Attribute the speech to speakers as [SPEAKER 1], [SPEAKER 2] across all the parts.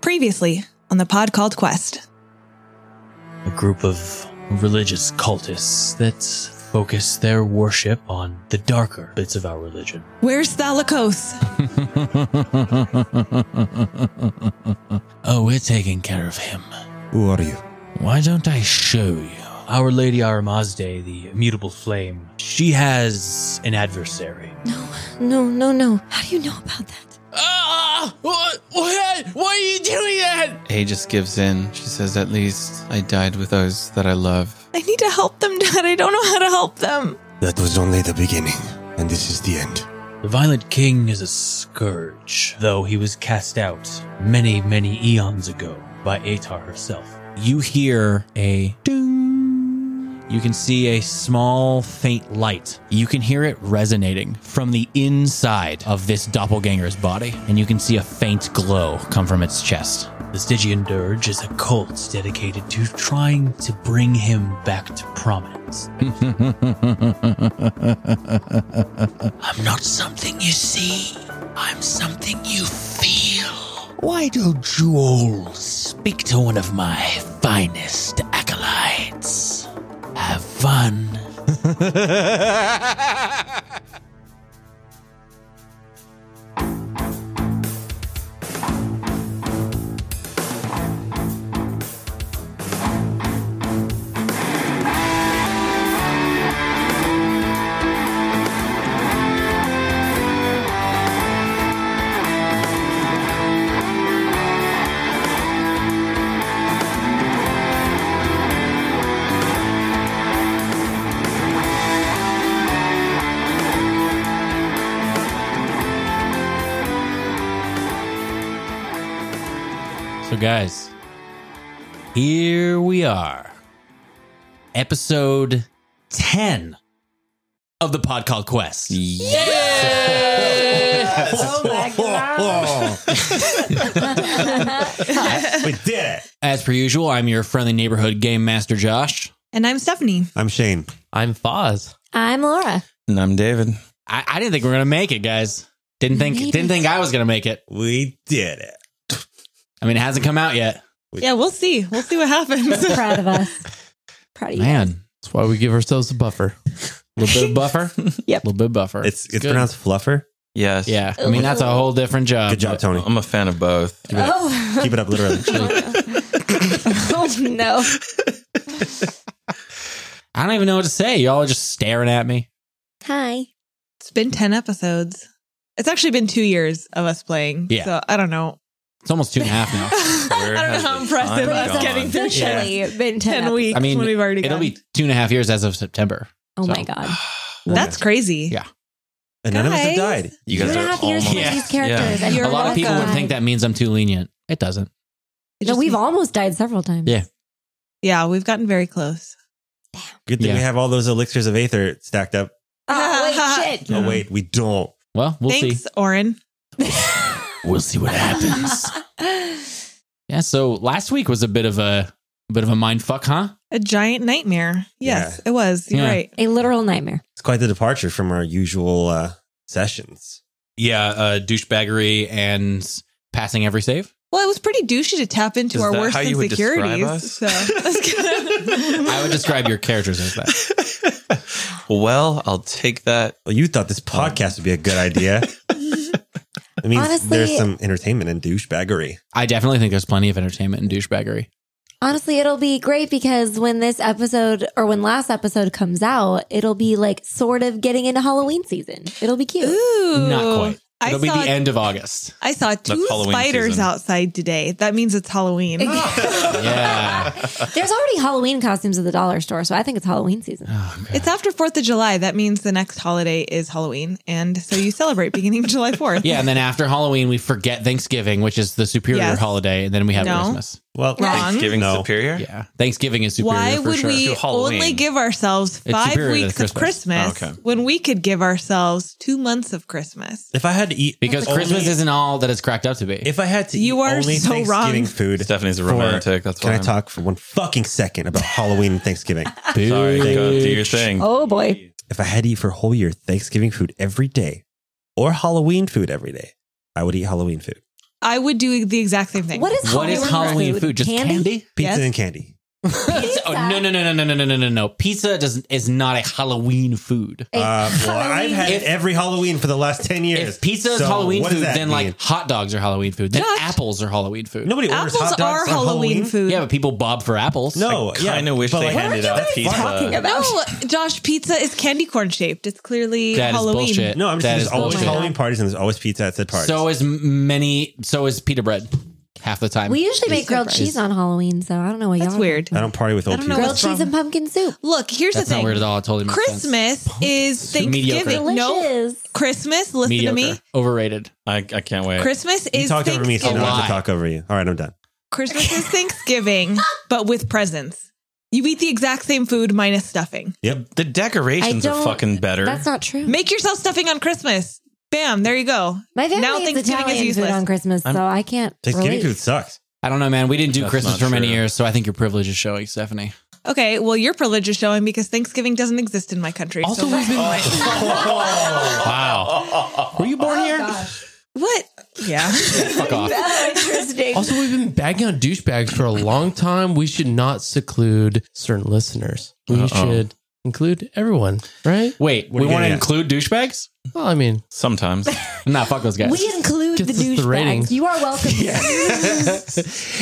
[SPEAKER 1] Previously on the pod called Quest.
[SPEAKER 2] a group of religious cultists that focus their worship on the darker bits of our religion.
[SPEAKER 1] Where's Thalikos?
[SPEAKER 2] oh, we're taking care of him.
[SPEAKER 3] Who are you?
[SPEAKER 2] Why don't I show you? Our Lady Aramazde, the immutable flame, she has an adversary.
[SPEAKER 4] No, no, no. How do you know about that?
[SPEAKER 2] Ah! What? What? Why are you doing that?
[SPEAKER 5] A just gives in. She says, At least I died with those that I love.
[SPEAKER 1] I need to help them, Dad. I don't know how to help them.
[SPEAKER 3] That was only the beginning, and this is the end.
[SPEAKER 2] The Violent King is a scourge, though he was cast out many, many eons ago by Atar herself. You hear a ding.
[SPEAKER 6] You can see a small, faint light. You can hear it resonating from the inside of this doppelganger's body, and you can see a faint glow come from its chest.
[SPEAKER 2] The Stygian Dirge is a cult dedicated to trying to bring him back to prominence. I'm not something you see, I'm something you feel. Why don't you all speak to one of my finest acolytes? Have fun.
[SPEAKER 6] So, guys, here we are. Episode 10 of the pod called Quest.
[SPEAKER 3] We did it!
[SPEAKER 6] As per usual, I'm your friendly neighborhood game master, Josh.
[SPEAKER 1] And I'm Stephanie.
[SPEAKER 3] I'm Shane.
[SPEAKER 7] I'm Foz.
[SPEAKER 4] I'm Laura.
[SPEAKER 5] And I'm David.
[SPEAKER 6] I, I didn't think we were gonna make it, guys. Didn't think
[SPEAKER 4] Maybe.
[SPEAKER 6] didn't think I was gonna make it.
[SPEAKER 3] We did it.
[SPEAKER 6] I mean, it hasn't come out yet.
[SPEAKER 1] Yeah, we'll see. We'll see what happens.
[SPEAKER 4] Proud of us. Proud of you.
[SPEAKER 6] Man,
[SPEAKER 7] That's why we give ourselves a buffer. A little bit of buffer.
[SPEAKER 4] Yep.
[SPEAKER 7] A little bit of buffer.
[SPEAKER 3] It's it's
[SPEAKER 7] Good.
[SPEAKER 3] pronounced fluffer.
[SPEAKER 5] Yes.
[SPEAKER 6] yeah. I mean, that's a whole different job.
[SPEAKER 2] Uh,
[SPEAKER 3] Good job, Tony.
[SPEAKER 5] I'm a fan of both.
[SPEAKER 4] Oh.
[SPEAKER 3] Keep it up, literally.
[SPEAKER 4] oh, no.
[SPEAKER 6] I don't even know what to say. Y'all are just staring at me.
[SPEAKER 4] Hi.
[SPEAKER 1] it's been 10 episodes. It's actually been two years of us playing.
[SPEAKER 6] Yeah.
[SPEAKER 1] So I don't know.
[SPEAKER 6] It's almost two and a half now.
[SPEAKER 1] I don't know
[SPEAKER 5] has
[SPEAKER 1] how
[SPEAKER 5] the
[SPEAKER 1] impressive
[SPEAKER 5] time
[SPEAKER 1] us
[SPEAKER 5] gone?
[SPEAKER 1] getting through
[SPEAKER 4] Officially, been 10,
[SPEAKER 1] 10
[SPEAKER 4] ep-
[SPEAKER 1] weeks
[SPEAKER 6] I mean,
[SPEAKER 1] when we've already
[SPEAKER 6] It'll
[SPEAKER 1] gone.
[SPEAKER 6] be two and a half years as of September.
[SPEAKER 4] Oh, my
[SPEAKER 6] So-
[SPEAKER 4] God.
[SPEAKER 1] That's crazy.
[SPEAKER 6] Yeah.
[SPEAKER 3] And none of us have
[SPEAKER 1] Guys.
[SPEAKER 3] died.
[SPEAKER 5] You
[SPEAKER 4] Two
[SPEAKER 5] guys
[SPEAKER 4] and a
[SPEAKER 5] are
[SPEAKER 4] half years
[SPEAKER 5] almost-
[SPEAKER 4] for these
[SPEAKER 5] Yeah.
[SPEAKER 4] characters. and
[SPEAKER 1] You're
[SPEAKER 6] A lot of people would
[SPEAKER 1] welcome.
[SPEAKER 6] think that means I'm too lenient. It doesn't.
[SPEAKER 1] It
[SPEAKER 4] No,
[SPEAKER 1] just-
[SPEAKER 4] we've almost died several times.
[SPEAKER 6] Yeah.
[SPEAKER 1] Yeah, we've gotten very close.
[SPEAKER 3] Good thing
[SPEAKER 6] Yeah.
[SPEAKER 3] we have all those elixirs of aether stacked up.
[SPEAKER 4] Oh, wait, shit.
[SPEAKER 3] Oh wait, we don't.
[SPEAKER 6] Well, we'll
[SPEAKER 1] Thanks,
[SPEAKER 6] see.
[SPEAKER 1] Oren.
[SPEAKER 6] We'll see what happens. yeah. So last week was a bit of a, a bit of a mind fuck, huh?
[SPEAKER 1] A giant nightmare. Yes, it was. You're
[SPEAKER 6] Yeah.
[SPEAKER 1] right.
[SPEAKER 4] A literal nightmare.
[SPEAKER 3] It's quite the departure from our usual uh, sessions.
[SPEAKER 6] yeah, uh, douchebaggery and passing every save.
[SPEAKER 1] Well, it was pretty douchey to tap into
[SPEAKER 5] Is
[SPEAKER 1] our
[SPEAKER 5] that
[SPEAKER 1] worst
[SPEAKER 5] how you would describe
[SPEAKER 1] insecurities.
[SPEAKER 5] us?
[SPEAKER 1] So that's good.
[SPEAKER 6] I would describe your characters as that.
[SPEAKER 5] well, I'll take that.
[SPEAKER 3] Well, you thought this podcast would be a good idea. I mean,
[SPEAKER 4] Honestly-
[SPEAKER 3] there's some entertainment and douchebaggery.
[SPEAKER 6] I definitely think there's plenty of entertainment in douchebaggery.
[SPEAKER 4] Honestly, it'll be great because when this episode or when last episode comes out, it'll be like sort of getting into Halloween season. It'll be cute.
[SPEAKER 1] Ooh,
[SPEAKER 6] Not quite.
[SPEAKER 1] I
[SPEAKER 6] It'll be
[SPEAKER 1] saw,
[SPEAKER 6] the end of August.
[SPEAKER 1] I saw two
[SPEAKER 5] Halloween
[SPEAKER 1] spiders
[SPEAKER 5] season.
[SPEAKER 1] outside today. That means it's Halloween.
[SPEAKER 6] Yeah.
[SPEAKER 3] Oh,
[SPEAKER 4] There's already Halloween costumes at the dollar store, so I think it's Halloween season.
[SPEAKER 1] it's after Fourth of July. That means the next holiday is Halloween, and so you celebrate beginning of July Fourth.
[SPEAKER 6] yeah, and then after Halloween, we forget Thanksgiving, which is the superior
[SPEAKER 1] Yes.
[SPEAKER 6] holiday, and then we have
[SPEAKER 1] No.
[SPEAKER 6] Christmas.
[SPEAKER 3] Well,
[SPEAKER 1] Wrong.
[SPEAKER 5] Thanksgiving
[SPEAKER 3] No.
[SPEAKER 5] superior?
[SPEAKER 6] Yeah, Thanksgiving is superior.
[SPEAKER 1] Why
[SPEAKER 6] for
[SPEAKER 1] would
[SPEAKER 6] sure.
[SPEAKER 1] we
[SPEAKER 5] To Halloween.
[SPEAKER 1] only give ourselves five
[SPEAKER 6] superior to
[SPEAKER 1] weeks of
[SPEAKER 6] Christmas.
[SPEAKER 1] Christmas
[SPEAKER 5] Oh, okay.
[SPEAKER 1] when we could give ourselves two months of Christmas?
[SPEAKER 3] if I had to eat,
[SPEAKER 6] Because
[SPEAKER 3] only-
[SPEAKER 6] Christmas isn't all that it's cracked up to be.
[SPEAKER 3] If I had to,
[SPEAKER 1] You
[SPEAKER 3] eat
[SPEAKER 1] are
[SPEAKER 3] only
[SPEAKER 1] so
[SPEAKER 3] Thanksgiving
[SPEAKER 1] wrong.
[SPEAKER 3] food.
[SPEAKER 5] Stephanie's a
[SPEAKER 3] for-
[SPEAKER 5] romantic. That's why.
[SPEAKER 3] Can I
[SPEAKER 5] I'm-
[SPEAKER 3] talk for one fucking second about Halloween and Thanksgiving?
[SPEAKER 6] Boo.
[SPEAKER 5] Sorry, go do your thing.
[SPEAKER 4] Oh boy.
[SPEAKER 3] If I had to eat for a whole year Thanksgiving food every day or Halloween food every day, I would eat Halloween food.
[SPEAKER 1] I would do the exact same thing.
[SPEAKER 4] What is
[SPEAKER 6] What
[SPEAKER 4] Halloween
[SPEAKER 6] is Halloween food? Just candy?
[SPEAKER 3] Pizza
[SPEAKER 1] Yes.
[SPEAKER 3] and candy.
[SPEAKER 6] Pizza? Oh, no, no, no, no, no, no, no, no, no, no. Pizza doesn't is not a Halloween food.
[SPEAKER 4] A
[SPEAKER 3] Uh, well, I've
[SPEAKER 4] Halloween-
[SPEAKER 3] had
[SPEAKER 6] If-
[SPEAKER 3] it every Halloween for the last 10 years.
[SPEAKER 6] If pizza is
[SPEAKER 3] So
[SPEAKER 6] Halloween
[SPEAKER 3] what does
[SPEAKER 6] food,
[SPEAKER 3] that
[SPEAKER 6] then
[SPEAKER 3] mean?
[SPEAKER 6] like hot dogs are Halloween food. Then
[SPEAKER 1] What?
[SPEAKER 6] apples are Halloween food.
[SPEAKER 3] Nobody orders
[SPEAKER 1] Apples
[SPEAKER 3] hot dogs
[SPEAKER 1] are
[SPEAKER 3] on
[SPEAKER 1] Halloween, food.
[SPEAKER 6] Yeah, but people bob for apples.
[SPEAKER 3] No, yeah,
[SPEAKER 7] Kinda wish
[SPEAKER 3] but
[SPEAKER 7] they
[SPEAKER 3] like-
[SPEAKER 7] handed out pizza.
[SPEAKER 1] No, Josh, pizza is candy corn shaped. It's clearly
[SPEAKER 6] That is
[SPEAKER 1] Halloween.
[SPEAKER 6] bullshit.
[SPEAKER 3] No, I'm just
[SPEAKER 6] That
[SPEAKER 3] saying
[SPEAKER 6] is
[SPEAKER 3] there's always
[SPEAKER 6] bullshit.
[SPEAKER 3] Halloween parties and there's always pizza at said parties.
[SPEAKER 6] So is m- many. So is pita bread. Half the time.
[SPEAKER 4] We usually make grilled cheese on Halloween, so I don't know what
[SPEAKER 1] That's
[SPEAKER 4] y'all.
[SPEAKER 1] weird.
[SPEAKER 3] I don't party with
[SPEAKER 1] I
[SPEAKER 3] old
[SPEAKER 1] don't know
[SPEAKER 3] people.
[SPEAKER 4] Grilled
[SPEAKER 1] What's
[SPEAKER 4] cheese
[SPEAKER 1] wrong?
[SPEAKER 4] and pumpkin soup.
[SPEAKER 1] Look, here's
[SPEAKER 6] That's
[SPEAKER 1] the
[SPEAKER 6] not
[SPEAKER 1] thing.
[SPEAKER 6] weird at all. It totally makes sense.
[SPEAKER 1] Christmas is
[SPEAKER 6] Mediocre.
[SPEAKER 1] Thanksgiving. No,
[SPEAKER 4] Delicious.
[SPEAKER 1] Christmas. Listen
[SPEAKER 6] Mediocre.
[SPEAKER 1] to me.
[SPEAKER 6] Overrated.
[SPEAKER 7] I, I can't wait.
[SPEAKER 1] Christmas
[SPEAKER 3] You
[SPEAKER 1] is
[SPEAKER 3] talked over me, so
[SPEAKER 1] Thanksgiving.
[SPEAKER 3] now I have
[SPEAKER 6] Why?
[SPEAKER 3] to talk over you. All right, I'm done.
[SPEAKER 1] Christmas is Thanksgiving, but with presents. You eat the exact same food minus stuffing.
[SPEAKER 7] The decorations
[SPEAKER 4] I
[SPEAKER 7] are
[SPEAKER 4] don't-
[SPEAKER 7] fucking better.
[SPEAKER 4] That's not true.
[SPEAKER 1] Make yourself stuffing on Christmas. Bam, there you go.
[SPEAKER 4] My family
[SPEAKER 1] Now
[SPEAKER 4] eats
[SPEAKER 1] Thanksgiving is
[SPEAKER 4] Italian food
[SPEAKER 1] useless.
[SPEAKER 4] on Christmas, so I can't.
[SPEAKER 3] Thanksgiving
[SPEAKER 4] relate.
[SPEAKER 3] food sucks.
[SPEAKER 6] I don't know, man. We didn't do
[SPEAKER 7] That's
[SPEAKER 6] Christmas
[SPEAKER 7] not
[SPEAKER 6] for many
[SPEAKER 7] true.
[SPEAKER 6] years, so I think your privilege is showing, Stephanie.
[SPEAKER 1] Okay, well, your privilege is showing because Thanksgiving doesn't exist in my country.
[SPEAKER 6] Also,
[SPEAKER 1] so
[SPEAKER 6] we've been. wow. Were you born here?
[SPEAKER 1] what? Yeah.
[SPEAKER 6] Fuck off.
[SPEAKER 4] Interesting.
[SPEAKER 7] Also, we've been bagging on douchebags for a long time. We should not seclude certain listeners. We should include everyone, right?
[SPEAKER 6] Wait,
[SPEAKER 3] What are
[SPEAKER 6] we
[SPEAKER 3] you
[SPEAKER 6] want to
[SPEAKER 3] getting at?
[SPEAKER 6] include douchebags?
[SPEAKER 7] Well, I mean,
[SPEAKER 5] Sometimes.
[SPEAKER 6] Nah, fuck those guys.
[SPEAKER 4] we include the
[SPEAKER 7] Gets us the
[SPEAKER 4] douchebags.
[SPEAKER 7] ratings.
[SPEAKER 4] You are welcome.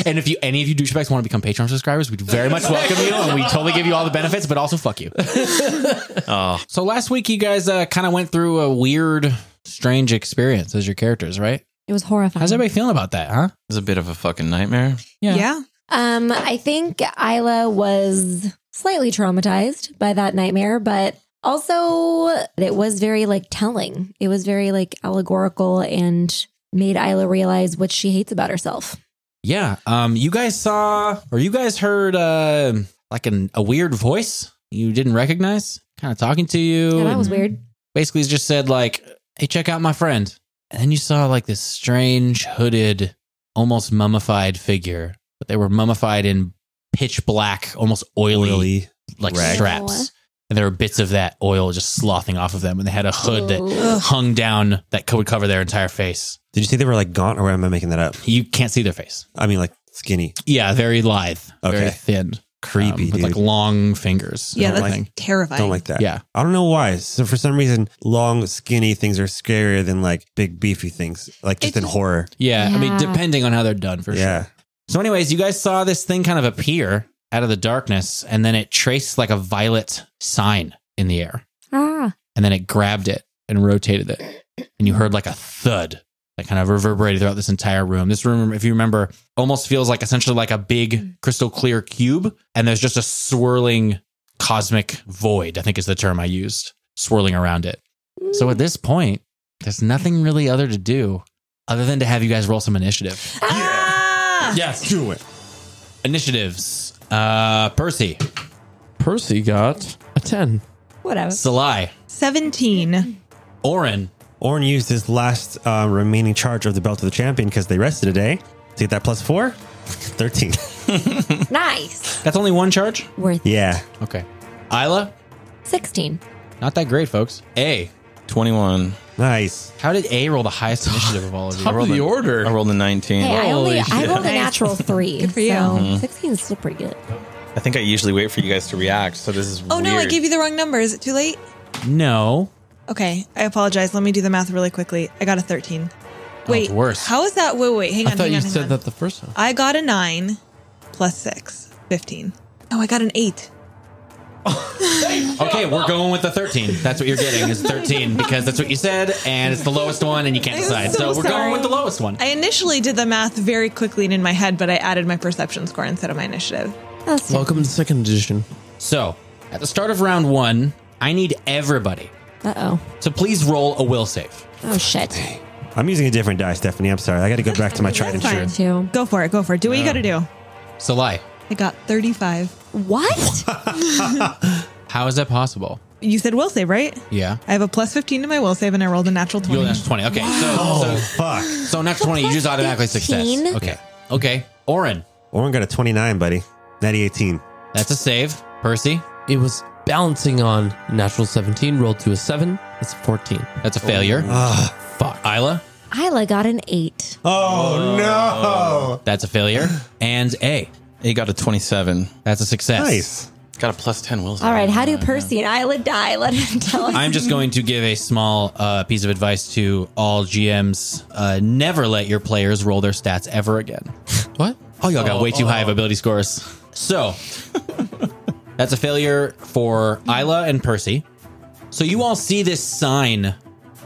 [SPEAKER 6] and if you any of you douchebags want to become Patreon subscribers, we'd very much welcome you, and we totally give you all the benefits, but also fuck you.
[SPEAKER 5] Oh,
[SPEAKER 6] So last week, you guys uh, kind of went through a weird, strange experience as your characters, right?
[SPEAKER 4] It was horrifying.
[SPEAKER 6] How's everybody feeling about that, huh?
[SPEAKER 5] it's a bit of a fucking nightmare.
[SPEAKER 1] yeah.
[SPEAKER 4] Um, I think Isla was slightly traumatized by that nightmare, but also it was very like telling. It was very like allegorical and made Isla realize what she hates about herself.
[SPEAKER 6] Yeah. Um, you guys saw or you guys heard uh, like an, a weird voice you didn't recognize, kind of talking to you.
[SPEAKER 4] Yeah, that
[SPEAKER 6] and
[SPEAKER 4] was weird.
[SPEAKER 6] basically, just said like, "Hey, check out my friend." And then you saw like this strange hooded, almost mummified figure, but they were mummified in pitch black, almost oily,
[SPEAKER 3] Oily.
[SPEAKER 6] like
[SPEAKER 3] rag.
[SPEAKER 4] Ew.
[SPEAKER 6] straps. And there were bits of that oil just slothing off of them, and they had a
[SPEAKER 4] Oh.
[SPEAKER 6] hood that
[SPEAKER 4] Ugh.
[SPEAKER 6] hung down that co- would cover their entire face.
[SPEAKER 3] Did you say they were like gaunt, or am I making that up?
[SPEAKER 6] You can't see their face.
[SPEAKER 3] I mean, like skinny.
[SPEAKER 6] Yeah, very lithe, very
[SPEAKER 3] Okay.
[SPEAKER 6] thin, Um,
[SPEAKER 3] Creepy,
[SPEAKER 6] with like
[SPEAKER 3] dude.
[SPEAKER 6] long fingers. and
[SPEAKER 1] Yeah, that's
[SPEAKER 6] everything.
[SPEAKER 1] terrifying.
[SPEAKER 3] Don't like that.
[SPEAKER 6] yeah.
[SPEAKER 3] I don't know why. So for some reason, long, skinny things are scarier than like big, beefy things, like just
[SPEAKER 1] It-
[SPEAKER 3] in horror.
[SPEAKER 6] yeah, I mean,
[SPEAKER 4] Yeah.
[SPEAKER 6] depending on how they're done, for sure.
[SPEAKER 3] yeah.
[SPEAKER 6] So, anyways, you guys saw this thing kind of appear out of the darkness, and then it traced like a violet sign in the air,
[SPEAKER 4] Ah,
[SPEAKER 6] and then it grabbed it and rotated it, and you heard like a thud that kind of reverberated throughout this entire room. This room, if you remember, almost feels like essentially like a big crystal clear cube, and there's just a swirling cosmic void. I think is the term I used, swirling around it. So at this point, there's nothing really other to do other than to have you guys roll some initiative.
[SPEAKER 1] Ah!
[SPEAKER 3] Yes. Do it.
[SPEAKER 6] Initiatives. Uh Percy,
[SPEAKER 7] Percy got a 10.
[SPEAKER 4] whatever.
[SPEAKER 6] Salai,
[SPEAKER 1] 17.
[SPEAKER 6] Oren,
[SPEAKER 3] Orn used his last uh, remaining charge of the belt of the champion because they rested today. To get that plus four, 13.
[SPEAKER 4] nice.
[SPEAKER 6] that's only one charge?
[SPEAKER 4] Worth
[SPEAKER 3] yeah.
[SPEAKER 6] Okay. Isla,
[SPEAKER 4] sixteen.
[SPEAKER 6] not that great, folks. A.
[SPEAKER 5] 21.
[SPEAKER 3] Nice.
[SPEAKER 6] How did A roll the highest initiative of all of you? I
[SPEAKER 7] Top of
[SPEAKER 6] rolled
[SPEAKER 7] the
[SPEAKER 6] a-
[SPEAKER 7] order.
[SPEAKER 5] I rolled a 19.
[SPEAKER 4] Hey, I only I rolled a
[SPEAKER 1] Nice.
[SPEAKER 4] natural three.
[SPEAKER 1] Good for you.
[SPEAKER 4] So
[SPEAKER 1] Mhm.
[SPEAKER 4] sixteen is still pretty good.
[SPEAKER 5] I think I usually wait for you guys to react, so this is
[SPEAKER 1] Oh,
[SPEAKER 5] weird.
[SPEAKER 1] no, I gave you the wrong number. Is it too late?
[SPEAKER 6] No.
[SPEAKER 1] Okay, I apologize. Let me do the math really quickly. I got a 13. Wait,
[SPEAKER 6] it's worse.
[SPEAKER 1] how is that? Wait, wait, hang
[SPEAKER 7] I
[SPEAKER 1] on.
[SPEAKER 7] thought
[SPEAKER 1] hang
[SPEAKER 7] you
[SPEAKER 1] on, hang
[SPEAKER 7] said
[SPEAKER 1] on.
[SPEAKER 7] that the first time.
[SPEAKER 1] I got a 9 plus 6, 15. Oh, I got an 8.
[SPEAKER 6] Okay, we're going with the 13. That's what you're getting is 13 because that's what you said and it's the lowest one and you can't
[SPEAKER 1] I'm
[SPEAKER 6] decide.
[SPEAKER 1] so
[SPEAKER 6] So, we're
[SPEAKER 1] sorry.
[SPEAKER 6] going with the lowest one.
[SPEAKER 1] I initially did the math very quickly and in my head, but I added my perception score instead of my initiative.
[SPEAKER 4] That's
[SPEAKER 7] Welcome to second edition.
[SPEAKER 6] So, at the start of round 1, I need everybody
[SPEAKER 4] Uh oh.
[SPEAKER 6] to please roll a will save.
[SPEAKER 4] Oh shit.
[SPEAKER 3] I'm using a different die, Stephanie. I'm sorry. I got to go back to my tried and
[SPEAKER 1] fine.
[SPEAKER 3] true.
[SPEAKER 4] Two.
[SPEAKER 1] Go for it, go for it. Do what you gotta do.
[SPEAKER 6] Salai,
[SPEAKER 1] I got 35.
[SPEAKER 4] What?
[SPEAKER 6] how is that possible?
[SPEAKER 1] You said will save, right?
[SPEAKER 6] Yeah.
[SPEAKER 1] I have a plus 15 to my will save and I rolled a natural
[SPEAKER 6] You
[SPEAKER 1] 20.
[SPEAKER 6] only have 20. Okay. So,
[SPEAKER 3] Oh,
[SPEAKER 6] so
[SPEAKER 3] fuck.
[SPEAKER 6] So next twenty, you just automatically success.
[SPEAKER 4] 15?
[SPEAKER 6] Okay. Okay. Oren,
[SPEAKER 3] Orn got a 29, buddy. Natty 18.
[SPEAKER 6] that's a save. Percy,
[SPEAKER 7] It was balancing on natural 17, rolled to a 7. That's 14.
[SPEAKER 6] that's a failure.
[SPEAKER 3] Ah,
[SPEAKER 6] Fuck. Isla,
[SPEAKER 4] Isla got an eight.
[SPEAKER 3] Oh, no.
[SPEAKER 6] That's a failure. And A.
[SPEAKER 5] He got a 27.
[SPEAKER 6] That's a success.
[SPEAKER 3] Nice.
[SPEAKER 5] Got a plus 10 wills.
[SPEAKER 4] All right, how do Percy and Isla die? Let him tell us.
[SPEAKER 6] I'm just going to give a small uh, piece of advice to all GMs: uh, never let your players roll their stats ever again.
[SPEAKER 5] What?
[SPEAKER 6] Oh, y'all got way too high of ability scores. So that's a failure for Isla and Percy. So you all see this sign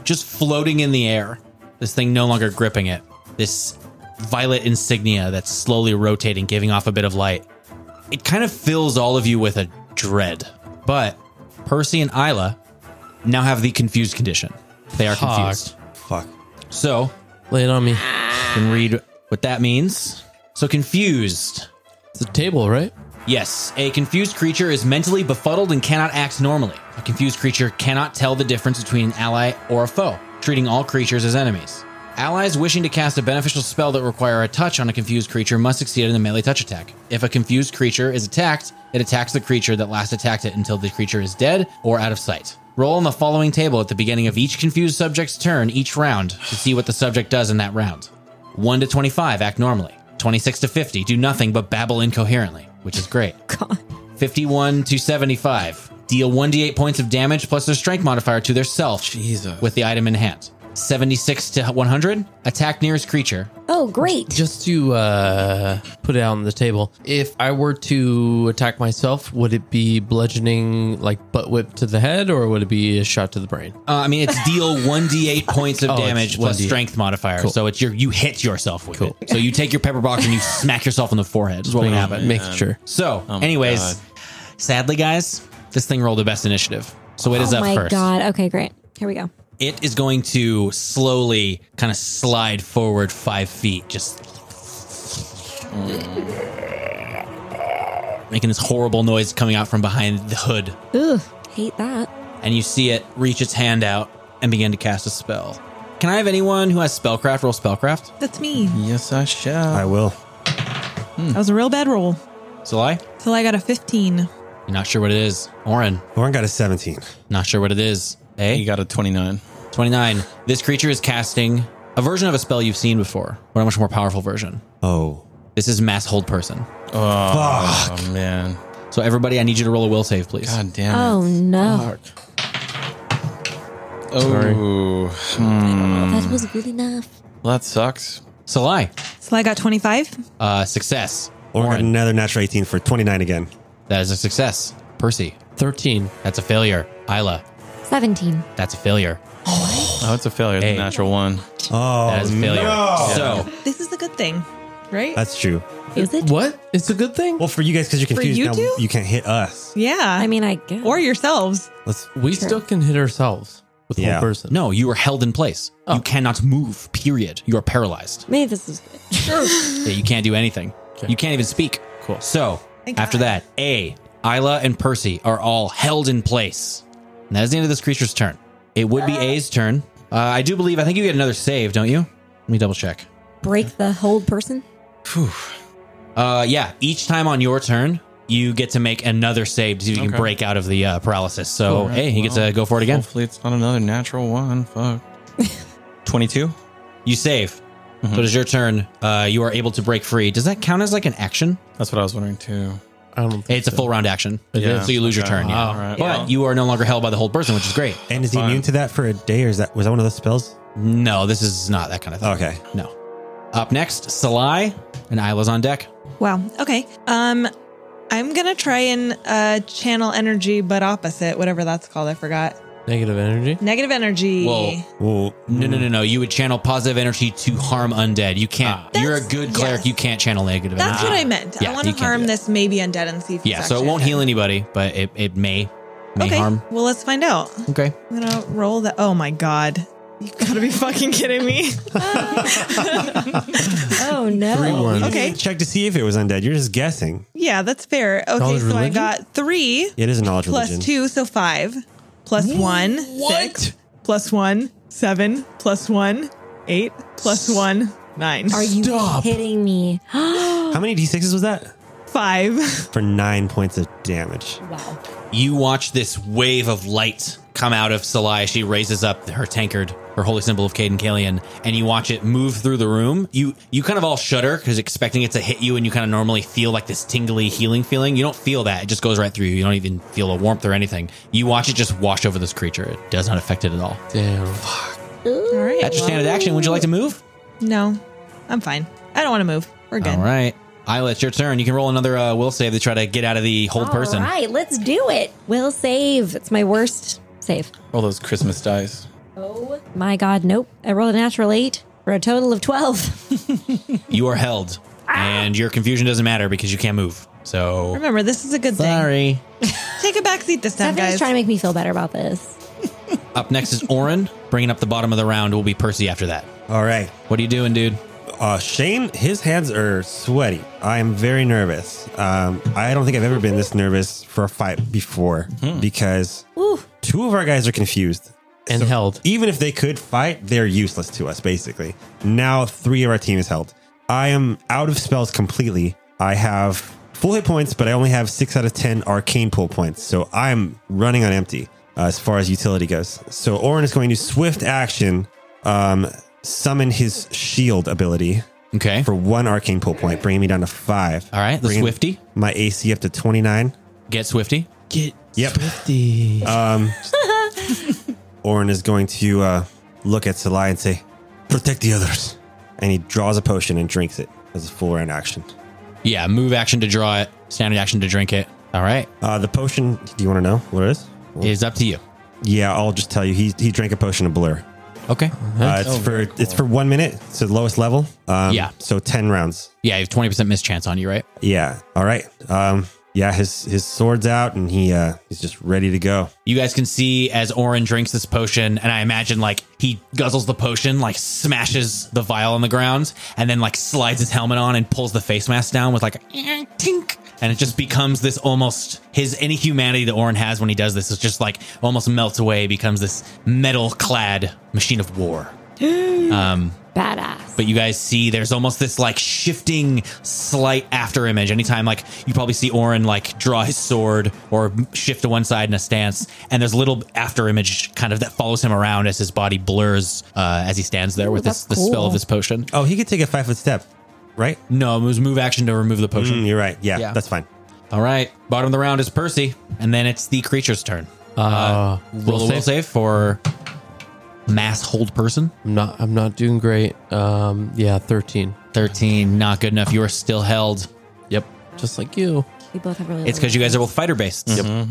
[SPEAKER 6] just floating in the air. This thing no longer gripping it. This violet insignia that's slowly rotating, giving off a bit of light. It kind of fills all of you with a dread. But Percy and Isla now have the confused condition. They are
[SPEAKER 7] Fuck.
[SPEAKER 6] confused.
[SPEAKER 3] Fuck.
[SPEAKER 6] So
[SPEAKER 7] Lay it on me.
[SPEAKER 6] can read what that means. So confused.
[SPEAKER 7] It's a table, right?
[SPEAKER 6] Yes, a confused creature is mentally befuddled and cannot act normally. A confused creature cannot tell the difference between an ally or a foe, treating all creatures as enemies. Allies wishing to cast a beneficial spell that require a touch on a confused creature must succeed in a melee touch attack. If a confused creature is attacked, it attacks the creature that last attacked it until the creature is dead or out of sight. Roll on the following table at the beginning of each confused subject's turn each round to see what the subject does in that round. 1 to 25, act normally. 26 to 50, do nothing but babble incoherently, which is great. 51 to 75, deal 1d8 points of damage plus their strength modifier to their self
[SPEAKER 5] Jesus.
[SPEAKER 6] with the item in hand. 76 to 100, attack nearest creature.
[SPEAKER 4] oh, great.
[SPEAKER 7] Just to uh, put it out on the table, if I were to attack myself, would it be bludgeoning, like butt whip to the head, or would it be a shot to the brain?
[SPEAKER 6] Uh, I mean, it's deal 1d8 points of
[SPEAKER 7] Oh, it's
[SPEAKER 6] damage plus
[SPEAKER 7] 1d8.
[SPEAKER 6] strength modifier. So it's your you hit yourself with it. So you take your pepper box and you smack yourself on the forehead. Is what would happen.
[SPEAKER 7] Making sure.
[SPEAKER 6] So,
[SPEAKER 5] Oh my
[SPEAKER 6] anyways,
[SPEAKER 5] God.
[SPEAKER 6] sadly, guys, this thing rolled the best initiative. So it is
[SPEAKER 4] oh
[SPEAKER 6] up
[SPEAKER 4] my
[SPEAKER 6] first.
[SPEAKER 4] god. Okay, great. Here we go.
[SPEAKER 6] It is going to slowly kind of slide forward five feet, just making this horrible noise coming out from behind the hood.
[SPEAKER 4] Ugh, hate that.
[SPEAKER 6] And you see it reach its hand out and begin to cast a spell. Can I have anyone who has spellcraft roll spellcraft?
[SPEAKER 1] That's me.
[SPEAKER 6] Mm-hmm.
[SPEAKER 5] Yes, I shall.
[SPEAKER 3] I will.
[SPEAKER 1] That was a real bad roll.
[SPEAKER 6] Salai?
[SPEAKER 1] Till I got a 15.
[SPEAKER 6] You're not sure what it is. Oren,
[SPEAKER 3] Warren got a 17.
[SPEAKER 6] not sure what it is. Eh? Hey?
[SPEAKER 5] He got a 29.
[SPEAKER 6] 29. This creature is casting a version of a spell you've seen before, but a much more powerful version.
[SPEAKER 3] Oh.
[SPEAKER 6] This is Mass Hold Person.
[SPEAKER 3] Fuck.
[SPEAKER 5] Oh, man.
[SPEAKER 6] So, everybody, I need you to roll a will save, please.
[SPEAKER 5] God damn it.
[SPEAKER 4] Oh no,
[SPEAKER 5] Oh, hmm.
[SPEAKER 6] Mm.
[SPEAKER 4] that was good enough.
[SPEAKER 5] well, that sucks.
[SPEAKER 6] Salai,
[SPEAKER 1] Till I got 25.
[SPEAKER 6] uh, success.
[SPEAKER 3] Warren got another natural 18 for 29 again.
[SPEAKER 6] That is a success. Percy,
[SPEAKER 7] Thirteen.
[SPEAKER 6] that's a failure. Isla,
[SPEAKER 4] Seventeen.
[SPEAKER 6] that's a failure.
[SPEAKER 5] Oh, it's a failure. It's
[SPEAKER 6] Hey.
[SPEAKER 5] a natural one.
[SPEAKER 3] Oh,
[SPEAKER 6] That is a failure.
[SPEAKER 3] no.
[SPEAKER 6] So,
[SPEAKER 1] This is a good thing, right?
[SPEAKER 3] That's true.
[SPEAKER 4] Is it?
[SPEAKER 7] What? It's a good thing.
[SPEAKER 3] Well, for you guys, because you're confused
[SPEAKER 1] you
[SPEAKER 3] now,
[SPEAKER 1] two?
[SPEAKER 3] you can't hit us.
[SPEAKER 1] yeah.
[SPEAKER 4] I mean, I guess.
[SPEAKER 1] or yourselves.
[SPEAKER 3] Let's.
[SPEAKER 7] we still can hit ourselves with
[SPEAKER 3] Yeah.
[SPEAKER 7] one person.
[SPEAKER 6] no, you are held in place. You cannot move, period. You are paralyzed.
[SPEAKER 4] maybe this is good.
[SPEAKER 6] that you can't do anything. You can't even speak. Cool. So
[SPEAKER 1] Thank
[SPEAKER 6] after
[SPEAKER 1] God.
[SPEAKER 6] that, A, Isla and Percy are all held in place. And that is the end of this creature's turn. It would be A's turn. Uh, I do believe, I think you get another save, don't you? Let me double check.
[SPEAKER 4] Break the hold person.
[SPEAKER 6] Uh, yeah, each time on your turn, you get to make another save to see if you can
[SPEAKER 5] Okay.
[SPEAKER 6] break out of the uh, paralysis. So, hey, you get to go for it again.
[SPEAKER 5] Hopefully, it's not another natural one. Fuck. 22?
[SPEAKER 6] You save.
[SPEAKER 5] Mm-hmm.
[SPEAKER 6] So it is your turn. Uh, you are able to break free. Does that count as like an action?
[SPEAKER 5] That's what I was wondering, too.
[SPEAKER 7] I don't think
[SPEAKER 6] It's a full round action.
[SPEAKER 5] Yeah.
[SPEAKER 6] So you lose your
[SPEAKER 5] Okay.
[SPEAKER 6] turn. Yeah.
[SPEAKER 5] All right.
[SPEAKER 6] But
[SPEAKER 5] Well.
[SPEAKER 6] you are no longer held by the whole person, which is great.
[SPEAKER 3] And is he
[SPEAKER 5] Fine.
[SPEAKER 3] immune to that for a day, or is that was that one of those spells?
[SPEAKER 6] No, this is not that kind of thing.
[SPEAKER 3] Okay.
[SPEAKER 6] No. Up next, Salai and Isla's on deck.
[SPEAKER 1] Wow. Okay. Um, I'm gonna try and uh channel energy, but opposite, whatever that's called. I forgot.
[SPEAKER 7] negative energy.
[SPEAKER 1] Negative energy.
[SPEAKER 6] Well,
[SPEAKER 3] Well,
[SPEAKER 6] No, no, no, no. You would channel positive energy to harm undead. You can't.
[SPEAKER 5] Ah.
[SPEAKER 6] you're a good
[SPEAKER 1] That's-
[SPEAKER 6] cleric.
[SPEAKER 1] yes.
[SPEAKER 6] You can't channel negative
[SPEAKER 1] that's
[SPEAKER 6] energy.
[SPEAKER 1] what I meant.
[SPEAKER 6] uh, Yeah,
[SPEAKER 1] I want to
[SPEAKER 6] you can't do
[SPEAKER 1] harm
[SPEAKER 6] that.
[SPEAKER 1] this maybe undead and see if
[SPEAKER 6] Yeah,
[SPEAKER 1] it's
[SPEAKER 6] so it
[SPEAKER 1] actually
[SPEAKER 6] won't
[SPEAKER 1] undead.
[SPEAKER 6] heal anybody, but it, it may may
[SPEAKER 1] okay.
[SPEAKER 6] harm.
[SPEAKER 1] Well, let's find out.
[SPEAKER 6] Okay.
[SPEAKER 1] I'm gonna roll the. Oh my god. You gotta be fucking kidding me.
[SPEAKER 4] Oh no.
[SPEAKER 7] Three ones.
[SPEAKER 3] you
[SPEAKER 1] Okay.
[SPEAKER 3] didn't check to see if it was undead. You're just guessing.
[SPEAKER 1] yeah, that's fair. Okay,
[SPEAKER 7] Knowledge
[SPEAKER 1] so I
[SPEAKER 7] religion?
[SPEAKER 1] got three
[SPEAKER 3] It is a knowledge
[SPEAKER 1] plus
[SPEAKER 3] religion.
[SPEAKER 1] two, so five. Plus one, six. Plus one, seven. Plus one, eight. Plus one, nine.
[SPEAKER 4] Are you kidding me?
[SPEAKER 3] How many d6s was that?
[SPEAKER 1] five?
[SPEAKER 3] For nine points of damage.
[SPEAKER 4] wow.
[SPEAKER 6] You watch this wave of light come out of Salai. She raises up her tankard, her holy symbol of Caden Kalian, and you watch it move through the room. You you kind of all shudder because expecting it to hit you, and you kind of normally feel like this tingly healing feeling. You don't feel that; it just goes right through you. You don't even feel a warmth or anything. You watch it just wash over this creature. It does not affect it at all.
[SPEAKER 1] All
[SPEAKER 7] Damn.
[SPEAKER 1] right.
[SPEAKER 6] That's your
[SPEAKER 1] well,
[SPEAKER 6] standard action. Would you like to move?
[SPEAKER 1] No, I'm fine. I don't want to move. We're good.
[SPEAKER 6] All right, Isla, it's your turn. You can roll another uh, will save to try to get out of the hold person.
[SPEAKER 4] All right, let's do it. We'll save. It's my worst save.
[SPEAKER 5] All those Christmas dice.
[SPEAKER 4] Oh my god, nope. I rolled a natural eight for a total of 12.
[SPEAKER 6] You are held, and your confusion doesn't matter because you can't move. So
[SPEAKER 1] Remember, this is a good
[SPEAKER 6] sorry.
[SPEAKER 1] thing. Take a back seat this time,
[SPEAKER 4] Stephanie's
[SPEAKER 1] guys.
[SPEAKER 4] trying to make me feel better about this.
[SPEAKER 6] Up next is Oren. Bringing up the bottom of the round will be Percy after that.
[SPEAKER 3] All right.
[SPEAKER 6] What are you doing, dude?
[SPEAKER 3] Uh, Shane, his hands are sweaty. I am very nervous. Um, I don't think I've ever been this nervous for a fight before
[SPEAKER 6] Hmm.
[SPEAKER 3] because two of our guys are confused.
[SPEAKER 7] And held.
[SPEAKER 3] Even if they could fight, they're useless to us, basically. Now, three of our team is held. I am out of spells completely. I have full hit points, but I only have six out of 10 arcane pull points. So I'm running on empty uh, as far as utility goes. So Orin is going to swift action um, summon his shield ability
[SPEAKER 6] Okay.
[SPEAKER 3] for one arcane pull point, bringing me down to five.
[SPEAKER 6] All right. The
[SPEAKER 3] Bringing
[SPEAKER 6] Swifty.
[SPEAKER 3] My AC up to 29.
[SPEAKER 6] Get Swifty.
[SPEAKER 7] Get
[SPEAKER 3] Yep. Um,
[SPEAKER 7] swifty.
[SPEAKER 3] Orin is going to uh, look at Salai and say, Protect the others. And he draws a potion and drinks it as a full round action.
[SPEAKER 6] Yeah. Move action to draw it. Standard action to drink it. All right.
[SPEAKER 3] Uh, the potion, do you want to know what it is?
[SPEAKER 6] It is up to you.
[SPEAKER 3] Yeah, I'll just tell you. He, he drank a potion of blur.
[SPEAKER 6] Okay.
[SPEAKER 3] Uh, it's for it's for one minute. It's the lowest level. Um,
[SPEAKER 6] Yeah.
[SPEAKER 3] So ten rounds.
[SPEAKER 6] Yeah. You have twenty percent mischance on you, right?
[SPEAKER 3] Yeah. All right. Um, yeah. His his sword's out and he uh, he's just ready to go.
[SPEAKER 6] You guys can see as Oren drinks this potion, and I imagine like he guzzles the potion, like smashes the vial on the ground, and then like slides his helmet on and pulls the face mask down with like a tink, and it just becomes this almost his any humanity that Oren has when he does this is just like almost melts away, becomes this metal clad machine of war.
[SPEAKER 4] Badass.
[SPEAKER 6] But you guys see there's almost this like shifting slight after image. Anytime like you probably see Orin like draw his sword or shift to one side in a stance, and there's little after image kind of that follows him around as his body blurs uh, as he stands there with this
[SPEAKER 4] that's
[SPEAKER 6] the spell
[SPEAKER 4] cool.
[SPEAKER 6] of this potion.
[SPEAKER 3] Oh, he could take a five foot step, right?
[SPEAKER 2] Mm-hmm.
[SPEAKER 6] No, it was move action to remove the potion.
[SPEAKER 3] Mm, you're right. Yeah,
[SPEAKER 6] Yeah.
[SPEAKER 3] that's fine.
[SPEAKER 4] Mm.
[SPEAKER 6] All right. Bottom of the round is Percy, and then it's the creature's turn.
[SPEAKER 7] Uh,
[SPEAKER 6] Roll a will save for mass hold person.
[SPEAKER 7] I'm not. I'm not doing great. Um. Yeah. Thirteen.
[SPEAKER 6] 13, not good enough. You are still held.
[SPEAKER 7] Yep. Just like you.
[SPEAKER 4] We both have really
[SPEAKER 6] It's because you guys are both fighter based.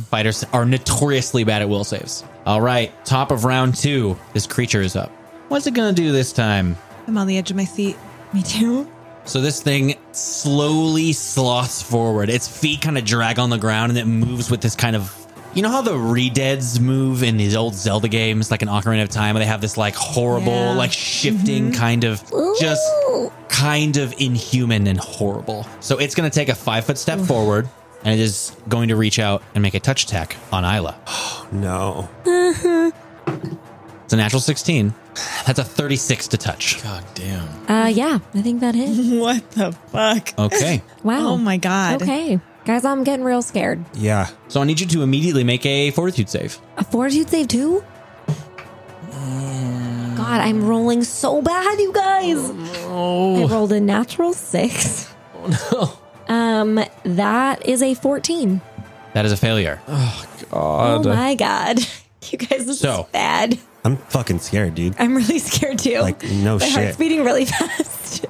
[SPEAKER 6] Fighters are notoriously bad at will saves. All right, top of round two. This creature is up. What's it gonna do this time?
[SPEAKER 1] I'm on the edge of my seat.
[SPEAKER 4] Me too.
[SPEAKER 6] So this thing slowly sloths forward. Its feet kind of drag on the ground, and it moves with this kind of. You know how the redeads move in these old Zelda games, like an Ocarina of Time, where they have this like horrible,
[SPEAKER 1] Yeah.
[SPEAKER 6] like shifting kind of, just
[SPEAKER 4] Ooh.
[SPEAKER 6] kind of inhuman and horrible. So it's going to take a five foot step forward, and it is going to reach out and make a touch attack on Isla.
[SPEAKER 3] No.
[SPEAKER 6] It's a natural 16. That's a 36 to touch.
[SPEAKER 5] God damn.
[SPEAKER 4] Uh, yeah, I think that is.
[SPEAKER 1] What the fuck?
[SPEAKER 6] Okay.
[SPEAKER 4] Wow.
[SPEAKER 1] Oh my god.
[SPEAKER 4] Okay. Guys, I'm getting real scared.
[SPEAKER 3] Yeah.
[SPEAKER 6] So I need you to immediately make a fortitude save.
[SPEAKER 4] A fortitude save too? God, I'm rolling so bad, you guys. I rolled a natural six. Oh no. Um, that is a fourteen.
[SPEAKER 6] That is a failure.
[SPEAKER 4] Oh my god. You guys, this
[SPEAKER 6] So-
[SPEAKER 4] is bad.
[SPEAKER 3] I'm fucking scared, dude.
[SPEAKER 4] I'm really scared too.
[SPEAKER 3] Like, no
[SPEAKER 4] my
[SPEAKER 3] shit.
[SPEAKER 4] heart's beating really fast.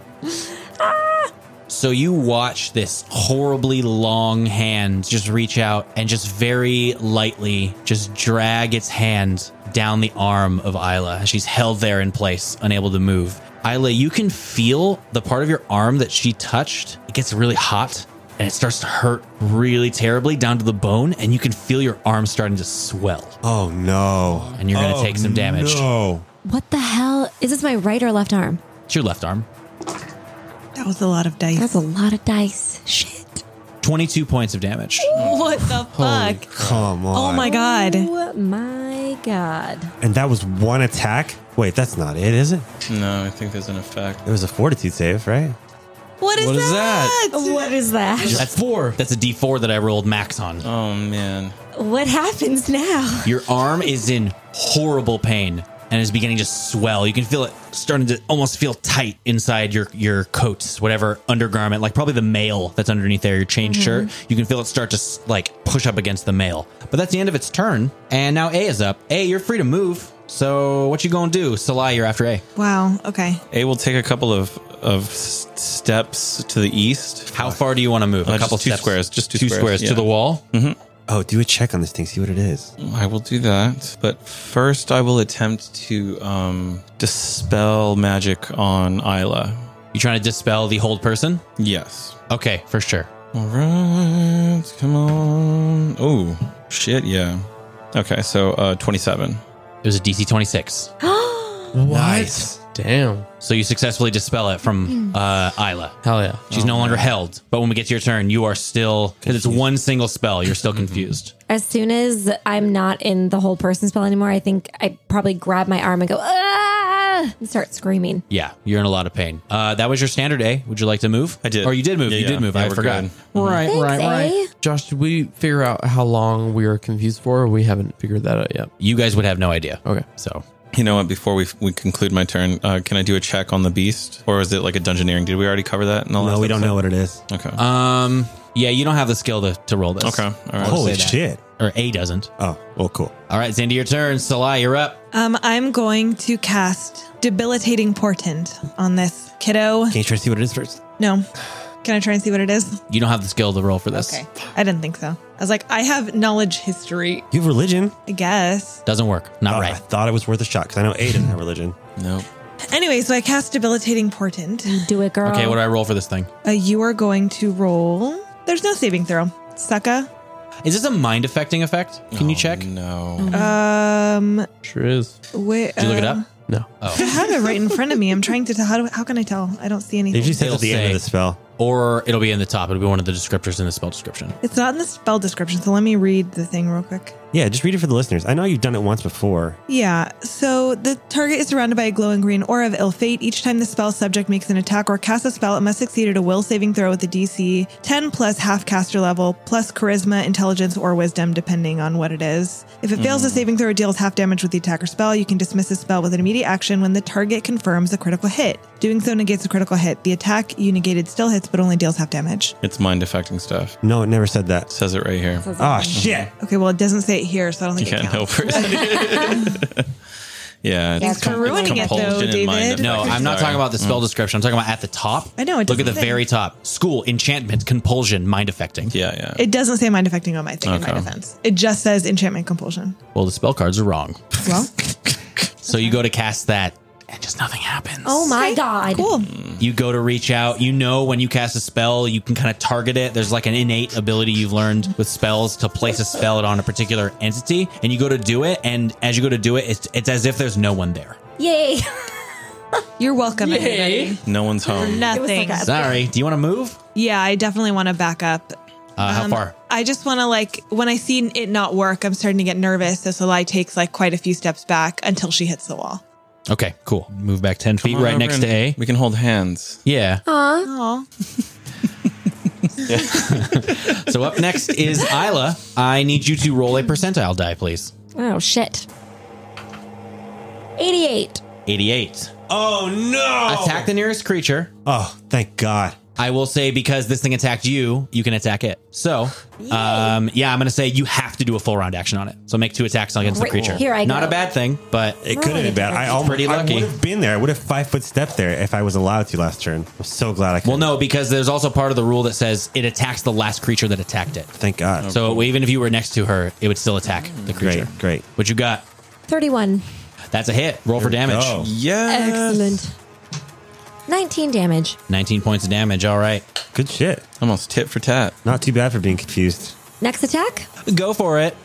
[SPEAKER 6] So you watch this horribly long hand just reach out and just very lightly just drag its hand down the arm of Isla. She's held there in place, unable to move. Isla, you can feel the part of your arm that she touched. It gets really hot and it starts to hurt really terribly down to the bone, and you can feel your arm starting to swell.
[SPEAKER 3] Oh no.
[SPEAKER 6] And you're gonna
[SPEAKER 3] Oh,
[SPEAKER 6] take some damage.
[SPEAKER 3] No.
[SPEAKER 4] What the hell? Is this my right or left arm?
[SPEAKER 6] It's your left arm.
[SPEAKER 1] That was a lot of dice.
[SPEAKER 4] That's a lot of dice. Shit.
[SPEAKER 6] 22 points of damage.
[SPEAKER 1] what the fuck?
[SPEAKER 3] Come on.
[SPEAKER 1] Oh my god.
[SPEAKER 4] Oh my god.
[SPEAKER 3] And that was one attack. Wait, that's not it, is it?
[SPEAKER 5] No, I think there's an effect.
[SPEAKER 3] It was a fortitude save, right?
[SPEAKER 1] What is
[SPEAKER 7] What is
[SPEAKER 1] that?
[SPEAKER 4] What is that?
[SPEAKER 6] That's four. That's a d4 that I rolled max on.
[SPEAKER 5] Oh man.
[SPEAKER 4] What happens now?
[SPEAKER 6] Your arm is in horrible pain and is beginning to swell. You can feel it starting to almost feel tight inside your your coats, whatever undergarment, like probably the mail that's underneath there, your chain shirt. You can feel it start to s- like push up against the mail. But that's the end of its turn, and now A is up. A, you're free to move. So what you gonna do, Salai? You're after A.
[SPEAKER 1] Wow. Okay.
[SPEAKER 5] A will take a couple of of s- steps to the east.
[SPEAKER 6] How far do you want to move?
[SPEAKER 5] Uh, just two squares, just two squares,
[SPEAKER 6] to
[SPEAKER 5] yeah.
[SPEAKER 6] the wall.
[SPEAKER 3] Oh, do a check on this thing. See what it is.
[SPEAKER 5] I will do that, but first I will attempt to um, dispel magic on Isla.
[SPEAKER 6] You trying to dispel the hold person?
[SPEAKER 5] Yes.
[SPEAKER 6] Okay, for sure.
[SPEAKER 5] All right, come on. Oh shit, yeah. Okay, so uh, twenty-seven.
[SPEAKER 6] It was a DC 26.
[SPEAKER 7] What? Damn.
[SPEAKER 6] So you successfully dispel it from uh, Isla.
[SPEAKER 7] Hell yeah.
[SPEAKER 6] She's no longer held. But when we get to your turn, you are still because it's one single spell. You're still confused.
[SPEAKER 4] As soon as I'm not in the whole person spell anymore, I think I probably grab my arm and go, ah, and start screaming.
[SPEAKER 6] Yeah, you're in a lot of pain. Uh, that was your standard A. Would you like to move?
[SPEAKER 5] I did.
[SPEAKER 6] Or you did move.
[SPEAKER 5] Yeah,
[SPEAKER 6] you
[SPEAKER 5] yeah.
[SPEAKER 6] did move.
[SPEAKER 5] Yeah,
[SPEAKER 6] I
[SPEAKER 5] we're
[SPEAKER 6] forgot.
[SPEAKER 5] good.
[SPEAKER 6] Right,
[SPEAKER 4] Thanks,
[SPEAKER 6] right, right.
[SPEAKER 4] eh?
[SPEAKER 7] Josh, did we figure out how long we were confused for? We haven't figured that out yet.
[SPEAKER 6] You guys would have no idea.
[SPEAKER 7] Okay.
[SPEAKER 6] So
[SPEAKER 5] You know what? Before we we conclude my turn, uh, can I do a check on the beast, or is it like a dungeoneering? Did we already cover that? In the
[SPEAKER 3] No,
[SPEAKER 5] last
[SPEAKER 3] we don't
[SPEAKER 5] episode?
[SPEAKER 3] know what it is.
[SPEAKER 5] Okay.
[SPEAKER 6] um yeah, you don't have the skill to, to roll this.
[SPEAKER 5] okay. All right.
[SPEAKER 3] Holy
[SPEAKER 6] say that.
[SPEAKER 3] shit.
[SPEAKER 6] Or A doesn't.
[SPEAKER 3] Oh, well, cool.
[SPEAKER 6] All right, it's the end of your turn. Salai, you're up.
[SPEAKER 1] Um, I'm going to cast debilitating portent on this kiddo.
[SPEAKER 3] Can you try to see what it is first?
[SPEAKER 1] No. Can I try and see what it is?
[SPEAKER 6] You don't have the skill to roll for this.
[SPEAKER 1] I didn't think so. I was like, I have knowledge history,
[SPEAKER 3] You have religion.
[SPEAKER 1] I guess.
[SPEAKER 6] Doesn't work. Not
[SPEAKER 3] Oh, I
[SPEAKER 6] right.
[SPEAKER 3] thought it was worth a shot because I know A doesn't have religion.
[SPEAKER 5] Nope.
[SPEAKER 1] Anyway, so I cast debilitating portent.
[SPEAKER 4] Do it, girl.
[SPEAKER 6] Okay, what do I roll for this thing?
[SPEAKER 1] Uh, you are going to roll. There's no saving throw. Sucka.
[SPEAKER 6] Is this a mind affecting effect? Can you
[SPEAKER 5] Oh,
[SPEAKER 6] check?
[SPEAKER 5] No.
[SPEAKER 1] Um,
[SPEAKER 7] Sure is.
[SPEAKER 1] wait.
[SPEAKER 6] Did you look it up?
[SPEAKER 7] No.
[SPEAKER 1] I have it right in front of me. I'm trying to tell. How, do, how can I tell? I don't see
[SPEAKER 3] They
[SPEAKER 1] anything.
[SPEAKER 3] just said
[SPEAKER 6] It'll
[SPEAKER 3] at the end
[SPEAKER 6] say-
[SPEAKER 3] of the spell.
[SPEAKER 6] Or it'll be in the top. It'll be one of the descriptors in the spell description.
[SPEAKER 1] It's not in the spell description, so let me read the thing real quick.
[SPEAKER 3] Yeah, just read it for the listeners. I know you've done it once before.
[SPEAKER 1] Yeah, so the target is surrounded by a glowing green aura of ill fate. Each time the spell subject makes an attack or casts a spell, it must succeed at a will saving throw with a DC 10 plus half caster level, plus charisma, intelligence, or wisdom, depending on what it is. If it fails the saving throw or deals half damage with the attacker spell, you can dismiss the spell with an immediate action when the target confirms a critical hit. Doing so negates a critical hit. The attack you negated still hits, but only deals half damage.
[SPEAKER 5] It's mind affecting stuff.
[SPEAKER 3] No, it never said
[SPEAKER 5] It
[SPEAKER 3] that.
[SPEAKER 5] says it right here.
[SPEAKER 3] Ah, shit.
[SPEAKER 1] Okay, well, it doesn't say it here, so I don't
[SPEAKER 5] You
[SPEAKER 1] think it
[SPEAKER 5] can't
[SPEAKER 1] counts.
[SPEAKER 5] help for it. yeah.
[SPEAKER 4] Thanks for ruining
[SPEAKER 1] it, though,
[SPEAKER 5] and mind
[SPEAKER 1] David.
[SPEAKER 6] No,
[SPEAKER 5] affecting.
[SPEAKER 6] I'm
[SPEAKER 5] Sorry.
[SPEAKER 6] not
[SPEAKER 5] Mm.
[SPEAKER 6] talking about the spell description. I'm talking about at the top.
[SPEAKER 1] I know, it
[SPEAKER 6] Look at the
[SPEAKER 1] doesn't say.
[SPEAKER 6] very top. School, enchantment, compulsion, mind affecting.
[SPEAKER 5] Yeah, yeah.
[SPEAKER 1] It doesn't say mind affecting on my thing in my
[SPEAKER 5] Okay.
[SPEAKER 1] defense. It just says enchantment compulsion.
[SPEAKER 6] Well, the spell cards are wrong.
[SPEAKER 1] Well,
[SPEAKER 6] So you go to cast that, and just nothing happens.
[SPEAKER 4] Oh my God.
[SPEAKER 1] cool.
[SPEAKER 6] You go to reach out. You know when you cast a spell, you can kind of target it. There's like an innate ability you've learned with spells to place a spell on a particular entity, and you go to do it. And as you go to do it, it's, it's as if there's no one there.
[SPEAKER 4] Yay.
[SPEAKER 1] You're welcome. everybody.
[SPEAKER 5] no one's home.
[SPEAKER 1] Nothing.
[SPEAKER 4] good.
[SPEAKER 6] Sorry. Do you want to move?
[SPEAKER 1] Yeah, I definitely want to back up.
[SPEAKER 6] Uh, how
[SPEAKER 1] Um,
[SPEAKER 6] far?
[SPEAKER 1] I just want to like when I see it not work, I'm starting to get nervous. So Salai takes like quite a few steps back until she hits the wall.
[SPEAKER 6] Okay, cool. Move back ten feet,
[SPEAKER 5] Come on
[SPEAKER 6] right
[SPEAKER 5] over
[SPEAKER 6] next to
[SPEAKER 5] and
[SPEAKER 6] A.
[SPEAKER 5] We can hold hands.
[SPEAKER 6] Yeah.
[SPEAKER 4] Aw.
[SPEAKER 1] Oh,
[SPEAKER 6] So up next is Isla. I need you to roll a percentile die, please.
[SPEAKER 4] Oh, shit. 88.
[SPEAKER 6] 88.
[SPEAKER 3] Oh, no.
[SPEAKER 6] Attack the nearest creature.
[SPEAKER 3] Oh, thank God.
[SPEAKER 6] I will say because this thing attacked you, you can attack it. So, um, yeah, I'm going to say you have to do a full round action on it. So make two attacks against the
[SPEAKER 4] Right,
[SPEAKER 6] creature.
[SPEAKER 4] here I
[SPEAKER 6] Not
[SPEAKER 4] go.
[SPEAKER 6] a bad thing, but
[SPEAKER 3] It could have
[SPEAKER 4] Really?
[SPEAKER 3] been bad. I almost
[SPEAKER 6] Pretty lucky.
[SPEAKER 3] I would have been there. I would have five foot stepped there if I was allowed to last turn. I'm so glad I could.
[SPEAKER 6] well, no, because there's also part of the rule that says it attacks the last creature that attacked it.
[SPEAKER 3] Thank God.
[SPEAKER 6] So even if you were next to her, it would still attack the creature.
[SPEAKER 3] great, great.
[SPEAKER 6] What you got?
[SPEAKER 4] 31.
[SPEAKER 6] That's a hit. Roll for damage.
[SPEAKER 3] go.
[SPEAKER 5] Yeah.
[SPEAKER 4] Excellent. 19 damage.
[SPEAKER 6] 19 points of damage. All right.
[SPEAKER 3] Good shit.
[SPEAKER 5] Almost tit for tat.
[SPEAKER 3] Not too bad for being confused.
[SPEAKER 4] Next attack.
[SPEAKER 6] Go for it.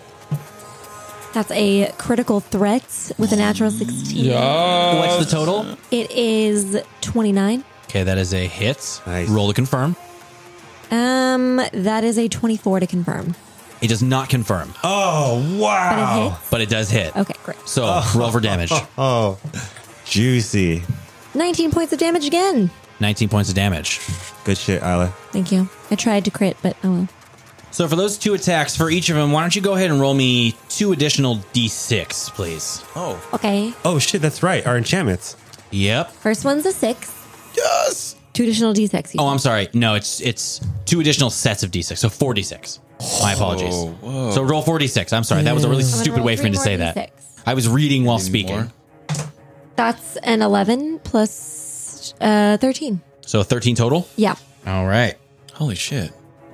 [SPEAKER 4] That's a critical threat with a natural 16.
[SPEAKER 6] What's the total?
[SPEAKER 4] It is 29.
[SPEAKER 6] Okay, that is a hit.
[SPEAKER 3] Nice.
[SPEAKER 6] Roll to confirm.
[SPEAKER 4] Um, that is a 24 to confirm.
[SPEAKER 6] It does not confirm,
[SPEAKER 3] Oh,
[SPEAKER 4] But
[SPEAKER 3] wow.
[SPEAKER 4] it hits.
[SPEAKER 6] but it does hit.
[SPEAKER 4] Okay, great.
[SPEAKER 6] So roll for damage.
[SPEAKER 3] Oh, juicy.
[SPEAKER 4] 19 points of damage again.
[SPEAKER 6] 19 points of damage.
[SPEAKER 3] Good shit, Isla.
[SPEAKER 4] Thank you. I tried to crit, but oh well.
[SPEAKER 6] So for those two attacks, for each of them, why don't you go ahead and roll me two additional d6, please?
[SPEAKER 5] Oh,
[SPEAKER 4] Okay.
[SPEAKER 3] Oh shit, that's right. Our enchantments.
[SPEAKER 6] Yep.
[SPEAKER 4] First one's a six. Yes. Two additional d6.
[SPEAKER 6] Oh, I'm sorry. No, it's it's two additional sets of d6, so four d6. My apologies.
[SPEAKER 5] whoa.
[SPEAKER 6] So roll four d6. I'm sorry. That was a really stupid
[SPEAKER 4] roll
[SPEAKER 6] way for me
[SPEAKER 4] three
[SPEAKER 6] to
[SPEAKER 4] more
[SPEAKER 6] say that.
[SPEAKER 4] d6.
[SPEAKER 6] I was reading while speaking.
[SPEAKER 5] more?
[SPEAKER 4] That's an 11 plus uh, 13.
[SPEAKER 6] So 13 total.
[SPEAKER 4] Yeah.
[SPEAKER 6] All right.
[SPEAKER 5] holy shit!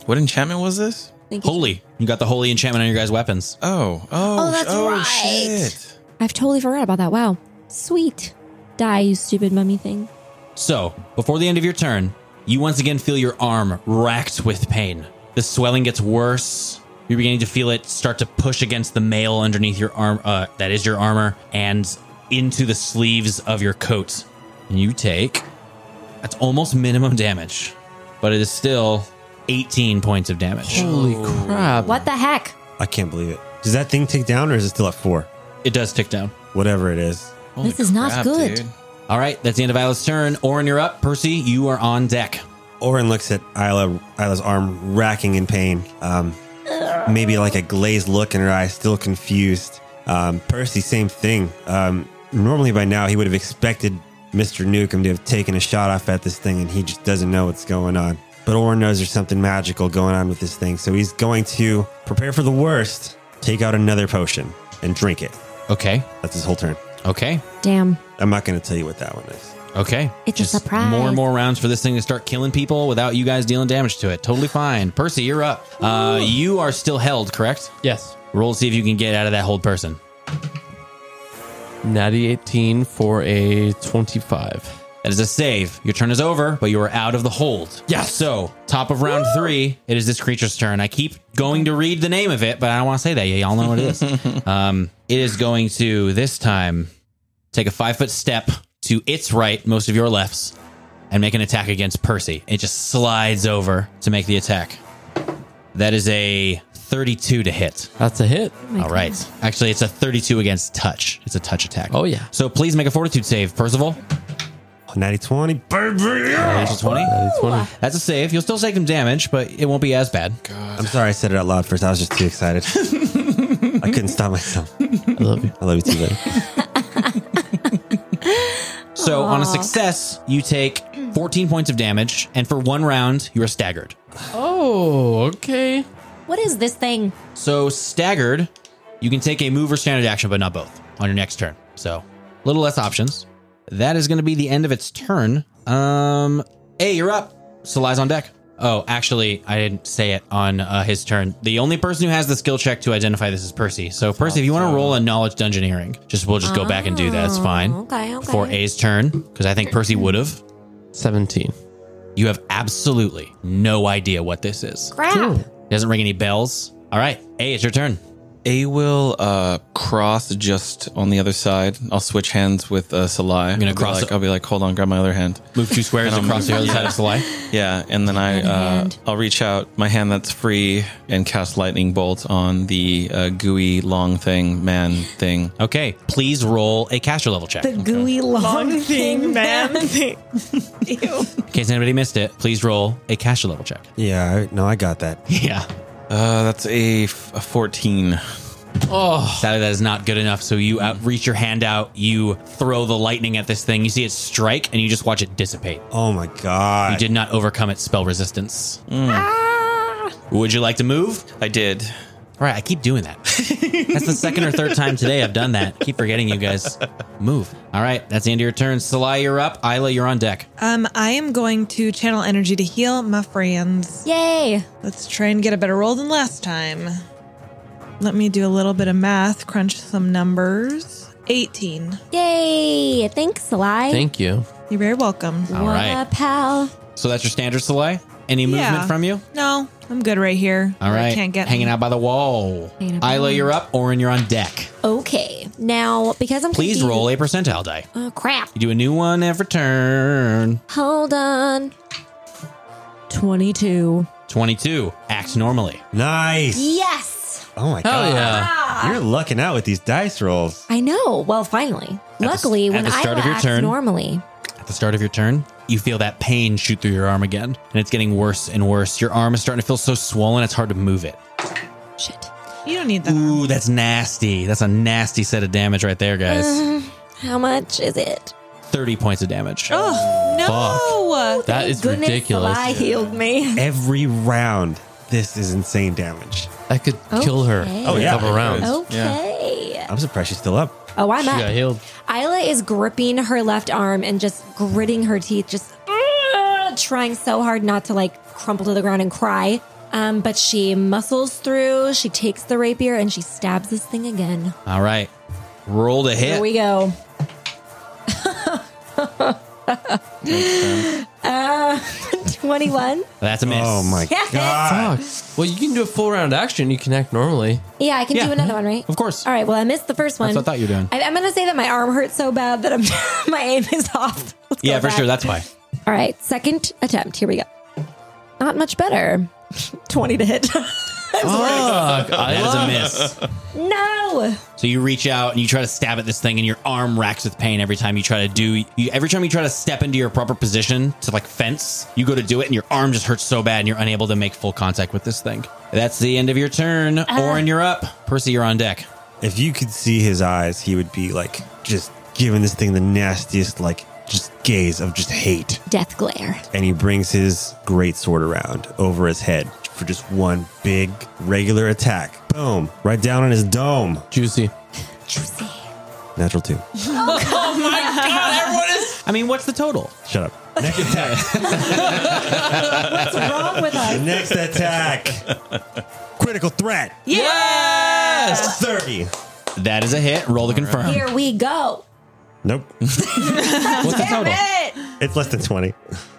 [SPEAKER 5] What enchantment was this?
[SPEAKER 4] Thank you.
[SPEAKER 6] Holy. You got the holy enchantment on your guys' weapons.
[SPEAKER 5] Oh, oh,
[SPEAKER 4] Oh, that's
[SPEAKER 5] oh,
[SPEAKER 4] right.
[SPEAKER 5] Shit.
[SPEAKER 4] I've totally forgot about that. Wow. Sweet. Die, you stupid mummy thing.
[SPEAKER 6] So, before the end of your turn, you once again feel your arm racked with pain. The swelling gets worse. You're beginning to feel it start to push against the mail underneath your arm, uh, that is your armor, and into the sleeves of your coat. And you take, that's almost minimum damage, but it is still 18 points of damage.
[SPEAKER 7] Holy crap.
[SPEAKER 4] What the heck?
[SPEAKER 3] I can't believe it. Does that thing take down or is it still at four?
[SPEAKER 6] It does tick down.
[SPEAKER 3] Whatever it is.
[SPEAKER 5] Holy
[SPEAKER 4] This is not good.
[SPEAKER 5] dude.
[SPEAKER 6] All right, that's the end of Isla's turn. Orin, you're up. Percy, you are on deck.
[SPEAKER 3] Oren looks at Isla, Isla's arm racking in pain. Um, maybe like a glazed look in her eyes, still confused. Um, Percy, same thing. Um, normally by now he would have expected Mr. Newcomb to have taken a shot off at this thing, and he just doesn't know what's going on. But Oren knows there's something magical going on with this thing, so he's going to prepare for the worst, take out another potion, and drink it.
[SPEAKER 6] Okay,
[SPEAKER 3] That's his whole turn.
[SPEAKER 6] okay,
[SPEAKER 4] Damn.
[SPEAKER 3] I'm not going to tell you what that one is.
[SPEAKER 6] Okay.
[SPEAKER 4] It's a surprise.
[SPEAKER 6] More and more rounds for this thing to start killing people without you guys dealing damage to it. Totally fine. Percy, you're up. Uh, you are still held, correct?
[SPEAKER 7] Yes.
[SPEAKER 6] Roll to see if you can get out of that hold person.
[SPEAKER 7] Natty 18 for a 25.
[SPEAKER 6] That is a save. Your turn is over, but you are out of the hold.
[SPEAKER 7] Yes.
[SPEAKER 6] So, top of round three, it is this creature's turn. I keep going to read the name of it, but I don't want to say that. yet. Y'all know what it is. um, it is going to this time take a five foot step to its right, most of your lefts, and make an attack against Percy. It just slides over to make the attack. That is a 32 to hit.
[SPEAKER 7] That's a hit.
[SPEAKER 4] my
[SPEAKER 6] All right. Actually, it's a 32 against touch. It's a touch attack.
[SPEAKER 7] Oh, yeah.
[SPEAKER 6] So please make a fortitude save, Percival.
[SPEAKER 3] 90 20, baby!
[SPEAKER 6] Natural 20.
[SPEAKER 7] Natty 20.
[SPEAKER 6] That's a save. You'll still take some damage, but it won't be as bad.
[SPEAKER 3] I'm sorry I said it out loud first. I was just too excited. I couldn't stop myself.
[SPEAKER 7] I love you.
[SPEAKER 3] I love you too, buddy.
[SPEAKER 6] So on a success, you take 14 points of damage, and for one round, you are staggered.
[SPEAKER 7] Oh, okay.
[SPEAKER 4] What is this thing?
[SPEAKER 6] So staggered, you can take a move or standard action, but not both on your next turn. So a little less options. That is going to be the end of its turn. Um, hey, you're up. Salai's on deck. Oh, actually, I didn't say it on uh, his turn. The only person who has the skill check to identify this is Percy. So, Percy, if you want to roll a knowledge dungeoneering, just we'll just go back and do that. It's
[SPEAKER 4] Oh.
[SPEAKER 6] fine.
[SPEAKER 4] Okay, okay.
[SPEAKER 6] for A's turn because I think Percy would have.
[SPEAKER 7] 17.
[SPEAKER 6] You have absolutely no idea what this is.
[SPEAKER 4] Crap.
[SPEAKER 6] It doesn't ring any bells. All right, A, it's your turn.
[SPEAKER 5] A will uh, cross just on the other side. I'll switch hands with uh, Salai. I'm
[SPEAKER 6] gonna cross
[SPEAKER 5] Be like,
[SPEAKER 6] the-
[SPEAKER 5] I'll be like, hold on, grab my other hand.
[SPEAKER 6] Move two squares
[SPEAKER 5] And I'll
[SPEAKER 6] across
[SPEAKER 5] move-
[SPEAKER 6] the other side of Salai.
[SPEAKER 5] Yeah, and then I uh,
[SPEAKER 4] hand.
[SPEAKER 5] I'll reach out my hand that's free and cast lightning bolt on the uh, gooey long thing man thing.
[SPEAKER 6] Okay, please roll a caster level check.
[SPEAKER 1] The gooey long, thing,
[SPEAKER 4] thing,
[SPEAKER 1] man.
[SPEAKER 4] man.
[SPEAKER 1] thing. Ew.
[SPEAKER 6] In case anybody missed it, please roll a caster level check.
[SPEAKER 3] Yeah, I, no, I got that.
[SPEAKER 6] Yeah.
[SPEAKER 5] Uh, that's a, f- a fourteen.
[SPEAKER 6] Sadly, that is not good enough. So you out, reach your hand out, you throw the lightning at this thing, you see it strike, and you just watch it dissipate.
[SPEAKER 3] Oh my
[SPEAKER 6] You
[SPEAKER 3] god!
[SPEAKER 6] did not overcome its spell resistance. Would you like to move?
[SPEAKER 5] I did.
[SPEAKER 6] All right, I keep doing that. that's the second or third time today I've done that. Keep forgetting you guys. Move. All right, that's the end of your turn. Salai, you're up. Isla, you're on deck.
[SPEAKER 1] Um, I am going to channel energy to heal my friends.
[SPEAKER 4] Yay.
[SPEAKER 1] Let's try and get a better roll than last time. Let me do a little bit of math, crunch some numbers. 18.
[SPEAKER 4] Yay. Thanks, Sly.
[SPEAKER 7] Thank you.
[SPEAKER 1] You're very welcome.
[SPEAKER 4] what
[SPEAKER 6] All right.
[SPEAKER 4] a pal.
[SPEAKER 6] So that's your standard, Salai. Any
[SPEAKER 1] Yeah.
[SPEAKER 6] movement from you?
[SPEAKER 1] No, I'm good right here.
[SPEAKER 6] All
[SPEAKER 1] I
[SPEAKER 6] right.
[SPEAKER 1] can't get
[SPEAKER 6] hanging out by the wall.
[SPEAKER 4] Hanging out by
[SPEAKER 6] Isla,
[SPEAKER 4] the
[SPEAKER 6] you're up. Orin, you're on deck.
[SPEAKER 4] Okay. Now, because I'm
[SPEAKER 6] Please
[SPEAKER 4] confused-
[SPEAKER 6] roll a percentile die.
[SPEAKER 4] Oh, crap.
[SPEAKER 6] You do a new one every turn.
[SPEAKER 4] Hold on. 22.
[SPEAKER 6] 22. Act normally.
[SPEAKER 3] nice.
[SPEAKER 4] Yes.
[SPEAKER 3] Oh my god! You're lucking out with these dice rolls.
[SPEAKER 4] I know. Well, finally.
[SPEAKER 6] the-
[SPEAKER 4] Luckily,
[SPEAKER 6] at
[SPEAKER 4] when
[SPEAKER 6] the
[SPEAKER 4] I
[SPEAKER 6] start of your
[SPEAKER 4] acts
[SPEAKER 6] turn.
[SPEAKER 4] normally,
[SPEAKER 6] At at the start of your turn, you feel that pain shoot through your arm again, and it's getting worse and worse. Your arm is starting to feel so swollen, it's hard to move it.
[SPEAKER 4] Shit.
[SPEAKER 1] You don't need that. arm.
[SPEAKER 6] Ooh, that's nasty. That's a nasty set of damage right there, guys.
[SPEAKER 4] How much is it?
[SPEAKER 6] 30 points of damage.
[SPEAKER 1] Oh
[SPEAKER 3] Uh,
[SPEAKER 1] no!
[SPEAKER 7] That is
[SPEAKER 4] Goodness,
[SPEAKER 7] ridiculous.
[SPEAKER 4] Lie healed me.
[SPEAKER 3] Every round, this is insane damage.
[SPEAKER 7] That could kill her.
[SPEAKER 4] Okay.
[SPEAKER 7] in
[SPEAKER 3] Oh,
[SPEAKER 7] a
[SPEAKER 3] yeah.
[SPEAKER 7] couple rounds.
[SPEAKER 4] Okay.
[SPEAKER 3] I'm surprised she's still up.
[SPEAKER 4] Oh, I'm
[SPEAKER 7] She
[SPEAKER 4] up.
[SPEAKER 7] got healed.
[SPEAKER 4] Isla is gripping her left arm and just gritting her teeth, just "Ugh," trying so hard not to like crumple to the ground and cry. Um, but she muscles through. She takes the rapier and she stabs this thing again.
[SPEAKER 6] All right. Roll to
[SPEAKER 4] Here
[SPEAKER 6] hit.
[SPEAKER 4] we go. uh, 21.
[SPEAKER 6] that's a miss.
[SPEAKER 3] Oh my
[SPEAKER 4] Yes.
[SPEAKER 3] god.
[SPEAKER 7] Fuck. Well, you can do a full round action. You can act normally.
[SPEAKER 4] Yeah, I can
[SPEAKER 6] Yeah.
[SPEAKER 4] do another one, right?
[SPEAKER 6] Of course.
[SPEAKER 4] All right. Well, I missed the first one.
[SPEAKER 6] That's what I thought you were doing.
[SPEAKER 4] I, am going to say that my arm hurts so bad that I'm, my aim is off. Let's go
[SPEAKER 6] yeah, for
[SPEAKER 4] back.
[SPEAKER 6] sure. That's why.
[SPEAKER 4] All right, second attempt. Here we go. Not much better. 20 to hit.
[SPEAKER 7] Fuck. I
[SPEAKER 6] That is a
[SPEAKER 7] love
[SPEAKER 6] miss.
[SPEAKER 4] no.
[SPEAKER 6] So you reach out and you try to stab at this thing, and your arm racks with pain every time you try to do. You, every time you try to step into your proper position to like fence, you go to do it, and your arm just hurts so bad, and you're unable to make full contact with this thing. That's the end of your turn.
[SPEAKER 4] Uh.
[SPEAKER 6] Orin, you're up. Percy, you're on deck.
[SPEAKER 3] If you could see his eyes, he would be like just giving this thing the nastiest, like just gaze of just hate.
[SPEAKER 4] Death glare.
[SPEAKER 3] And he brings his great sword around over his head for just one big regular attack. Boom. Right down on his dome.
[SPEAKER 7] Juicy.
[SPEAKER 4] Juicy.
[SPEAKER 3] Natural two.
[SPEAKER 6] I mean, what's the total?
[SPEAKER 3] Shut up. Next attack.
[SPEAKER 4] What's wrong with us?
[SPEAKER 3] Next attack. Critical threat.
[SPEAKER 6] Yes.
[SPEAKER 3] 30.
[SPEAKER 6] That is a hit. Roll to confirm.
[SPEAKER 4] Here we go.
[SPEAKER 3] Nope.
[SPEAKER 6] What's the total?
[SPEAKER 3] It's less than 20.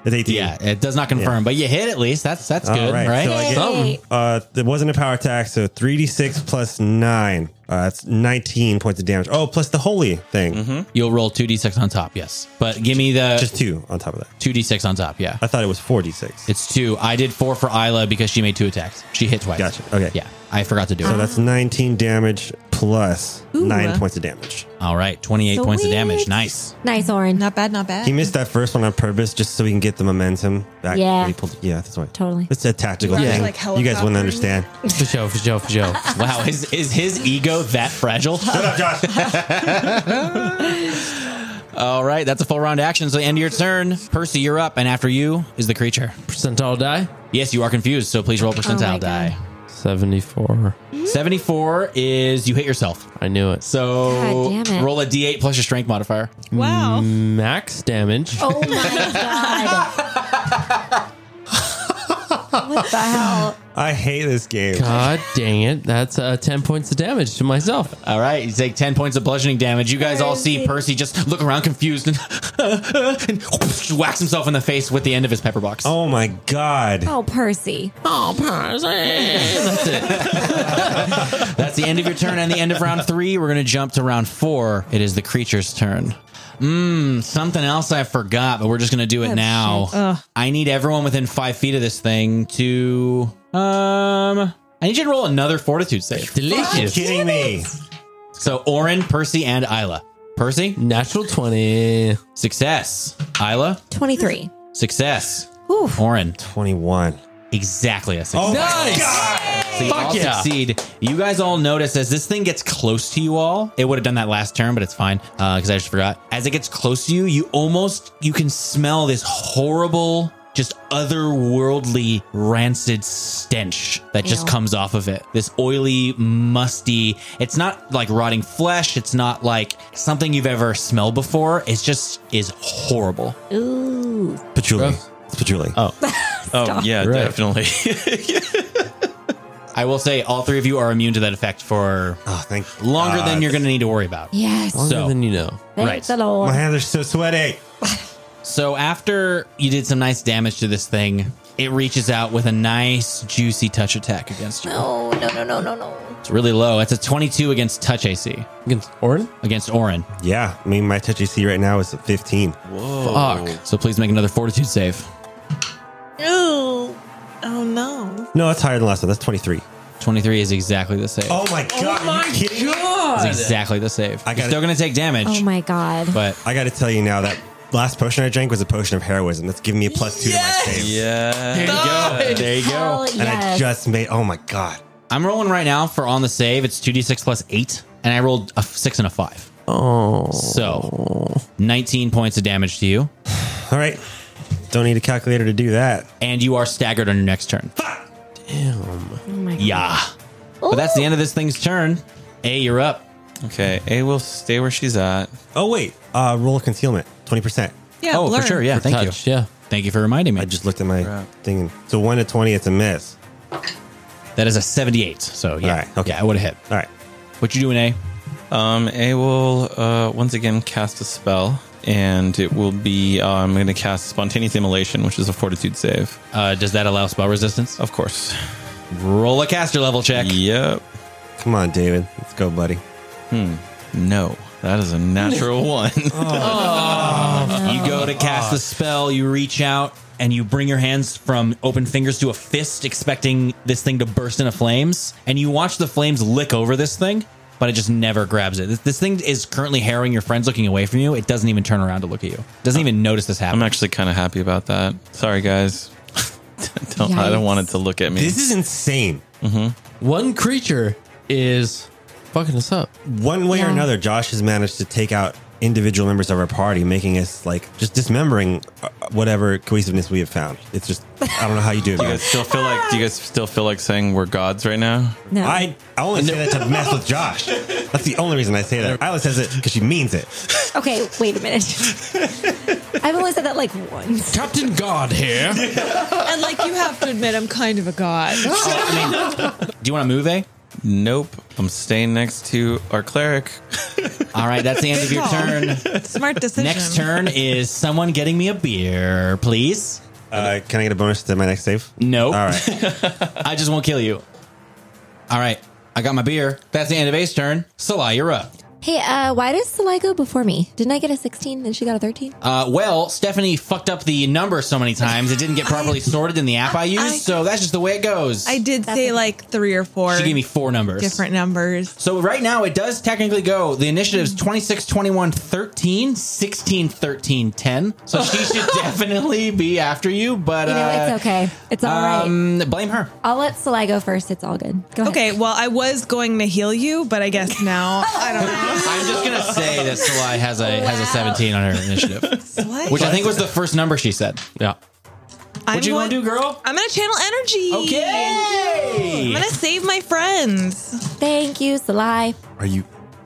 [SPEAKER 3] It's 18.
[SPEAKER 6] Yeah, it does not confirm, but you hit at least. That's that's good,
[SPEAKER 3] right,
[SPEAKER 6] right?
[SPEAKER 3] so I get-
[SPEAKER 4] Yay.
[SPEAKER 3] Uh, it wasn't a power attack, so 3d6 plus 9. Uh, that's 19 points of damage. Oh, plus the holy thing.
[SPEAKER 6] You'll roll two d six on top, yes. But give me the
[SPEAKER 3] Just two on top of that.
[SPEAKER 6] two d six on top. Yeah,
[SPEAKER 3] I thought it was 4d6.
[SPEAKER 6] it's two. I did four for Isla because she made two attacks. She hit twice.
[SPEAKER 3] Gotcha. Okay.
[SPEAKER 6] Yeah, I forgot to do
[SPEAKER 3] so
[SPEAKER 6] it.
[SPEAKER 3] that's 19 damage plus
[SPEAKER 1] Ooh.
[SPEAKER 4] uh.
[SPEAKER 3] 9 points of damage.
[SPEAKER 6] All right, twenty eight points of
[SPEAKER 4] Sweet.
[SPEAKER 6] damage. Nice.
[SPEAKER 4] Nice, Orin.
[SPEAKER 1] Not bad. Not bad.
[SPEAKER 3] He missed that first one on purpose just so we can get the momentum back.
[SPEAKER 4] Yeah.
[SPEAKER 3] He pulled- yeah, that's why.
[SPEAKER 4] Totally.
[SPEAKER 3] It's a tactical
[SPEAKER 1] You guys
[SPEAKER 3] thing.
[SPEAKER 1] like
[SPEAKER 3] you guys wouldn't
[SPEAKER 1] helicoptering?
[SPEAKER 3] understand.
[SPEAKER 7] For show, for show, for show.
[SPEAKER 6] Wow, is is his ego that fragile?
[SPEAKER 3] Shut up, Josh.
[SPEAKER 6] All right, that's a full round action. So end of your turn, Percy. You're up, and after you is the creature.
[SPEAKER 7] Percentile die?
[SPEAKER 6] Yes, you are confused, so please roll percentile
[SPEAKER 4] God.
[SPEAKER 6] die.
[SPEAKER 7] 74.
[SPEAKER 6] Seventy four is you hit yourself.
[SPEAKER 7] I knew it.
[SPEAKER 6] So
[SPEAKER 4] God damn it.
[SPEAKER 6] roll a d8 plus your strength modifier.
[SPEAKER 1] wow.
[SPEAKER 6] Mm.
[SPEAKER 7] Max damage.
[SPEAKER 4] Oh my God. what the hell?
[SPEAKER 3] I hate this game.
[SPEAKER 7] God dang it. That's uh, 10 points of damage to myself.
[SPEAKER 6] All right, you take 10 points of bludgeoning damage. You guys all see Percy just look around confused and, and whacks himself in the face with the end of his pepper box.
[SPEAKER 3] Oh my god.
[SPEAKER 4] Oh, Percy.
[SPEAKER 6] That's the end of your turn and the end of round three. We're going to jump to round four. It is the creature's turn. Mmm, something else I forgot, but we're just going to do it now. I need everyone within five feet of this thing to. Um, I need you to roll another fortitude save.
[SPEAKER 3] You're
[SPEAKER 7] Delicious.
[SPEAKER 3] kidding me.
[SPEAKER 6] So, Orin, Percy, and Isla. Percy,
[SPEAKER 7] Natural 20.
[SPEAKER 6] success. Isla,
[SPEAKER 4] 23.
[SPEAKER 6] success.
[SPEAKER 4] Ooh.
[SPEAKER 6] Orin,
[SPEAKER 3] 21.
[SPEAKER 6] exactly a success.
[SPEAKER 3] Oh
[SPEAKER 7] Nice.
[SPEAKER 6] So you
[SPEAKER 7] Oh, Fuck
[SPEAKER 6] all
[SPEAKER 7] yeah.
[SPEAKER 6] succeed. You guys all notice as this thing gets close to you all. It would have done that last turn, but it's fine because I just forgot. As it gets close to you, you almost you can smell this horrible, just otherworldly, rancid stench that just
[SPEAKER 4] Ew.
[SPEAKER 6] comes off of it. This oily, musty. It's not like rotting flesh. It's not like something you've ever smelled before. It's just is horrible.
[SPEAKER 4] Ooh.
[SPEAKER 3] Patchouli.
[SPEAKER 7] Gross.
[SPEAKER 3] It's patchouli.
[SPEAKER 5] Oh, yeah,
[SPEAKER 7] Right.
[SPEAKER 5] definitely.
[SPEAKER 6] I will say, all three of you are immune to that effect for
[SPEAKER 3] Oh, thank
[SPEAKER 6] longer
[SPEAKER 3] God.
[SPEAKER 6] than you're going to need to worry about.
[SPEAKER 4] Yes.
[SPEAKER 7] Longer
[SPEAKER 6] So-
[SPEAKER 7] than you know.
[SPEAKER 4] Thank
[SPEAKER 6] right.
[SPEAKER 4] the
[SPEAKER 3] My
[SPEAKER 4] Lord.
[SPEAKER 3] hands are so sweaty.
[SPEAKER 6] So after you did some nice damage to this thing, it reaches out with a nice juicy touch attack against you.
[SPEAKER 4] No, no, no, no, no, no.
[SPEAKER 6] It's really low. It's a 22 against touch AC
[SPEAKER 7] Against Orin?
[SPEAKER 6] against Orin.
[SPEAKER 3] Yeah, I mean, my touch AC right now is 15.
[SPEAKER 7] Fuck.
[SPEAKER 6] So please make another fortitude save.
[SPEAKER 1] Ooh. Oh no.
[SPEAKER 3] No, that's higher than last one. That's 23.
[SPEAKER 6] 23 is exactly the save.
[SPEAKER 3] Oh my god. are you kidding me?
[SPEAKER 6] It's exactly the save.
[SPEAKER 3] I got
[SPEAKER 6] You're still
[SPEAKER 3] it.
[SPEAKER 6] going to take damage,
[SPEAKER 4] Oh my God.
[SPEAKER 6] but
[SPEAKER 3] I got to tell you now that last potion I drank was a potion of heroism. That's giving me a plus two to my save.
[SPEAKER 5] Yeah.
[SPEAKER 6] go. There you
[SPEAKER 4] Hell
[SPEAKER 6] go.
[SPEAKER 3] And I
[SPEAKER 4] yes.
[SPEAKER 3] just made. Oh my god.
[SPEAKER 6] I'm rolling right now for on the save. It's 2d6 plus 8, and I rolled a 6 and a 5.
[SPEAKER 7] Oh.
[SPEAKER 6] So 19 points of damage to you,
[SPEAKER 3] All right. Don't need a calculator to do that.
[SPEAKER 6] and you are staggered on your next turn.
[SPEAKER 4] oh my God.
[SPEAKER 6] Yeah. But that's the end of this thing's turn. A, you're up.
[SPEAKER 5] Okay. A will stay where she's at.
[SPEAKER 3] Oh wait. Uh, roll of concealment, twenty percent.
[SPEAKER 1] Yeah,
[SPEAKER 6] oh,
[SPEAKER 1] blur.
[SPEAKER 6] for sure. Yeah. Thank
[SPEAKER 7] Touch.
[SPEAKER 6] you.
[SPEAKER 7] Yeah.
[SPEAKER 6] Thank you for reminding me.
[SPEAKER 3] I just looked at my
[SPEAKER 5] Right.
[SPEAKER 3] thing. And, so one to twenty, it's a miss.
[SPEAKER 6] that is a 78. So yeah.
[SPEAKER 3] All right, okay.
[SPEAKER 6] Yeah, I would have hit.
[SPEAKER 3] All right.
[SPEAKER 6] What you doing, A?
[SPEAKER 5] Um, A will uh, once again cast a spell, and it will be uh, I'm going to cast spontaneous immolation, which is a fortitude save,
[SPEAKER 6] Uh, does that allow spell resistance?
[SPEAKER 5] of course.
[SPEAKER 6] Roll a caster level check.
[SPEAKER 5] Yep.
[SPEAKER 3] Come on, David. Let's go, buddy.
[SPEAKER 5] No, that is a natural one.
[SPEAKER 6] You go
[SPEAKER 7] Oh,
[SPEAKER 6] to cast the spell, you reach out, and you bring your hands from open fingers to a fist, expecting this thing to burst into flames. And you watch the flames lick over this thing, but it just never grabs it. This, this thing is currently harrowing your friends looking away from you. It doesn't even turn around to look at you, doesn't even notice this happen.
[SPEAKER 5] I'm actually kind of happy about that. Sorry, guys. don't, I don't
[SPEAKER 4] Yikes.
[SPEAKER 5] want it to look at me.
[SPEAKER 3] This is insane.
[SPEAKER 7] One creature is fucking us up.
[SPEAKER 3] One way or
[SPEAKER 4] Yeah.
[SPEAKER 3] another, Josh has managed to take out individual members of our party, making us like just dismembering uh, whatever cohesiveness we have found. It's just I don't know how you do it.
[SPEAKER 5] do you
[SPEAKER 3] man.
[SPEAKER 5] guys still feel like? Do you guys still feel like saying we're gods right now?
[SPEAKER 4] No.
[SPEAKER 3] I I only say that to mess with Josh. That's the only reason I say that. Isla says it because she means it.
[SPEAKER 4] okay, wait a minute. I've only said that like once.
[SPEAKER 7] Captain God here.
[SPEAKER 1] And like you have to admit, I'm kind of a god.
[SPEAKER 6] Do you want to move, eh? A?
[SPEAKER 5] Nope. I'm staying next to our cleric.
[SPEAKER 6] All right, that's the end of your
[SPEAKER 1] Good call.
[SPEAKER 6] turn.
[SPEAKER 1] Smart decision.
[SPEAKER 6] Next turn is someone getting me a beer, please.
[SPEAKER 3] Uh, can I get a bonus to my next save?
[SPEAKER 6] No,
[SPEAKER 3] All right.
[SPEAKER 6] I just won't kill you. All right, I got my beer. That's the end of A's turn. Salah, you're up.
[SPEAKER 4] Hey, uh, why does Salai go before me? Didn't I get a 16 and she got a 13?
[SPEAKER 6] Uh, well, Stephanie fucked up the number so many times it didn't get properly sorted in the app I used,
[SPEAKER 1] I-
[SPEAKER 6] so that's just the way it goes.
[SPEAKER 1] I did say like three or four
[SPEAKER 6] she gave me four numbers.
[SPEAKER 1] different numbers.
[SPEAKER 6] So right now it does technically go. The initiative's
[SPEAKER 4] Hmm.
[SPEAKER 6] 26, 21, 13, 16, 13, 10. So she should definitely be after you, but
[SPEAKER 4] You know,
[SPEAKER 6] uh,
[SPEAKER 4] it's okay. It's all right.
[SPEAKER 6] um, blame her.
[SPEAKER 4] I'll let Salai go first. It's all good. Go ahead.
[SPEAKER 1] Okay, well, I was going to heal you, but I guess now I don't know.
[SPEAKER 6] I'm just gonna say that Salai has a has a
[SPEAKER 4] Wow.
[SPEAKER 6] 17 on her initiative,
[SPEAKER 1] What?
[SPEAKER 6] which I think was the first number she said.
[SPEAKER 7] Yeah.
[SPEAKER 1] I'm
[SPEAKER 6] What you gonna
[SPEAKER 1] going-
[SPEAKER 6] do, girl?
[SPEAKER 1] I'm gonna channel energy. I'm
[SPEAKER 6] Okay.
[SPEAKER 1] gonna save my
[SPEAKER 6] Oh.
[SPEAKER 1] friends.
[SPEAKER 4] Thank you, Salai.
[SPEAKER 3] Are you?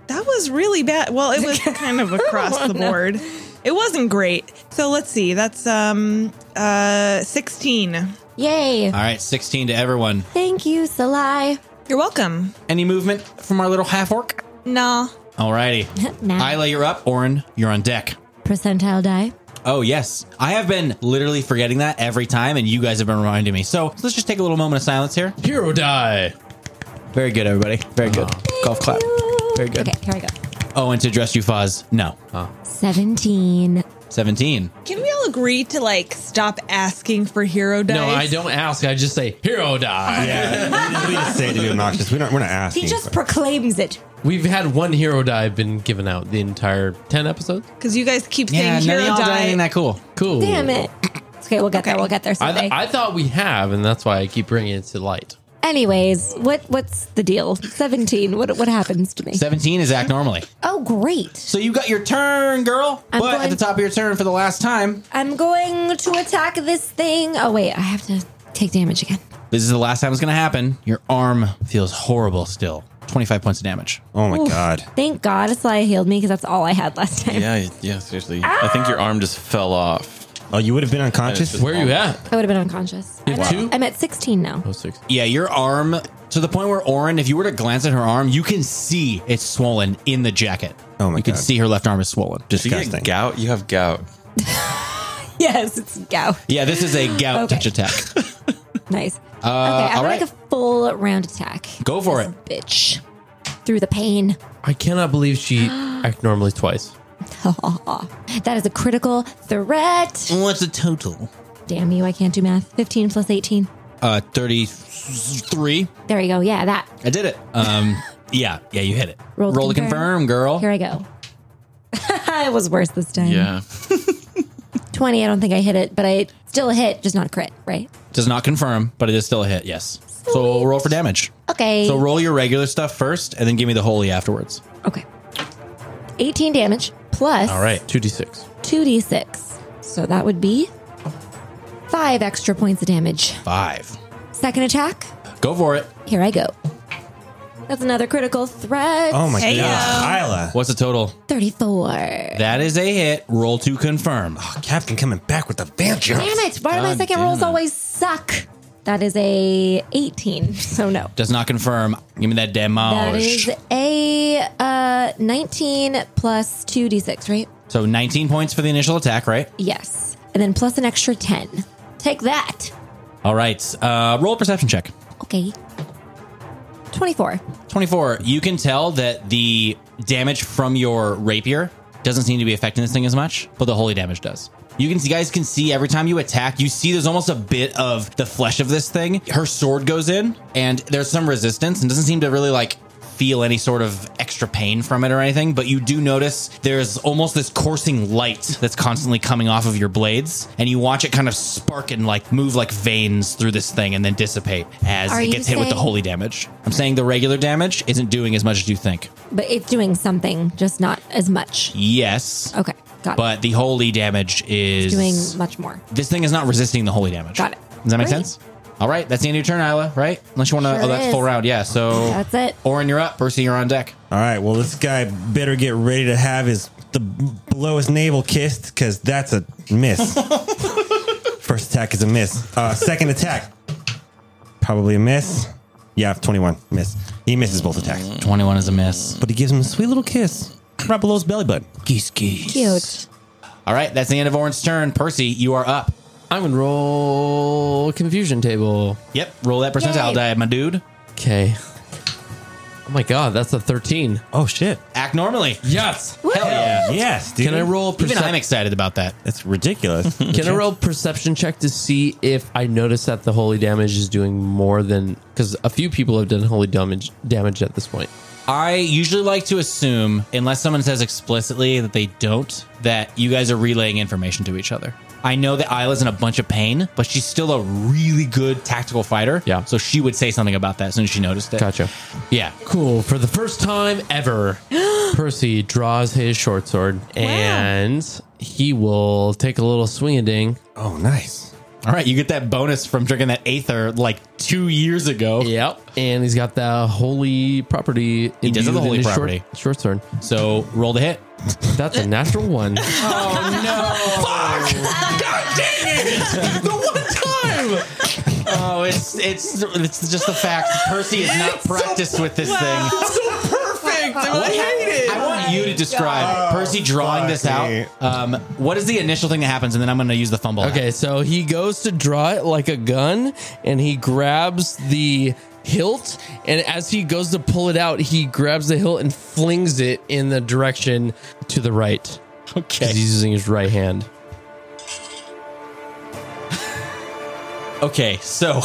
[SPEAKER 1] That was really bad. Well, it was kind of across the board. It wasn't great. So let's see. That's um uh 16.
[SPEAKER 4] Yay.
[SPEAKER 6] All right, 16 to everyone.
[SPEAKER 4] Thank you, Salai.
[SPEAKER 1] You're welcome.
[SPEAKER 6] Any movement from our little half orc?
[SPEAKER 1] Nah.
[SPEAKER 6] Alrighty.
[SPEAKER 4] Now,
[SPEAKER 6] Isla, you're up. Orin, you're on deck.
[SPEAKER 4] percentile die.
[SPEAKER 6] Oh, yes. I have been literally forgetting that every time, and you guys have been reminding me. So let's just take a little moment of silence here.
[SPEAKER 7] Hero die.
[SPEAKER 6] Very good, everybody. Very good. Golf clap. Very good.
[SPEAKER 4] Okay, here I go.
[SPEAKER 6] Oh, and to address you, Foz, no.
[SPEAKER 4] 17.
[SPEAKER 6] 17.
[SPEAKER 1] Can we all agree to like stop asking for hero dice?
[SPEAKER 7] No, I don't ask. I just say hero die.
[SPEAKER 3] Yeah, we just say it to be obnoxious. We're not. We're not asking.
[SPEAKER 4] He just
[SPEAKER 3] for-
[SPEAKER 4] proclaims it.
[SPEAKER 7] We've had one hero die been given out the entire ten episodes.
[SPEAKER 1] Because you guys keep
[SPEAKER 6] Yeah,
[SPEAKER 1] saying
[SPEAKER 6] none of
[SPEAKER 1] hero
[SPEAKER 6] y'all did
[SPEAKER 1] die.
[SPEAKER 6] anything that cool.
[SPEAKER 7] Cool.
[SPEAKER 4] Damn it. It's okay, we'll get there.
[SPEAKER 1] Okay.
[SPEAKER 4] We'll get there
[SPEAKER 7] I,
[SPEAKER 4] someday.
[SPEAKER 7] I thought we have, and that's why I keep bringing it to light.
[SPEAKER 4] Anyways, what what's the deal? 17. What what happens to me?
[SPEAKER 6] 17 is act normally.
[SPEAKER 4] Oh, great.
[SPEAKER 6] So you got your turn, girl.
[SPEAKER 4] I'm
[SPEAKER 6] but at
[SPEAKER 4] going-
[SPEAKER 6] the top of your turn for the last time,
[SPEAKER 4] I'm going to attack this thing. Oh, wait. I have to take damage again.
[SPEAKER 6] this is the last time it's going to happen. Your arm feels horrible still. 25 points of damage.
[SPEAKER 3] oh my god.
[SPEAKER 4] Thank God Asaya healed me because that's all I had last time.
[SPEAKER 5] Yeah, yeah, seriously. I think your arm just fell off.
[SPEAKER 3] Oh, you would have been unconscious.
[SPEAKER 5] just-
[SPEAKER 7] Where are you at?
[SPEAKER 4] I would have been unconscious. I'm,
[SPEAKER 7] two?
[SPEAKER 4] At, I'm at 16 now.
[SPEAKER 7] Oh, six.
[SPEAKER 6] Yeah, your arm to the point where Orin, if you were to glance at her arm, you can see it's swollen in the jacket.
[SPEAKER 3] Oh my
[SPEAKER 6] You can
[SPEAKER 3] God.
[SPEAKER 6] see her left arm is swollen.
[SPEAKER 5] Do you
[SPEAKER 3] Disgusting.
[SPEAKER 5] get gout? You have gout.
[SPEAKER 4] Yes, it's gout.
[SPEAKER 6] Yeah, this is a gout
[SPEAKER 4] Okay.
[SPEAKER 6] touch attack.
[SPEAKER 4] Nice. okay, I'm
[SPEAKER 6] all
[SPEAKER 4] gonna
[SPEAKER 6] right.
[SPEAKER 4] make a full round attack.
[SPEAKER 6] Go for
[SPEAKER 4] This
[SPEAKER 6] it.
[SPEAKER 4] Bitch. Through the pain.
[SPEAKER 7] I cannot believe she act normally twice.
[SPEAKER 4] That is a critical threat.
[SPEAKER 6] What's the total?
[SPEAKER 4] Damn you, I can't do math. 15 plus 18.
[SPEAKER 6] Uh, thirty-three.
[SPEAKER 4] There you go. Yeah, that.
[SPEAKER 6] I did it. Um, yeah, yeah, you hit it.
[SPEAKER 4] Roll
[SPEAKER 6] Roll to
[SPEAKER 4] confirm.
[SPEAKER 6] confirm, girl.
[SPEAKER 4] Here I go. it was worse this time.
[SPEAKER 5] Yeah.
[SPEAKER 4] 20. I don't think I hit it, but I still hit, just not a crit, right?
[SPEAKER 6] Does not confirm, but it is still a hit. Yes. So we'll roll for damage.
[SPEAKER 4] Okay.
[SPEAKER 6] So roll your regular stuff first, and then give me the holy afterwards.
[SPEAKER 4] okay. 18 damage plus
[SPEAKER 6] All right.
[SPEAKER 7] 2d6.
[SPEAKER 4] 2d6. So that would be five extra points of damage.
[SPEAKER 6] Five.
[SPEAKER 4] Second attack.
[SPEAKER 6] Go for it.
[SPEAKER 4] Here I go. That's another critical threat.
[SPEAKER 3] Oh my
[SPEAKER 1] Hey,
[SPEAKER 3] god, Isla,
[SPEAKER 6] What's the total?
[SPEAKER 4] 34.
[SPEAKER 6] That is a hit. Roll to confirm.
[SPEAKER 3] Oh, Captain coming back with the vengeance.
[SPEAKER 4] Damn it. Why do my
[SPEAKER 5] God
[SPEAKER 4] second
[SPEAKER 5] damn
[SPEAKER 4] rolls
[SPEAKER 5] it.
[SPEAKER 4] always suck? That is a 18. So no.
[SPEAKER 6] Does not confirm. Give me that
[SPEAKER 4] That
[SPEAKER 6] damage.
[SPEAKER 4] is a uh, 19 plus 2d6, right?
[SPEAKER 6] so 19 points for the initial attack, right?
[SPEAKER 4] Yes. And then plus an extra 10. Take that.
[SPEAKER 6] All right. Uh, roll a perception check.
[SPEAKER 4] Okay. 24.
[SPEAKER 6] 24. You can tell that the damage from your rapier doesn't seem to be affecting this thing as much, but the holy damage does. You can you guys can see every time you attack, you see there's almost a bit of the flesh of this thing. Her sword goes in, and there's some resistance, and doesn't seem to really like feel any sort of extra pain from it or anything, but you do notice there's almost this coursing light that's constantly coming off of your blades, and you watch it kind of spark and like move like veins through this thing and then dissipate as
[SPEAKER 4] Are
[SPEAKER 6] it
[SPEAKER 4] you
[SPEAKER 6] gets hit with the
[SPEAKER 4] saying-
[SPEAKER 6] holy damage. I'm saying the regular damage isn't doing as much as you think.
[SPEAKER 4] But it's doing something, just not as much.
[SPEAKER 6] Yes.
[SPEAKER 4] Okay. Got it.
[SPEAKER 6] But the holy damage is
[SPEAKER 4] Doing much more.
[SPEAKER 6] this thing is not resisting the holy damage.
[SPEAKER 4] Got it.
[SPEAKER 6] Does that make
[SPEAKER 4] Great.
[SPEAKER 6] sense? All right, that's the end of your turn, Isla, right? Unless you want to.
[SPEAKER 4] Sure
[SPEAKER 6] oh, that's
[SPEAKER 4] is.
[SPEAKER 6] full round. Yeah, so.
[SPEAKER 4] That's it.
[SPEAKER 6] Orin, you're up. Percy, you're on deck.
[SPEAKER 3] All right, well, this guy better get ready to have his the below his navel kissed because that's a miss. First attack is a miss. Uh, second attack, probably a miss. Yeah, twenty-one miss. He misses both attacks,
[SPEAKER 6] 21 is a miss.
[SPEAKER 3] but he gives him a sweet little kiss right below his belly button. Geese, geese.
[SPEAKER 4] Cute.
[SPEAKER 6] All right, that's the end of Orin's turn. Percy, you are up.
[SPEAKER 7] I'm going to roll confusion table.
[SPEAKER 6] Yep, roll that percentile
[SPEAKER 4] Yay.
[SPEAKER 6] die, my dude.
[SPEAKER 7] Okay. Oh my god, that's a 13.
[SPEAKER 3] Oh shit!
[SPEAKER 6] Act normally.
[SPEAKER 7] Yes.
[SPEAKER 6] Hell yeah.
[SPEAKER 3] Yes, dude.
[SPEAKER 7] Can I roll
[SPEAKER 6] Even I'm
[SPEAKER 7] perception?
[SPEAKER 6] excited about that.
[SPEAKER 3] That's ridiculous.
[SPEAKER 7] Can I roll perception check to see if I notice that the holy damage is doing more than because a few people have done holy damage damage at this point.
[SPEAKER 6] I usually like to assume, unless someone says explicitly that they don't, that you guys are relaying information to each other. I know that Isla's in a bunch of pain, but she's still a really good tactical fighter.
[SPEAKER 7] Yeah.
[SPEAKER 6] So she would say something about that as soon as she noticed it.
[SPEAKER 7] Gotcha.
[SPEAKER 6] Yeah.
[SPEAKER 7] Cool. For the first time ever, Percy draws his short sword and he will take a little swing and ding.
[SPEAKER 3] oh, nice.
[SPEAKER 6] All right. You get that bonus from drinking that Aether like two years ago.
[SPEAKER 7] Yep. And he's got the holy property. He
[SPEAKER 6] does have the holy property.
[SPEAKER 7] Short, short sword.
[SPEAKER 6] So roll the hit.
[SPEAKER 7] That's a natural one.
[SPEAKER 6] Oh, God dang it! The one time. Oh, it's it's it's just the fact Percy is not practiced with this thing.
[SPEAKER 7] Perfect.
[SPEAKER 6] I want you to describe
[SPEAKER 3] God.
[SPEAKER 6] Percy drawing
[SPEAKER 3] Oh, Fuck
[SPEAKER 6] this out.
[SPEAKER 3] me.
[SPEAKER 6] Um, what is the initial thing that happens, and then I'm going to use the fumble.
[SPEAKER 7] Okay, so he goes to draw it like a gun and he grabs the hilt and as he goes to pull it out, he grabs the hilt and flings it in the direction to the right. 'Cause
[SPEAKER 6] Okay.
[SPEAKER 7] He's using his right hand.
[SPEAKER 6] Okay. So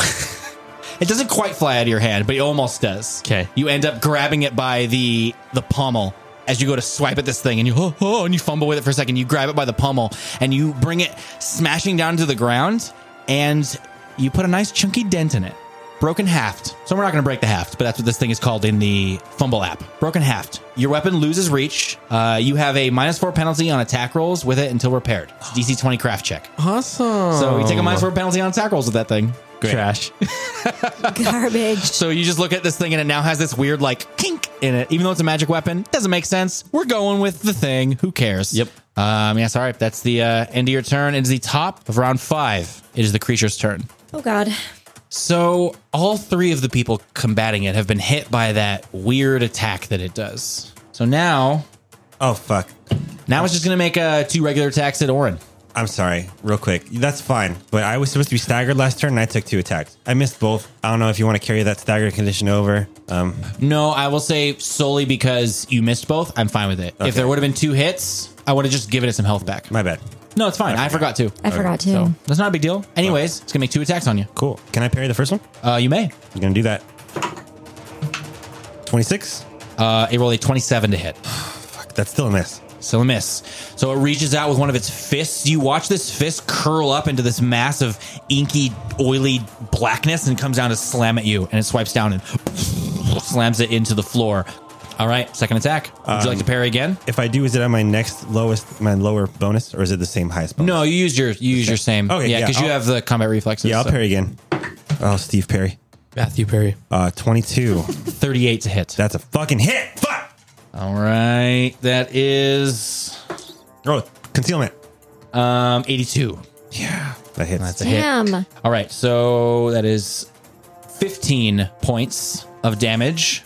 [SPEAKER 6] it doesn't quite fly out of your hand, but it almost does.
[SPEAKER 7] 'Kay.
[SPEAKER 6] You end up grabbing it by the the pommel as you go to swipe at this thing, and you oh, oh, and you fumble with it for a second. You grab it by the pommel, and you bring it smashing down to the ground, and you put a nice chunky dent in it. Broken haft. So we're not going to break the haft, but that's what this thing is called in the fumble app. Broken haft. Your weapon loses reach. Uh, you have a minus four penalty on attack rolls with it until repaired. It's DC twenty craft check.
[SPEAKER 7] Awesome.
[SPEAKER 6] So you take a minus four penalty on attack rolls with that thing. Trash.
[SPEAKER 4] Garbage.
[SPEAKER 6] so you just look at this thing and it now has this weird like kink in it. Even though it's a magic weapon, doesn't make sense. We're going with the thing. Who cares?
[SPEAKER 7] Yep.
[SPEAKER 6] Um, yeah, sorry. That's the uh, end of your turn. It is the top of round five. It is the creature's turn.
[SPEAKER 4] Oh, God.
[SPEAKER 6] So all three of the people combating it have been hit by that weird attack that it does. So now,
[SPEAKER 3] Oh fuck.
[SPEAKER 6] now it's just going to make uh, two regular attacks at Orin.
[SPEAKER 3] I'm sorry, real quick. That's fine, but I was supposed to be staggered last turn, and I took two attacks. I missed both. I don't know if you want to carry that staggered condition over. Um,
[SPEAKER 6] No, I will say solely because you missed both. I'm fine with it. If there would have been two hits, I would have just given it some health back.
[SPEAKER 3] my bad.
[SPEAKER 6] No, it's fine. I forgot to.
[SPEAKER 4] I forgot to.
[SPEAKER 6] So that's not a big deal. Anyways, it's gonna make two attacks on you.
[SPEAKER 3] Cool. Can I parry the first one?
[SPEAKER 6] Uh, you may.
[SPEAKER 3] I'm gonna do that. Twenty-six.
[SPEAKER 6] Uh, it rolled a 27 to hit.
[SPEAKER 3] Fuck, that's still a miss.
[SPEAKER 6] Still a miss. So it reaches out with one of its fists. You watch this fist curl up into this mass of inky, oily blackness and comes down to slam at you. And it swipes down and slams it into the floor. All right, second attack. Would you like to parry again?
[SPEAKER 3] If I do, is it on my next lowest, my lower bonus, or is it the same highest bonus?
[SPEAKER 6] No, you use your you use your same.
[SPEAKER 3] Okay,
[SPEAKER 6] yeah,
[SPEAKER 3] yeah,
[SPEAKER 6] because you
[SPEAKER 3] I'll-
[SPEAKER 6] have the combat reflexes.
[SPEAKER 3] Yeah, I'll
[SPEAKER 6] so.
[SPEAKER 3] parry again. Oh, Steve Perry.
[SPEAKER 7] Matthew Perry.
[SPEAKER 3] Uh, 22.
[SPEAKER 6] 38 to hit.
[SPEAKER 3] That's a fucking hit. Fuck.
[SPEAKER 6] All right, that is
[SPEAKER 3] Oh, concealment.
[SPEAKER 6] um 82.
[SPEAKER 3] Yeah. That hits.
[SPEAKER 6] That's a hit.
[SPEAKER 4] Damn.
[SPEAKER 6] All right, so that is 15 points of damage.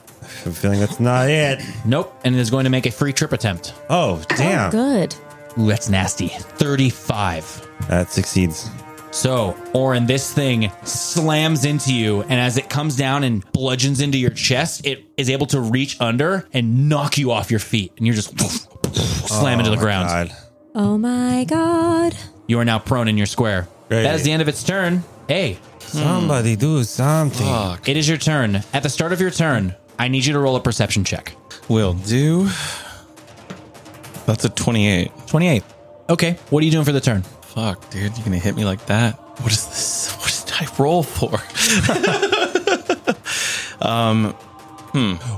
[SPEAKER 3] I'm feeling that's not it.
[SPEAKER 6] Nope, and it is going to make a free trip attempt.
[SPEAKER 3] Oh, damn.
[SPEAKER 4] Good.
[SPEAKER 6] Ooh, that's nasty. 35.
[SPEAKER 3] that succeeds.
[SPEAKER 6] So, Orin, this thing slams into you, and as it comes down and bludgeons into your chest, it is able to reach under and knock you off your feet, and you're just slamming to the
[SPEAKER 3] My
[SPEAKER 6] ground.
[SPEAKER 3] God.
[SPEAKER 4] Oh my god.
[SPEAKER 6] You are now prone in your square.
[SPEAKER 3] Great.
[SPEAKER 6] That is the end of its turn. Hey,
[SPEAKER 3] Somebody do something.
[SPEAKER 6] it is your turn. At the start of your turn, I need you to roll a perception check.
[SPEAKER 5] Will do. That's a 28.
[SPEAKER 6] 28. Okay, what are you doing for the turn?
[SPEAKER 5] Fuck, dude, you're gonna hit me like that. What is this? What did I roll for?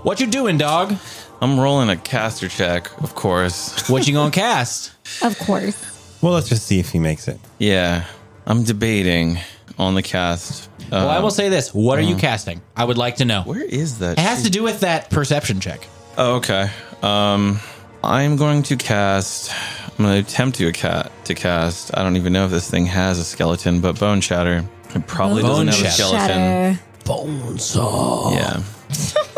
[SPEAKER 6] What you doing, dog?
[SPEAKER 5] I'm rolling a caster check, of course.
[SPEAKER 6] What you gonna cast?
[SPEAKER 4] Of course.
[SPEAKER 3] Well, let's just see if he makes it.
[SPEAKER 5] Yeah, I'm debating on the cast. Um,
[SPEAKER 6] Well, I will say this. What are you casting? I would like to know.
[SPEAKER 5] where is that?
[SPEAKER 6] It has
[SPEAKER 5] shit?
[SPEAKER 6] to do with that perception check.
[SPEAKER 5] Oh, okay. Um, I'm going to cast. I'm going to attempt to a cat to cast. I don't even know if this thing has a skeleton, but bone shatter. It probably
[SPEAKER 6] Bone
[SPEAKER 5] doesn't have a
[SPEAKER 6] Shatter.
[SPEAKER 5] skeleton.
[SPEAKER 4] Shatter.
[SPEAKER 5] Yeah. Oh.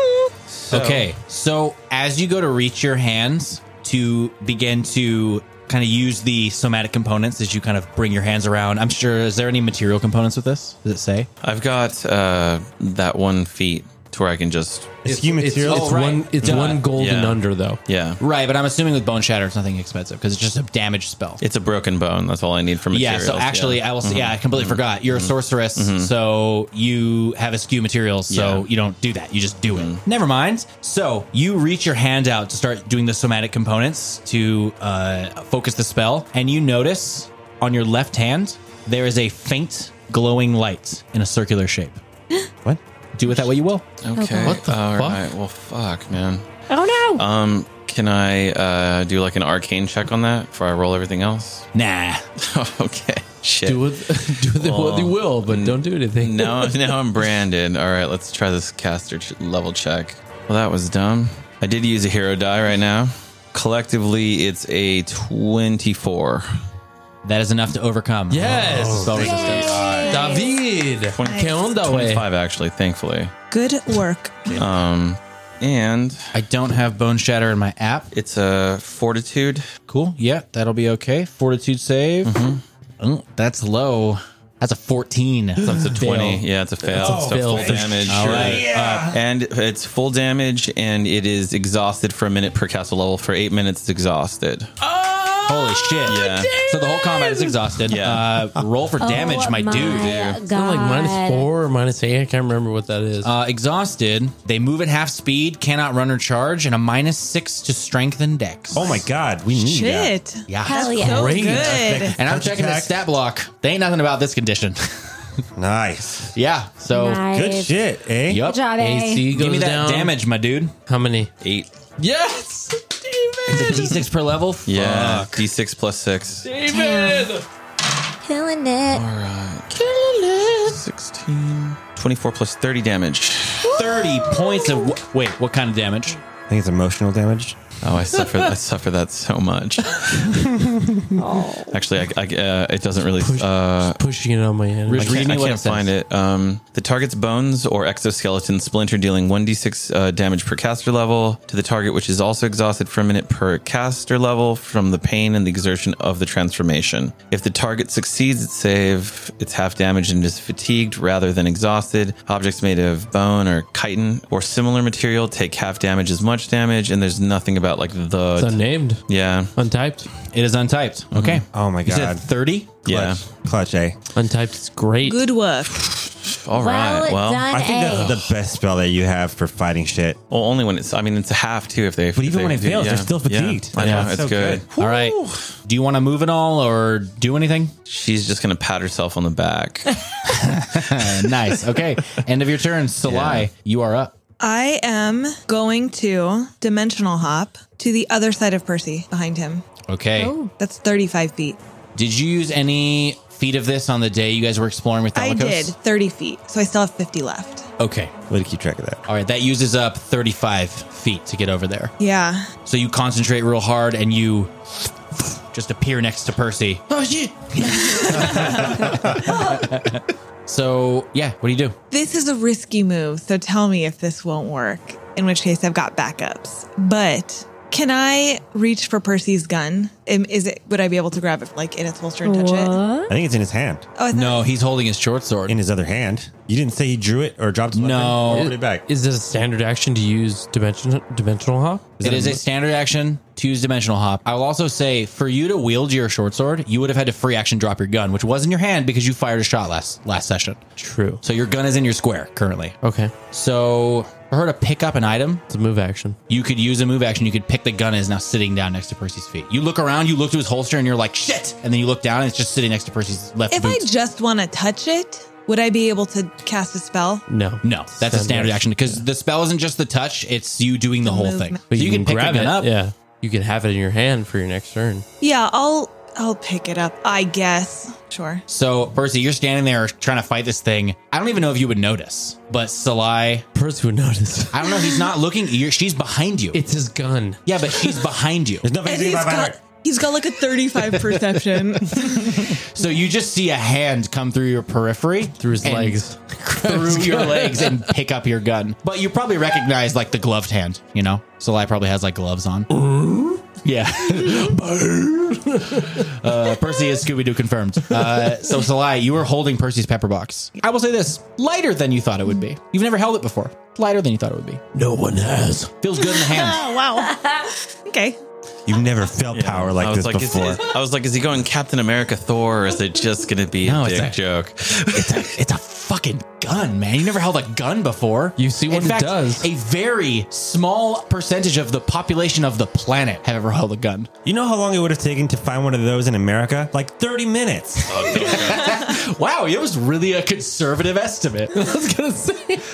[SPEAKER 6] Okay, so as you go to reach your hands to begin to kind of use the somatic components as you kind of bring your hands around, I'm sure, is there any material components with this? Does it say?
[SPEAKER 5] I've got uh, that one feat to where I can just.
[SPEAKER 3] It's you material.
[SPEAKER 7] It's
[SPEAKER 6] right.
[SPEAKER 7] one. It's
[SPEAKER 6] Duh.
[SPEAKER 7] one gold and
[SPEAKER 5] Yeah.
[SPEAKER 7] under though.
[SPEAKER 5] Yeah.
[SPEAKER 6] Right, but I'm assuming with Bone Shatter, it's nothing expensive because it's just a damage spell.
[SPEAKER 5] It's a broken bone. That's all I need for
[SPEAKER 6] yeah,
[SPEAKER 5] materials.
[SPEAKER 6] so actually,
[SPEAKER 7] uh,
[SPEAKER 6] I will say, yeah, I completely forgot. You're a sorceress, so you have askew materials, so
[SPEAKER 5] Yeah.
[SPEAKER 6] you don't do that. You just do it. Never mind. So you reach your hand out to start doing the somatic components to uh, focus the spell, and you notice on your left hand, there is a faint glowing light in a circular shape.
[SPEAKER 3] What?
[SPEAKER 6] Do with that what you will.
[SPEAKER 5] Okay.
[SPEAKER 7] What the
[SPEAKER 5] All
[SPEAKER 7] fuck?
[SPEAKER 5] right. Well, fuck, man.
[SPEAKER 4] Oh no.
[SPEAKER 6] uh,
[SPEAKER 5] Um, can I uh, do like an arcane check on that before I roll everything else?
[SPEAKER 6] Nah.
[SPEAKER 5] okay. Shit.
[SPEAKER 7] Do with do with it what you will, but don't do anything.
[SPEAKER 5] now, now I'm branded. All right, let's try this caster ch- level check. Well, that was dumb. I did use a hero die right now. Collectively, it's a 24.
[SPEAKER 6] That is enough to overcome. Oh,
[SPEAKER 7] Yes.
[SPEAKER 6] Spell resistance.
[SPEAKER 7] David. Que onda, wey?
[SPEAKER 5] 25, actually, thankfully.
[SPEAKER 1] Good work.
[SPEAKER 5] And
[SPEAKER 6] I don't have Bone Shatter in my app.
[SPEAKER 5] it's a fortitude.
[SPEAKER 6] Cool. Yeah, that'll be okay. Fortitude save. Oh, that's low. That's a 14.
[SPEAKER 5] It's a 20. Yeah, it's a fail. so
[SPEAKER 7] fail
[SPEAKER 5] full
[SPEAKER 7] for
[SPEAKER 5] damage. Uh,
[SPEAKER 6] All right.
[SPEAKER 5] And it's full damage, and it is exhausted for a minute per castle level. For eight minutes, it's exhausted.
[SPEAKER 6] Holy shit.
[SPEAKER 5] Yeah.
[SPEAKER 6] So the whole combat is exhausted.
[SPEAKER 5] Yeah.
[SPEAKER 6] Uh, roll for damage,
[SPEAKER 4] Oh
[SPEAKER 6] my, dude.
[SPEAKER 4] God.
[SPEAKER 7] Like minus four or minus eight. I can't remember what that is.
[SPEAKER 6] Uh, exhausted. They move at half speed, cannot run or charge, and a minus six to strength and dex.
[SPEAKER 3] Oh my God, we need that.
[SPEAKER 1] Shit.
[SPEAKER 6] Yeah.
[SPEAKER 4] Hell yeah.
[SPEAKER 1] So
[SPEAKER 7] Great.
[SPEAKER 1] good.
[SPEAKER 6] And I'm
[SPEAKER 3] Touch
[SPEAKER 6] checking the
[SPEAKER 3] attack.
[SPEAKER 6] stat block. They ain't nothing about this condition.
[SPEAKER 3] Nice.
[SPEAKER 6] yeah. So,
[SPEAKER 4] Nice.
[SPEAKER 3] Good shit, eh?
[SPEAKER 6] yup.
[SPEAKER 4] Good job, eh?
[SPEAKER 7] AC goes
[SPEAKER 6] Give me that
[SPEAKER 7] down.
[SPEAKER 6] damage, my dude.
[SPEAKER 7] How many?
[SPEAKER 5] Eight.
[SPEAKER 7] Yes.
[SPEAKER 6] It's a d6 per level.
[SPEAKER 5] Yeah.
[SPEAKER 6] Fuck.
[SPEAKER 5] D6 plus six.
[SPEAKER 7] David.
[SPEAKER 4] Killing it.
[SPEAKER 5] 16. 24 plus 30 damage.
[SPEAKER 6] 30 points of. Wait, what kind of damage?
[SPEAKER 3] I think it's emotional damage.
[SPEAKER 5] Oh, I suffer. I suffer that so much. Actually, I, I, uh, it doesn't really. Uh,
[SPEAKER 7] Pushing it on my hand.
[SPEAKER 5] I
[SPEAKER 6] Rich-
[SPEAKER 5] can't,
[SPEAKER 6] Read me
[SPEAKER 5] I
[SPEAKER 6] what
[SPEAKER 5] can't
[SPEAKER 6] it says.
[SPEAKER 5] find it. Um, the target's bones or exoskeleton splinter, dealing one d6 uh, damage per caster level to the target, which is also exhausted for a minute per caster level from the pain and the exertion of the transformation. If the target succeeds its save, it's half damaged and is fatigued rather than exhausted. Objects made of bone or chitin or similar material take half damage as much damage, and there's nothing about like the.
[SPEAKER 7] It's unnamed.
[SPEAKER 5] yeah.
[SPEAKER 7] Untyped.
[SPEAKER 6] It is untyped. Mm-hmm. Okay.
[SPEAKER 3] Oh my
[SPEAKER 6] You said
[SPEAKER 3] God.
[SPEAKER 6] 30?
[SPEAKER 5] Yeah.
[SPEAKER 3] Clutch, clutch, eh?
[SPEAKER 7] Untyped is great.
[SPEAKER 1] Good work.
[SPEAKER 5] All right.
[SPEAKER 4] Well
[SPEAKER 5] well,
[SPEAKER 4] done.
[SPEAKER 3] I think
[SPEAKER 4] Hey.
[SPEAKER 3] that's the best spell that you have for fighting shit.
[SPEAKER 5] Well, only when it's. I mean, it's a half too. If they. But
[SPEAKER 3] even when it fails, they're still fatigued.
[SPEAKER 5] I know.
[SPEAKER 3] Yeah,
[SPEAKER 5] It's
[SPEAKER 3] so
[SPEAKER 5] good.
[SPEAKER 6] All right. Do you want to move at all or do anything?
[SPEAKER 5] She's just gonna pat herself on the back.
[SPEAKER 6] Uh, nice. Okay. End of your turn. Salai, you are up.
[SPEAKER 1] I am going to dimensional hop to the other side of Percy behind him.
[SPEAKER 6] Okay.
[SPEAKER 4] Oh.
[SPEAKER 1] That's 35 feet.
[SPEAKER 6] Did you use any feat of this on the day you guys were exploring with Thalikos?
[SPEAKER 1] I did 30 feet, so I still have 50 left.
[SPEAKER 6] Okay.
[SPEAKER 3] Way to keep track of that.
[SPEAKER 6] All right. That uses up 35 feet to get over there.
[SPEAKER 1] Yeah.
[SPEAKER 6] So you concentrate real hard and you just appear next to Percy. Oh, shit. so, yeah, what do you do?
[SPEAKER 1] This is a risky move, so tell me if this won't work, in which case I've got backups. But can I reach for Percy's gun? Am- Is it would I be able to grab it like in its holster and touch it? Oh,
[SPEAKER 4] What?
[SPEAKER 3] I think it's in his hand.
[SPEAKER 1] I thought-
[SPEAKER 6] No, he's holding his short sword.
[SPEAKER 3] In his other hand. You didn't say he drew it or dropped his weapon
[SPEAKER 6] No.
[SPEAKER 3] or put it back.
[SPEAKER 7] Is this a standard action to use dimension dimensional hop?
[SPEAKER 6] It is a standard action to use dimensional hop. I will also say for you to wield your short sword, you would have had to free action drop your gun, which was in your hand because you fired a shot last last session.
[SPEAKER 7] True.
[SPEAKER 6] So your gun is in your square currently.
[SPEAKER 7] Okay,
[SPEAKER 6] So for her to pick up an item,
[SPEAKER 7] it's a move action.
[SPEAKER 6] you could use a move action. You could pick the gun that is now sitting down next to Percy's feet. You look around, you look to his holster, and you're like, shit! And then you look down and it's just sitting next to Percy's left
[SPEAKER 1] If I
[SPEAKER 6] boot.
[SPEAKER 1] just want to touch it, would I be able to cast a spell?
[SPEAKER 7] No,
[SPEAKER 6] no, that's a standard action because the spell isn't just the touch, it's you doing the, whole
[SPEAKER 1] movement.
[SPEAKER 6] thing.
[SPEAKER 7] But
[SPEAKER 6] So you, can, pick
[SPEAKER 7] grab
[SPEAKER 6] the gun
[SPEAKER 7] it.
[SPEAKER 6] up.
[SPEAKER 7] Yeah, you can have it in your hand for your next turn.
[SPEAKER 1] Yeah, I'll I'll pick it up. I guess. Sure.
[SPEAKER 6] So, Percy, you're standing there trying to fight this thing. I don't even know if you would notice, but Salai,
[SPEAKER 7] Percy would notice.
[SPEAKER 6] I don't know, he's not looking. You're, she's behind you.
[SPEAKER 7] It's his gun.
[SPEAKER 6] yeah, but she's behind you.
[SPEAKER 3] There's nothing
[SPEAKER 1] And
[SPEAKER 3] to do
[SPEAKER 1] he's
[SPEAKER 3] about
[SPEAKER 1] got
[SPEAKER 3] that.
[SPEAKER 1] he's got like a 35 perception.
[SPEAKER 6] So you just see a hand come through your periphery, through
[SPEAKER 7] his legs.
[SPEAKER 6] through your legs, and pick up your gun. But you probably recognize like the gloved hand. You know, Salai probably has like gloves on. Yeah. uh, Percy is Scooby Doo confirmed. Uh, so, Salai, you were holding Percy's pepper box. I will say this lighter than you thought it would be. You've never held it before. Lighter than you thought it would be.
[SPEAKER 7] No one has.
[SPEAKER 6] Feels good in the hand.
[SPEAKER 1] oh wow. Okay.
[SPEAKER 3] You've never felt power
[SPEAKER 5] I
[SPEAKER 3] like
[SPEAKER 5] was
[SPEAKER 3] this
[SPEAKER 5] like, is,
[SPEAKER 3] before.
[SPEAKER 5] is- I was like, is he going Captain America Thor, or is it just gonna be
[SPEAKER 6] No,
[SPEAKER 5] a
[SPEAKER 6] it's
[SPEAKER 5] dick
[SPEAKER 6] a-
[SPEAKER 5] joke?
[SPEAKER 6] It's a fucking gun, man. You never held a gun before.
[SPEAKER 7] You see what
[SPEAKER 6] In
[SPEAKER 7] it
[SPEAKER 6] fact,
[SPEAKER 7] does.
[SPEAKER 6] A very small percentage of the population of the planet have ever held a gun.
[SPEAKER 3] you know how long it would have taken to find one of those in America? Like 30 minutes.
[SPEAKER 6] Wow, it was really a conservative estimate.
[SPEAKER 7] I was gonna say.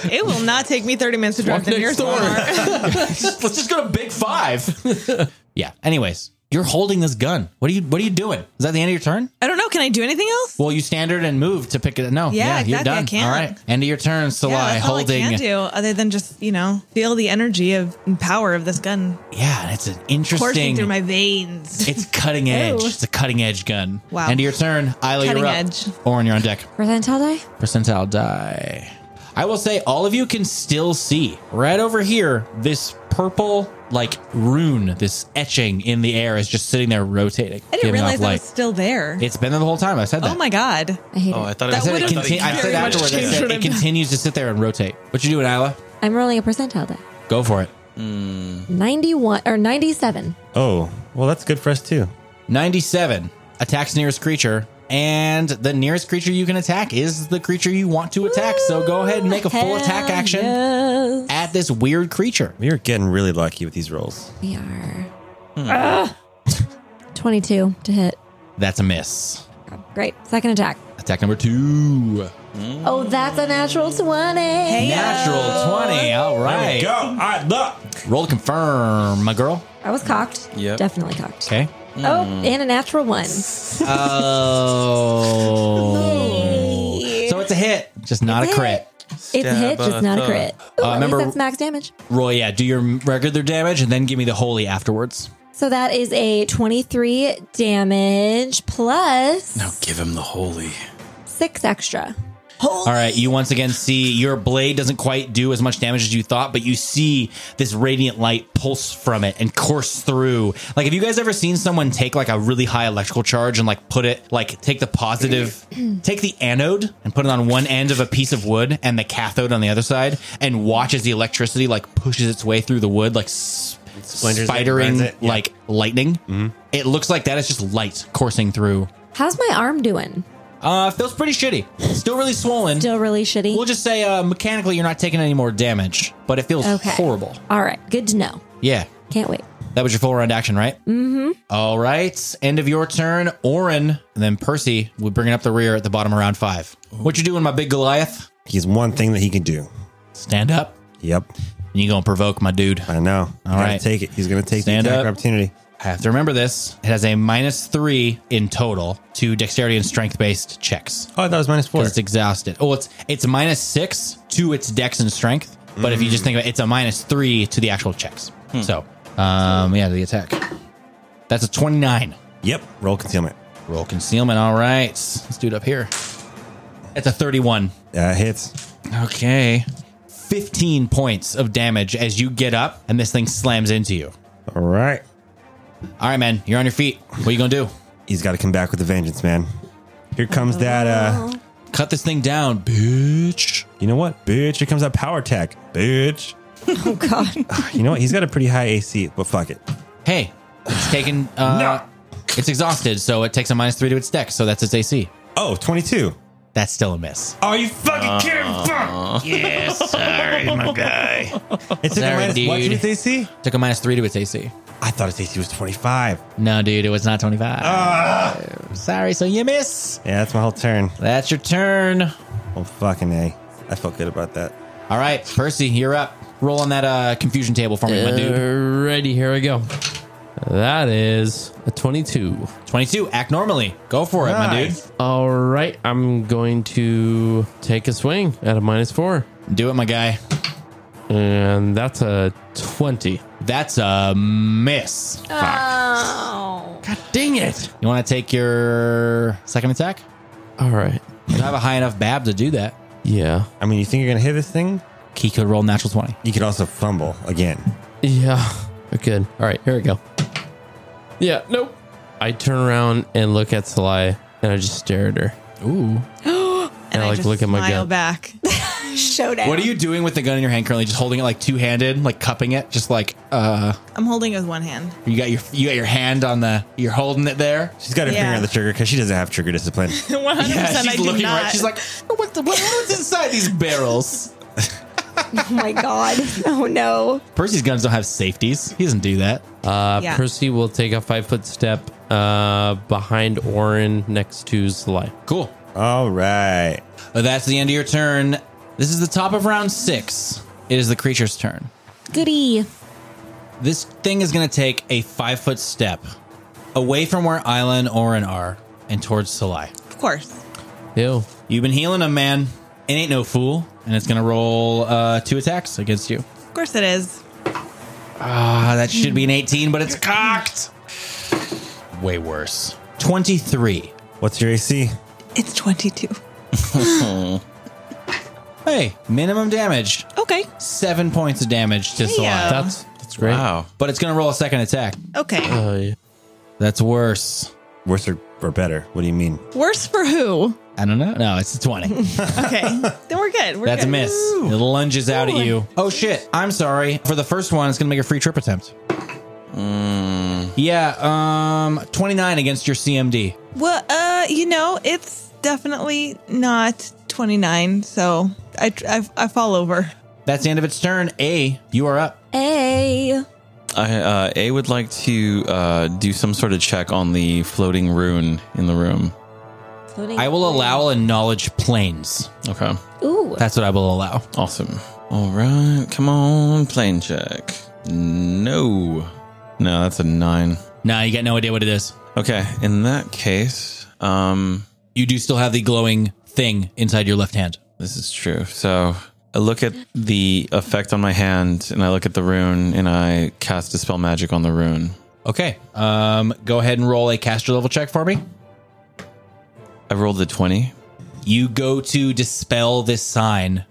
[SPEAKER 1] It will not take me 30 minutes to drive to
[SPEAKER 7] next
[SPEAKER 1] nearest
[SPEAKER 7] door.
[SPEAKER 1] Walmart.
[SPEAKER 6] Let's just go to Big Five. yeah. Anyways, you're holding this gun. What are you? What are you doing? Is that the end of your turn?
[SPEAKER 1] I don't know. Can I do anything else?
[SPEAKER 6] Well, you standard and move to pick it. No.
[SPEAKER 1] Yeah,
[SPEAKER 6] you're
[SPEAKER 1] exactly,
[SPEAKER 6] done.
[SPEAKER 1] I can't.
[SPEAKER 6] All right. End of your turn, Salai.
[SPEAKER 1] Yeah, that's all
[SPEAKER 6] holding.
[SPEAKER 1] I can do other than just you know feel the energy of and power of this gun
[SPEAKER 6] Yeah, it's an
[SPEAKER 1] coursing
[SPEAKER 6] interesting.
[SPEAKER 1] through my veins.
[SPEAKER 6] it's cutting edge. It's a cutting edge gun.
[SPEAKER 1] Wow.
[SPEAKER 6] End of your turn. Isla,
[SPEAKER 1] Cutting
[SPEAKER 6] you're up.
[SPEAKER 1] edge.
[SPEAKER 6] Orin, you're on deck.
[SPEAKER 4] Percentile die?
[SPEAKER 6] percentile die. I will say all of you can still see right over here this purple like rune, this etching in the air is just sitting there rotating,
[SPEAKER 1] I didn't
[SPEAKER 6] giving
[SPEAKER 1] realize
[SPEAKER 6] off
[SPEAKER 1] that was
[SPEAKER 6] light.
[SPEAKER 1] still there.
[SPEAKER 6] It's been there the whole time. I said that.
[SPEAKER 1] oh my god!
[SPEAKER 4] I hate
[SPEAKER 5] Oh, I
[SPEAKER 4] it.
[SPEAKER 5] thought it
[SPEAKER 1] That
[SPEAKER 6] I said
[SPEAKER 5] was.
[SPEAKER 6] it,
[SPEAKER 1] would've
[SPEAKER 5] I thought he-
[SPEAKER 6] conti- I
[SPEAKER 1] very
[SPEAKER 6] said
[SPEAKER 1] much
[SPEAKER 6] afterwards. I
[SPEAKER 1] changed
[SPEAKER 6] said
[SPEAKER 1] what
[SPEAKER 6] it
[SPEAKER 1] I've done.
[SPEAKER 6] continues to sit there and rotate. What you doing, Isla?
[SPEAKER 4] I'm rolling a percentile die.
[SPEAKER 6] Go for it.
[SPEAKER 4] 91 or 97.
[SPEAKER 3] oh, well, that's good for us too.
[SPEAKER 6] Ninety-seven attacks nearest creature, and the nearest creature you can attack is the creature you want to attack. So go ahead and make a full attack
[SPEAKER 4] Hell
[SPEAKER 6] action
[SPEAKER 4] yes.
[SPEAKER 6] at this weird creature.
[SPEAKER 3] We are getting really lucky with these rolls.
[SPEAKER 4] We are.
[SPEAKER 6] Hmm.
[SPEAKER 4] Ah. 22 to hit.
[SPEAKER 6] That's a miss.
[SPEAKER 4] Great. Second attack.
[SPEAKER 6] Attack number two.
[SPEAKER 4] Oh, that's a natural 20.
[SPEAKER 6] Natural 20. All right.
[SPEAKER 3] Go. All right, Oh, look.
[SPEAKER 6] Roll to confirm, my girl.
[SPEAKER 4] I was cocked.
[SPEAKER 5] Yep.
[SPEAKER 4] Definitely cocked.
[SPEAKER 6] Okay.
[SPEAKER 4] Oh, and a natural one.
[SPEAKER 6] Oh. so it's a hit, just not a
[SPEAKER 4] It's a
[SPEAKER 6] crit.
[SPEAKER 4] hit. It's a hit, just not a crit. Ooh, at
[SPEAKER 6] remember-
[SPEAKER 4] least that's max damage.
[SPEAKER 6] Roll, yeah, do your regular damage and then give me the holy afterwards.
[SPEAKER 4] So that is a 23 damage plus
[SPEAKER 5] Now give him the holy.
[SPEAKER 4] six extra.
[SPEAKER 6] All right, you once again see your blade doesn't quite do as much damage as you thought, but you see this radiant light pulse from it and course through. Like, have you guys ever seen someone take like a really high electrical charge and like put it, like take the positive, take the anode and put it on one end of a piece of wood and the cathode on the other side and watch as the electricity like pushes its way through the wood, like s-
[SPEAKER 3] Splinters it,
[SPEAKER 6] spidering
[SPEAKER 3] burns it, yeah. Mm-hmm.
[SPEAKER 6] like lightning? It looks like that is just light coursing through.
[SPEAKER 4] How's my arm doing?
[SPEAKER 6] Uh, feels pretty shitty. Still really swollen.
[SPEAKER 4] Still really shitty.
[SPEAKER 6] We'll just say uh, mechanically you're not taking any more damage, but it feels
[SPEAKER 4] Okay.
[SPEAKER 6] horrible.
[SPEAKER 4] All right. Good to know.
[SPEAKER 6] Yeah.
[SPEAKER 4] Can't wait.
[SPEAKER 6] That was your full round action, right? Mm-hmm. All right. End of your turn, Orin. And then Percy would bring up the rear at the bottom of round five. What you doing, my big Goliath?
[SPEAKER 3] He's one thing that he can do.
[SPEAKER 6] Stand up.
[SPEAKER 3] Yep.
[SPEAKER 6] And you gonna provoke my dude.
[SPEAKER 3] I know. All
[SPEAKER 6] right.
[SPEAKER 3] Take it. He's going to take
[SPEAKER 6] Stand
[SPEAKER 3] the attack
[SPEAKER 6] up.
[SPEAKER 3] opportunity.
[SPEAKER 6] I have to remember this. It has a minus three in total to dexterity and strength based checks.
[SPEAKER 3] Oh, that was minus four.
[SPEAKER 6] 'Cause It's exhausted. Oh, it's it's minus six to its dex and strength. But if you just think about it, it's a minus three to the actual checks. So, um, yeah, the attack. That's a 29.
[SPEAKER 3] Yep. Roll concealment.
[SPEAKER 6] Roll concealment. All right. Let's do it up here. That's a 31.
[SPEAKER 3] Uh, hits.
[SPEAKER 6] Okay. 15 points of damage as you get up and this thing slams into you.
[SPEAKER 3] All right.
[SPEAKER 6] All right, man. You're on your feet. What are you going to do?
[SPEAKER 3] He's got to come back with a vengeance, man. Here comes that. uh
[SPEAKER 6] Cut this thing down, bitch.
[SPEAKER 3] You know what, bitch? Here comes that power attack, bitch.
[SPEAKER 4] Oh, God.
[SPEAKER 3] You know what? He's got a pretty high AC, but fuck it.
[SPEAKER 6] Hey, it's taken. Uh, It's exhausted, so it takes a minus three to its dex, so that's its AC.
[SPEAKER 3] Oh, 22.
[SPEAKER 6] That's still a miss.
[SPEAKER 3] Are you fucking kidding? Fuck. Yeah, sorry, my guy. It took
[SPEAKER 6] Sorry,
[SPEAKER 3] a minus what
[SPEAKER 6] dude.
[SPEAKER 3] to its AC?
[SPEAKER 6] Took a minus three to its AC.
[SPEAKER 3] I thought its AC was 25.
[SPEAKER 6] No, dude, it was not 25. Sorry, so you miss.
[SPEAKER 3] Yeah, that's my whole turn.
[SPEAKER 6] That's your turn.
[SPEAKER 3] Oh, fucking A. I felt good about that.
[SPEAKER 6] All right, Percy, you're up. Roll on that uh, confusion table for me, my
[SPEAKER 7] Uh.
[SPEAKER 6] dude.
[SPEAKER 7] Alrighty, here we go. That is a 22.
[SPEAKER 6] 22, act normally. Go for it,
[SPEAKER 3] Nice.
[SPEAKER 7] All right, I'm going to take a swing at a minus four,
[SPEAKER 6] my dude. Do it, my guy.
[SPEAKER 7] and that's a 20.
[SPEAKER 6] That's a miss.
[SPEAKER 4] Ah. Oh.
[SPEAKER 7] God dang it.
[SPEAKER 6] You want to take your second attack?
[SPEAKER 7] All right.
[SPEAKER 6] You don't have a high enough bab to do that.
[SPEAKER 7] Yeah.
[SPEAKER 3] I mean, you think you're going to hit this thing?
[SPEAKER 6] He could roll natural 20.
[SPEAKER 3] You could also fumble again.
[SPEAKER 7] Yeah. Good. All right, here we go. Yeah, nope. I turn around and look at Salai, and I just stare at her. Ooh.
[SPEAKER 1] And
[SPEAKER 7] I like
[SPEAKER 1] just
[SPEAKER 7] look at my
[SPEAKER 1] smile
[SPEAKER 7] gun.
[SPEAKER 1] back.
[SPEAKER 4] Showdown.
[SPEAKER 6] What are you doing with the gun in your hand currently? Just holding it like two handed, like cupping it, just like uh,
[SPEAKER 1] I'm holding it with one hand.
[SPEAKER 6] you got your you got your hand on the you're holding it there.
[SPEAKER 3] She's got her
[SPEAKER 1] Yeah.
[SPEAKER 3] finger on the trigger because she doesn't have trigger discipline.
[SPEAKER 1] 100% I do not.
[SPEAKER 6] She's like, what the what, what's inside these barrels?
[SPEAKER 4] Oh, my God. Oh, no.
[SPEAKER 6] Percy's guns don't have safeties. He doesn't do that.
[SPEAKER 7] Uh,
[SPEAKER 1] Yeah.
[SPEAKER 7] Percy will take a five foot step uh, behind Orin next to Salai.
[SPEAKER 6] Cool.
[SPEAKER 3] All right.
[SPEAKER 6] Well, that's the end of your turn. This is the top of round six. It is the creature's turn.
[SPEAKER 4] Goody.
[SPEAKER 6] This thing is going to take a five foot step away from where Isla and Orin are and towards Salai.
[SPEAKER 1] of course.
[SPEAKER 7] Ew.
[SPEAKER 6] You've been healing him, man. It ain't no fool. And it's going to roll uh, two attacks against you.
[SPEAKER 1] Of course it is.
[SPEAKER 6] Ah, that should be an 18, but it's cocked. Way worse. 23.
[SPEAKER 3] What's your AC?
[SPEAKER 1] It's 22.
[SPEAKER 6] Hey, minimum damage.
[SPEAKER 1] Okay.
[SPEAKER 6] Seven points of damage to
[SPEAKER 1] Hey-o.
[SPEAKER 6] Salai.
[SPEAKER 7] That's that's great.
[SPEAKER 5] Wow.
[SPEAKER 6] But it's going to roll a second attack.
[SPEAKER 1] Okay.
[SPEAKER 7] Uh, yeah.
[SPEAKER 6] That's worse.
[SPEAKER 3] Worse or, or better? What do you mean?
[SPEAKER 1] Worse for who?
[SPEAKER 6] I don't know. No, it's a 20.
[SPEAKER 1] Okay. then we're good. We're
[SPEAKER 6] That's a
[SPEAKER 1] good.
[SPEAKER 6] miss. It lunges out at you. Oh shit! I'm sorry. For the first one, it's gonna make a free trip attempt. Yeah, um, 29 against your CMD.
[SPEAKER 1] Well, uh, you know, it's definitely not 29, so I, I, I fall over.
[SPEAKER 6] That's the end of its turn. A, you are up.
[SPEAKER 4] Hey.
[SPEAKER 5] I, uh, A would like to uh, do some sort of check on the floating rune in the room.
[SPEAKER 6] I will allow a knowledge planes.
[SPEAKER 5] Okay.
[SPEAKER 4] Ooh.
[SPEAKER 6] That's what I will allow.
[SPEAKER 5] Awesome. All right. Come on. Plane check. No. No, that's a nine.
[SPEAKER 6] Nah, you got no idea what it is.
[SPEAKER 5] Okay. In that case, um,
[SPEAKER 6] You do still have the glowing thing inside your left hand.
[SPEAKER 5] This is true. So I look at the effect on my hand and I look at the rune and I cast Dispel Magic on the rune.
[SPEAKER 6] Okay. Um, go ahead and roll a caster level check for me.
[SPEAKER 5] I rolled the 20.
[SPEAKER 6] You go to dispel this sign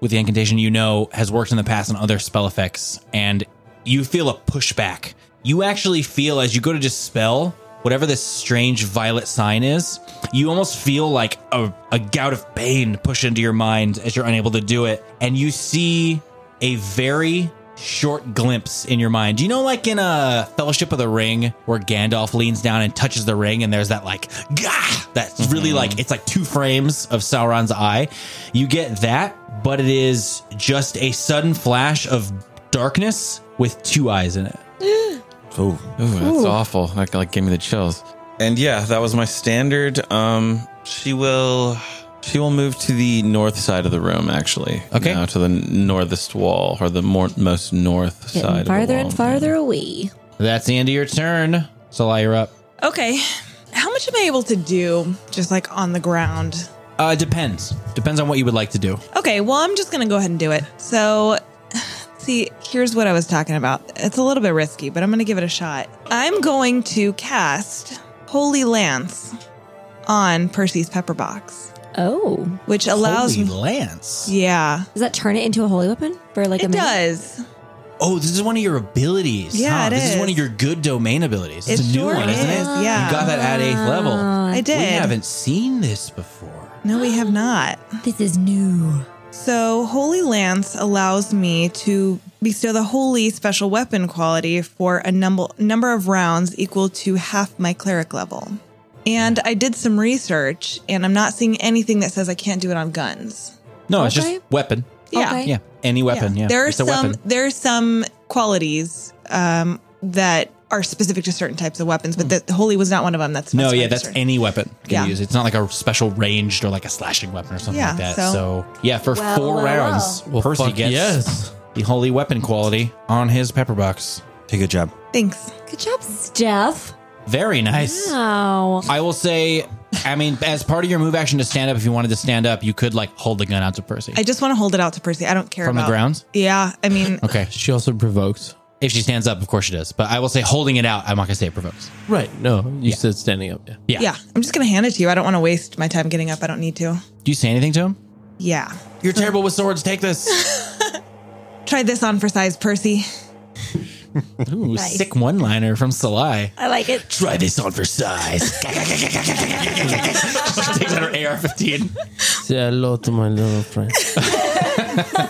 [SPEAKER 6] with the incantation you know has worked in the past on other spell effects, and you feel a pushback. You actually feel as you go to dispel whatever this strange violet sign is, you almost feel like a, a gout of pain push into your mind as you're unable to do it. And you see a very short glimpse in your mind. You know, like in a Fellowship of the Ring, where Gandalf leans down and touches the ring, and there's that like gah. That's really like it's like two frames of Sauron's eye. You get that, but it is just a sudden flash of darkness with two eyes in it.
[SPEAKER 3] Oh,
[SPEAKER 5] Ooh, that's awful. That like gave me the chills. And yeah, that was my standard. Um, she will, she will move to the north side of the room. Actually,
[SPEAKER 6] Okay.
[SPEAKER 5] now to the northest wall or the more, most north
[SPEAKER 4] Getting
[SPEAKER 5] side. of the
[SPEAKER 4] farther
[SPEAKER 5] wall.
[SPEAKER 4] and farther away.
[SPEAKER 6] That's the end of your turn. Salah, you're up.
[SPEAKER 1] Okay. How much am I able to do just like on the ground?
[SPEAKER 6] Uh, depends. Depends on what you would like to do.
[SPEAKER 1] Okay, well, I'm just going to go ahead and do it. So, see, here's what I was talking about. It's a little bit risky, but I'm going to give it a shot. I'm going to cast Holy Lance on Percy's Pepper Box,
[SPEAKER 4] Oh,
[SPEAKER 1] which allows
[SPEAKER 6] Holy
[SPEAKER 1] me.
[SPEAKER 6] Lance.
[SPEAKER 1] Yeah,
[SPEAKER 4] does that turn it into a holy weapon for like a
[SPEAKER 1] it
[SPEAKER 4] minute?
[SPEAKER 1] does.
[SPEAKER 6] Oh, this is one of your abilities.
[SPEAKER 1] Yeah,
[SPEAKER 6] huh?
[SPEAKER 1] it
[SPEAKER 6] this is.
[SPEAKER 1] is.
[SPEAKER 6] one of your good domain abilities. It's
[SPEAKER 1] It
[SPEAKER 6] a new
[SPEAKER 1] sure
[SPEAKER 6] one, isn't it?
[SPEAKER 1] is, yeah. Oh.
[SPEAKER 6] You got that at eighth level.
[SPEAKER 1] I did.
[SPEAKER 6] We haven't seen this before.
[SPEAKER 1] No, we have not.
[SPEAKER 4] This is new.
[SPEAKER 1] So, Holy Lance allows me to bestow the holy special weapon quality for a number number of rounds equal to half my cleric level. And I did some research, and I'm not seeing anything that says I can't do it on guns.
[SPEAKER 6] No, it's
[SPEAKER 4] Okay.
[SPEAKER 6] just weapon.
[SPEAKER 1] Yeah,
[SPEAKER 4] Okay.
[SPEAKER 6] Yeah, any weapon. Yeah,
[SPEAKER 1] There are
[SPEAKER 6] it's a
[SPEAKER 1] some
[SPEAKER 6] weapon.
[SPEAKER 1] there are some qualities um, that are specific to certain types of weapons, but the holy was not one of them. That's
[SPEAKER 6] Hmm. No,
[SPEAKER 1] specified
[SPEAKER 6] yeah,
[SPEAKER 1] to
[SPEAKER 6] that's
[SPEAKER 1] certain-
[SPEAKER 6] any weapon you
[SPEAKER 1] Yeah.
[SPEAKER 6] can use. It's not like a special ranged or like a slashing weapon or something
[SPEAKER 1] Yeah,
[SPEAKER 6] like that. So,
[SPEAKER 1] so-
[SPEAKER 6] yeah, for
[SPEAKER 4] Well,
[SPEAKER 6] four
[SPEAKER 4] well,
[SPEAKER 6] rounds,
[SPEAKER 7] Well,
[SPEAKER 6] Percy
[SPEAKER 7] fuck
[SPEAKER 6] gets
[SPEAKER 7] yes.
[SPEAKER 6] the holy weapon quality on his pepper box.
[SPEAKER 3] take a job.
[SPEAKER 1] thanks.
[SPEAKER 4] Good job, Steph.
[SPEAKER 6] Very nice.
[SPEAKER 4] Wow.
[SPEAKER 6] I will say, I mean, as part of your move action to stand up, if you wanted to stand up, you could like hold the gun out to Percy
[SPEAKER 1] I just want to hold it out to Percy. I don't care
[SPEAKER 6] from the
[SPEAKER 1] about
[SPEAKER 6] grounds.
[SPEAKER 1] Yeah, I mean,
[SPEAKER 6] Okay.
[SPEAKER 7] She also provoked.
[SPEAKER 6] If she stands up, of course she does. But I will say holding it out, I'm not going to say it provokes.
[SPEAKER 7] Right. No, you said standing up. Yeah.
[SPEAKER 6] Yeah.
[SPEAKER 1] yeah, I'm just gonna hand it to you. I don't want to waste my time getting up. I don't need to.
[SPEAKER 6] Do you say anything to him?
[SPEAKER 1] Yeah.
[SPEAKER 6] You're terrible with swords. Take this.
[SPEAKER 1] Try this on for size, Percy.
[SPEAKER 6] Ooh,
[SPEAKER 4] Nice.
[SPEAKER 6] sick one liner from Salai.
[SPEAKER 4] I like it.
[SPEAKER 6] Try this on for size. she takes out her AR 15.
[SPEAKER 7] Say hello to my little friend.
[SPEAKER 6] All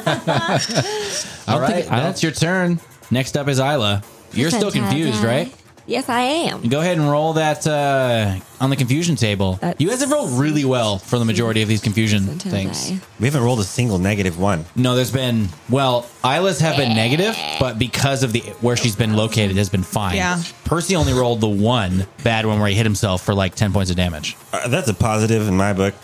[SPEAKER 7] don't
[SPEAKER 6] right.
[SPEAKER 7] think- I don't-
[SPEAKER 6] that's your turn. Next up is Isla. You're still confused, right?
[SPEAKER 4] Yes, I am.
[SPEAKER 6] Go ahead and roll that uh, on the confusion table.
[SPEAKER 4] That's-
[SPEAKER 6] you guys have rolled really well for the majority of these confusion things.
[SPEAKER 4] I?
[SPEAKER 3] We haven't rolled a single negative one.
[SPEAKER 6] No, there's been well, Isla's have been negative, but because of the where she's been located has been fine.
[SPEAKER 1] Yeah.
[SPEAKER 6] Percy only rolled the one bad one where he hit himself for like ten points of damage.
[SPEAKER 3] Uh, that's a positive in my book.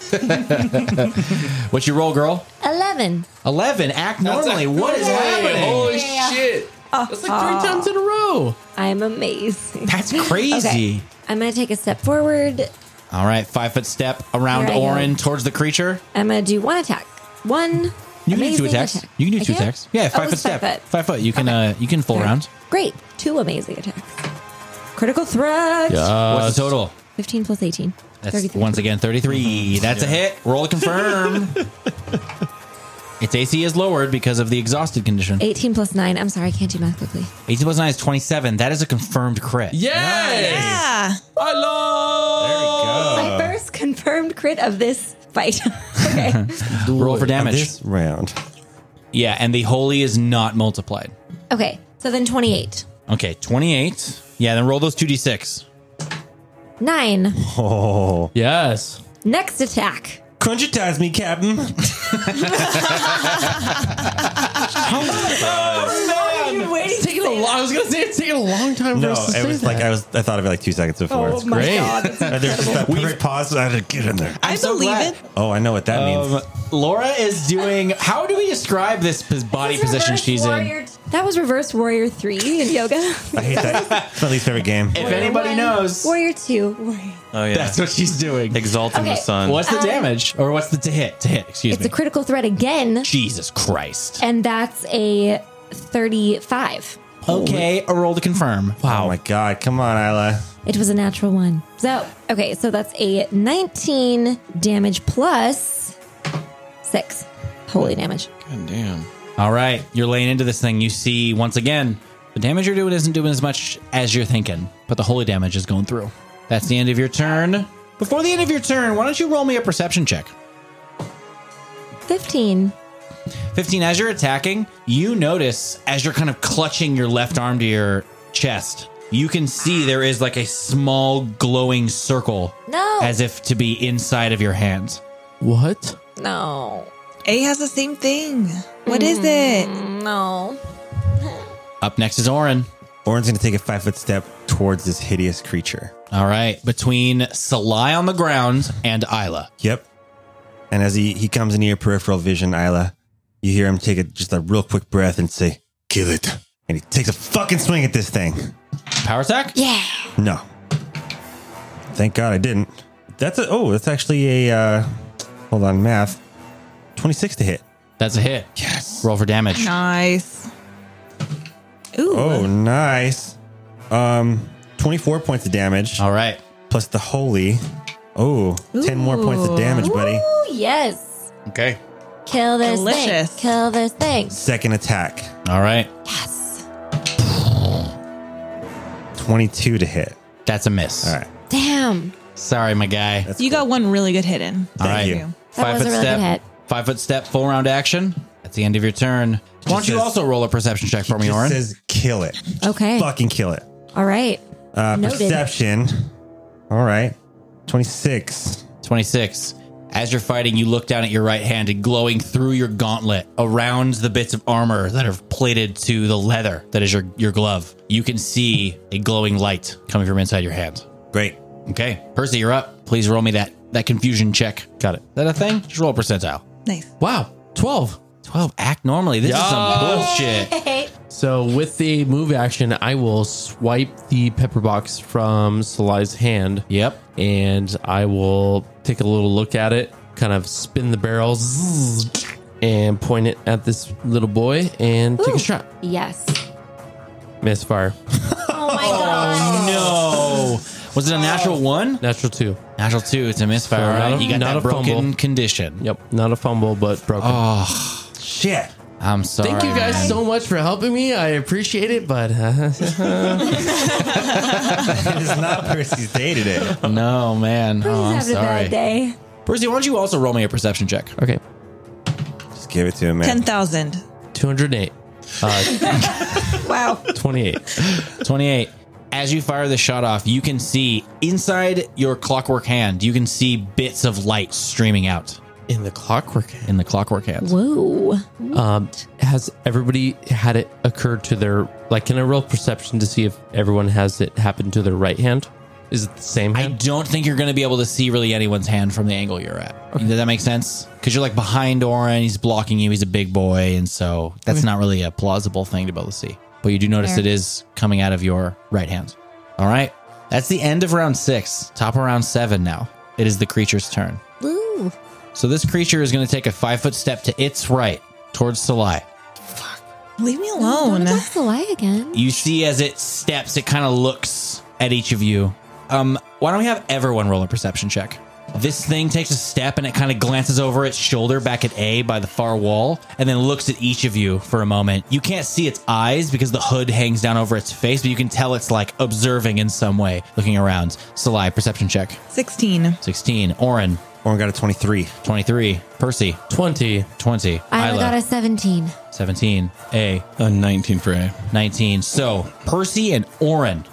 [SPEAKER 6] What you roll, girl?
[SPEAKER 4] Eleven.
[SPEAKER 6] Eleven. Act normally. What is happening?
[SPEAKER 7] Holy shit. That's like three times in a row.
[SPEAKER 4] I'm amazing.
[SPEAKER 6] That's crazy.
[SPEAKER 4] Okay. I'm gonna take a step forward.
[SPEAKER 6] All right, five foot step around
[SPEAKER 4] Here I go.
[SPEAKER 6] Orin towards the creature.
[SPEAKER 4] I'm gonna do one attack. One.
[SPEAKER 6] You can do two
[SPEAKER 4] amazing
[SPEAKER 6] attacks.
[SPEAKER 4] attack.
[SPEAKER 6] You can
[SPEAKER 4] I Oh,
[SPEAKER 6] do two attacks. Yeah,
[SPEAKER 4] five
[SPEAKER 6] five foot step. Five foot. You can uh you can full
[SPEAKER 4] Okay.
[SPEAKER 6] round.
[SPEAKER 4] Great. Two amazing attacks. Critical threat.
[SPEAKER 6] What's the Uh, total?
[SPEAKER 4] Fifteen plus eighteen.
[SPEAKER 6] That's
[SPEAKER 4] 33.
[SPEAKER 6] once again 33.
[SPEAKER 7] Mm-hmm.
[SPEAKER 6] That's a hit. Roll to confirm. its AC is lowered because of the exhausted condition.
[SPEAKER 4] 18 plus 9. I'm sorry, I can't do math quickly.
[SPEAKER 6] 18 plus 9 is 27. That is a confirmed crit.
[SPEAKER 7] Yes.
[SPEAKER 1] Yeah.
[SPEAKER 7] I love.
[SPEAKER 4] Oh, My first confirmed crit of this fight. okay.
[SPEAKER 6] Roll for damage.
[SPEAKER 3] This round.
[SPEAKER 6] Yeah, and the holy is not multiplied.
[SPEAKER 4] Okay. So then 28.
[SPEAKER 6] Okay, 28. Yeah, then roll those 2d6.
[SPEAKER 4] 9.
[SPEAKER 7] Yes.
[SPEAKER 4] Next attack.
[SPEAKER 3] Crunchitize me, Captain.
[SPEAKER 7] It's taking a long. I was gonna say it's taking a long time
[SPEAKER 3] No,
[SPEAKER 7] for us to
[SPEAKER 3] it
[SPEAKER 7] say
[SPEAKER 3] was
[SPEAKER 7] that.
[SPEAKER 3] like I was. I thought of it like two seconds before.
[SPEAKER 1] Oh my
[SPEAKER 7] great.
[SPEAKER 1] god. that's-
[SPEAKER 3] And there's just that perfect pause. I had to get in there.
[SPEAKER 1] I
[SPEAKER 6] so
[SPEAKER 1] believe
[SPEAKER 6] glad.
[SPEAKER 1] it.
[SPEAKER 3] Oh, I know what that
[SPEAKER 6] Um,
[SPEAKER 3] means.
[SPEAKER 6] Laura is doing. How do we describe this pos- body position she's in?
[SPEAKER 4] That was Reverse Warrior 3 in yoga.
[SPEAKER 3] I hate that. it's my least favorite game.
[SPEAKER 6] If anybody
[SPEAKER 4] One,
[SPEAKER 6] knows,
[SPEAKER 4] Warrior 2. Warrior.
[SPEAKER 5] Oh yeah,
[SPEAKER 6] that's what she's doing.
[SPEAKER 5] exalting the
[SPEAKER 4] Okay.
[SPEAKER 5] sun.
[SPEAKER 6] What's the damage? Or what's the to hit? To hit, excuse
[SPEAKER 4] Um, It's
[SPEAKER 6] me.
[SPEAKER 4] a critical threat again,
[SPEAKER 6] Jesus Christ.
[SPEAKER 4] and that's a 35.
[SPEAKER 6] Okay, a roll to confirm.
[SPEAKER 3] Oh my god! Come on, Isla.
[SPEAKER 4] It was a natural one. So, okay, so that's a 19 damage plus 6 holy damage.
[SPEAKER 5] God damn.
[SPEAKER 6] All right, you're laying into this thing. You see, once again, the damage you're doing isn't doing as much as you're thinking, but the holy damage is going through. That's the end of your turn. Before the end of your turn, why don't you roll me a perception check?
[SPEAKER 4] 15.
[SPEAKER 6] 15, as you're attacking, you notice as you're kind of clutching your left arm to your chest, you can see there is like a small glowing circle
[SPEAKER 4] No.
[SPEAKER 6] as if to be inside of your hand.
[SPEAKER 7] What?
[SPEAKER 4] no.
[SPEAKER 1] A has the same thing. What is it?
[SPEAKER 4] No.
[SPEAKER 6] Up next is Orin.
[SPEAKER 3] Orin's going to take a five foot step towards this hideous creature.
[SPEAKER 6] All right, between Salai on the ground and Isla.
[SPEAKER 3] Yep. And as he, he comes into your peripheral vision, Isla, you hear him take a, just a real quick breath and say, Kill it. And he takes a fucking swing at this thing.
[SPEAKER 6] Power attack?
[SPEAKER 4] Yeah.
[SPEAKER 3] No. Thank God I didn't. That's a, oh, that's actually a, uh, hold on, math. 26 to hit.
[SPEAKER 6] That's a hit. Yes. Roll for damage.
[SPEAKER 1] Nice. Ooh.
[SPEAKER 3] Oh, nice. Um, 24 points of damage
[SPEAKER 6] All right.
[SPEAKER 3] plus the holy. Oh, 10 more points of damage, buddy.
[SPEAKER 4] Ooh, yes.
[SPEAKER 6] Okay.
[SPEAKER 4] Kill this
[SPEAKER 1] Delicious.
[SPEAKER 4] thing. Kill this thing.
[SPEAKER 3] Second attack,
[SPEAKER 6] All right.
[SPEAKER 3] 22 to hit.
[SPEAKER 6] That's a miss.
[SPEAKER 3] All right.
[SPEAKER 4] Damn.
[SPEAKER 6] Sorry, my guy.
[SPEAKER 1] You got one really good hit in.
[SPEAKER 6] All right.
[SPEAKER 3] Thank you.
[SPEAKER 4] That was a really
[SPEAKER 6] step.
[SPEAKER 4] good hit.
[SPEAKER 6] Five foot step. Full round action. That's the end of your turn. Why don't
[SPEAKER 3] Just
[SPEAKER 6] you
[SPEAKER 3] says-
[SPEAKER 6] also roll a perception check for me,
[SPEAKER 3] Just
[SPEAKER 6] Orin?
[SPEAKER 3] says kill it.
[SPEAKER 4] Okay.
[SPEAKER 3] Fucking kill it.
[SPEAKER 4] All right.
[SPEAKER 3] Uh,
[SPEAKER 4] Noted.
[SPEAKER 3] perception. All right. 26.
[SPEAKER 6] 26. As you're fighting, you look down at your right hand and glowing through your gauntlet around the bits of armor that are plated to the leather that is your, your glove. You can see a glowing light coming from inside your hand.
[SPEAKER 3] Great.
[SPEAKER 6] Okay. Percy, you're up. Please roll me that, that confusion check. Got it. Is that a thing? Just roll a percentile.
[SPEAKER 1] Nice.
[SPEAKER 6] Wow. 12. 12. Act normally. This is some bullshit.
[SPEAKER 4] Hey.
[SPEAKER 7] So with the move action, I will swipe the pepper box from Salai's hand,
[SPEAKER 6] Yep.
[SPEAKER 7] and I will take a little look at it, kind of spin the barrel, zzz, and point it at this little boy, and take a shot.
[SPEAKER 4] Yes.
[SPEAKER 7] Misfire.
[SPEAKER 4] Oh my god.
[SPEAKER 6] No. Was it a natural one?
[SPEAKER 7] Natural two.
[SPEAKER 6] Natural two. It's a misfire.
[SPEAKER 7] So
[SPEAKER 6] All
[SPEAKER 7] not
[SPEAKER 6] right.
[SPEAKER 7] a-
[SPEAKER 6] You got
[SPEAKER 7] not
[SPEAKER 6] that
[SPEAKER 7] a
[SPEAKER 6] broken
[SPEAKER 7] fumble.
[SPEAKER 6] condition.
[SPEAKER 7] Yep, not a fumble, but broken.
[SPEAKER 3] Shit.
[SPEAKER 6] I'm sorry.
[SPEAKER 7] Thank you guys
[SPEAKER 6] man.
[SPEAKER 7] so much for helping me. I appreciate it, but uh,
[SPEAKER 3] It is not Percy's day today.
[SPEAKER 6] No, man. Oh, I'm
[SPEAKER 4] having a bad
[SPEAKER 6] sorry.
[SPEAKER 4] day.
[SPEAKER 6] Percy, why don't you also roll me a perception check?
[SPEAKER 7] okay,
[SPEAKER 3] Just give it to him, man.
[SPEAKER 1] 10,000.
[SPEAKER 7] two hundred eight. Uh,
[SPEAKER 1] Wow.
[SPEAKER 7] 28.
[SPEAKER 6] 28. As you fire the shot off, you can see inside your clockwork hand, you can see bits of light streaming out
[SPEAKER 7] In the clockwork.
[SPEAKER 6] in the clockwork hand.
[SPEAKER 4] Whoa.
[SPEAKER 6] Uh,
[SPEAKER 7] Um, has everybody had it occur to their like? Can I roll perception to see if everyone has it happen to their right hand? Is it the same
[SPEAKER 6] I
[SPEAKER 7] hand?
[SPEAKER 6] don't think you're going to be able to see really anyone's hand from the angle you're at. Does that make sense? Because you're like behind Oren, he's blocking you, he's a big boy, and so that's not really a plausible thing to be able to see. But you do notice it is coming out of your right hand. All right. That's the end of round six. Top of round seven now. It is the creature's turn.
[SPEAKER 4] Ooh.
[SPEAKER 6] So this creature is going to take a five foot step to its right towards Salai.
[SPEAKER 1] Leave me alone.
[SPEAKER 4] Don't attack the lie again.
[SPEAKER 6] You see as it steps, it kind of looks at each of you. Um, why don't we have everyone roll a perception check? This thing takes a step and it kind of glances over its shoulder back at A by the far wall and then looks at each of you for a moment. You can't see its eyes because the hood hangs down over its face, but you can tell it's like observing in some way, looking around. Salai, perception check
[SPEAKER 1] 16.
[SPEAKER 6] 16. Orin,
[SPEAKER 3] Orin got a 23.
[SPEAKER 6] 23. Percy,
[SPEAKER 7] 20.
[SPEAKER 6] 20.
[SPEAKER 4] I
[SPEAKER 6] Isla,
[SPEAKER 4] got a 17.
[SPEAKER 6] 17. A,
[SPEAKER 5] A 19 for A.
[SPEAKER 6] 19. So Percy and Oren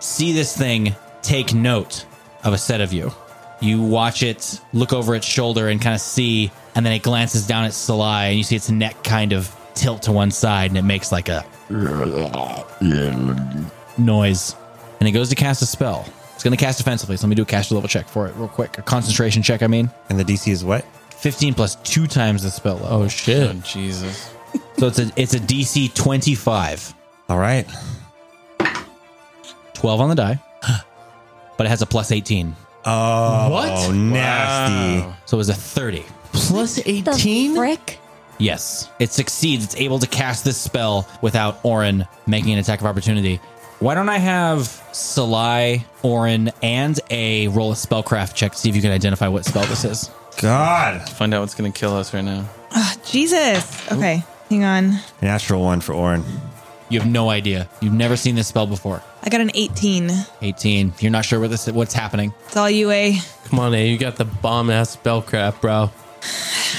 [SPEAKER 6] see this thing take note of a set of you. You watch it look over its shoulder and kind of see, and then it glances down at Salai, and you see its neck kind of tilt to one side, and it makes like a noise. And it goes to cast a spell. It's going to cast defensively, so let me do a caster level check for it real quick. A concentration check, I mean.
[SPEAKER 3] And the DC is what?
[SPEAKER 6] 15 plus two times the spell level.
[SPEAKER 7] Oh shit.
[SPEAKER 5] Jesus.
[SPEAKER 6] So it's a, it's a DC 25.
[SPEAKER 3] All right.
[SPEAKER 6] 12 on the die, but it has a plus 18.
[SPEAKER 3] Oh,
[SPEAKER 7] What?
[SPEAKER 3] nasty.
[SPEAKER 6] So it was a 30.
[SPEAKER 7] Plus
[SPEAKER 4] The
[SPEAKER 7] 18?
[SPEAKER 4] frick?
[SPEAKER 6] Yes. It succeeds. It's able to cast this spell without Orin making an attack of opportunity. Why don't I have Salai, Orin, and a roll a spellcraft check to see if you can identify what spell this is?
[SPEAKER 3] God.
[SPEAKER 5] Find out what's going to kill us right now.
[SPEAKER 1] Ah, Jesus. Okay. Hang on.
[SPEAKER 3] Natural one for Orin.
[SPEAKER 6] You have no idea. You've never seen this spell before.
[SPEAKER 1] I got an 18.
[SPEAKER 6] 18. You're not sure what this what's happening.
[SPEAKER 1] It's all you, A. I
[SPEAKER 7] Come on, A. You got the bomb ass spellcraft, bro.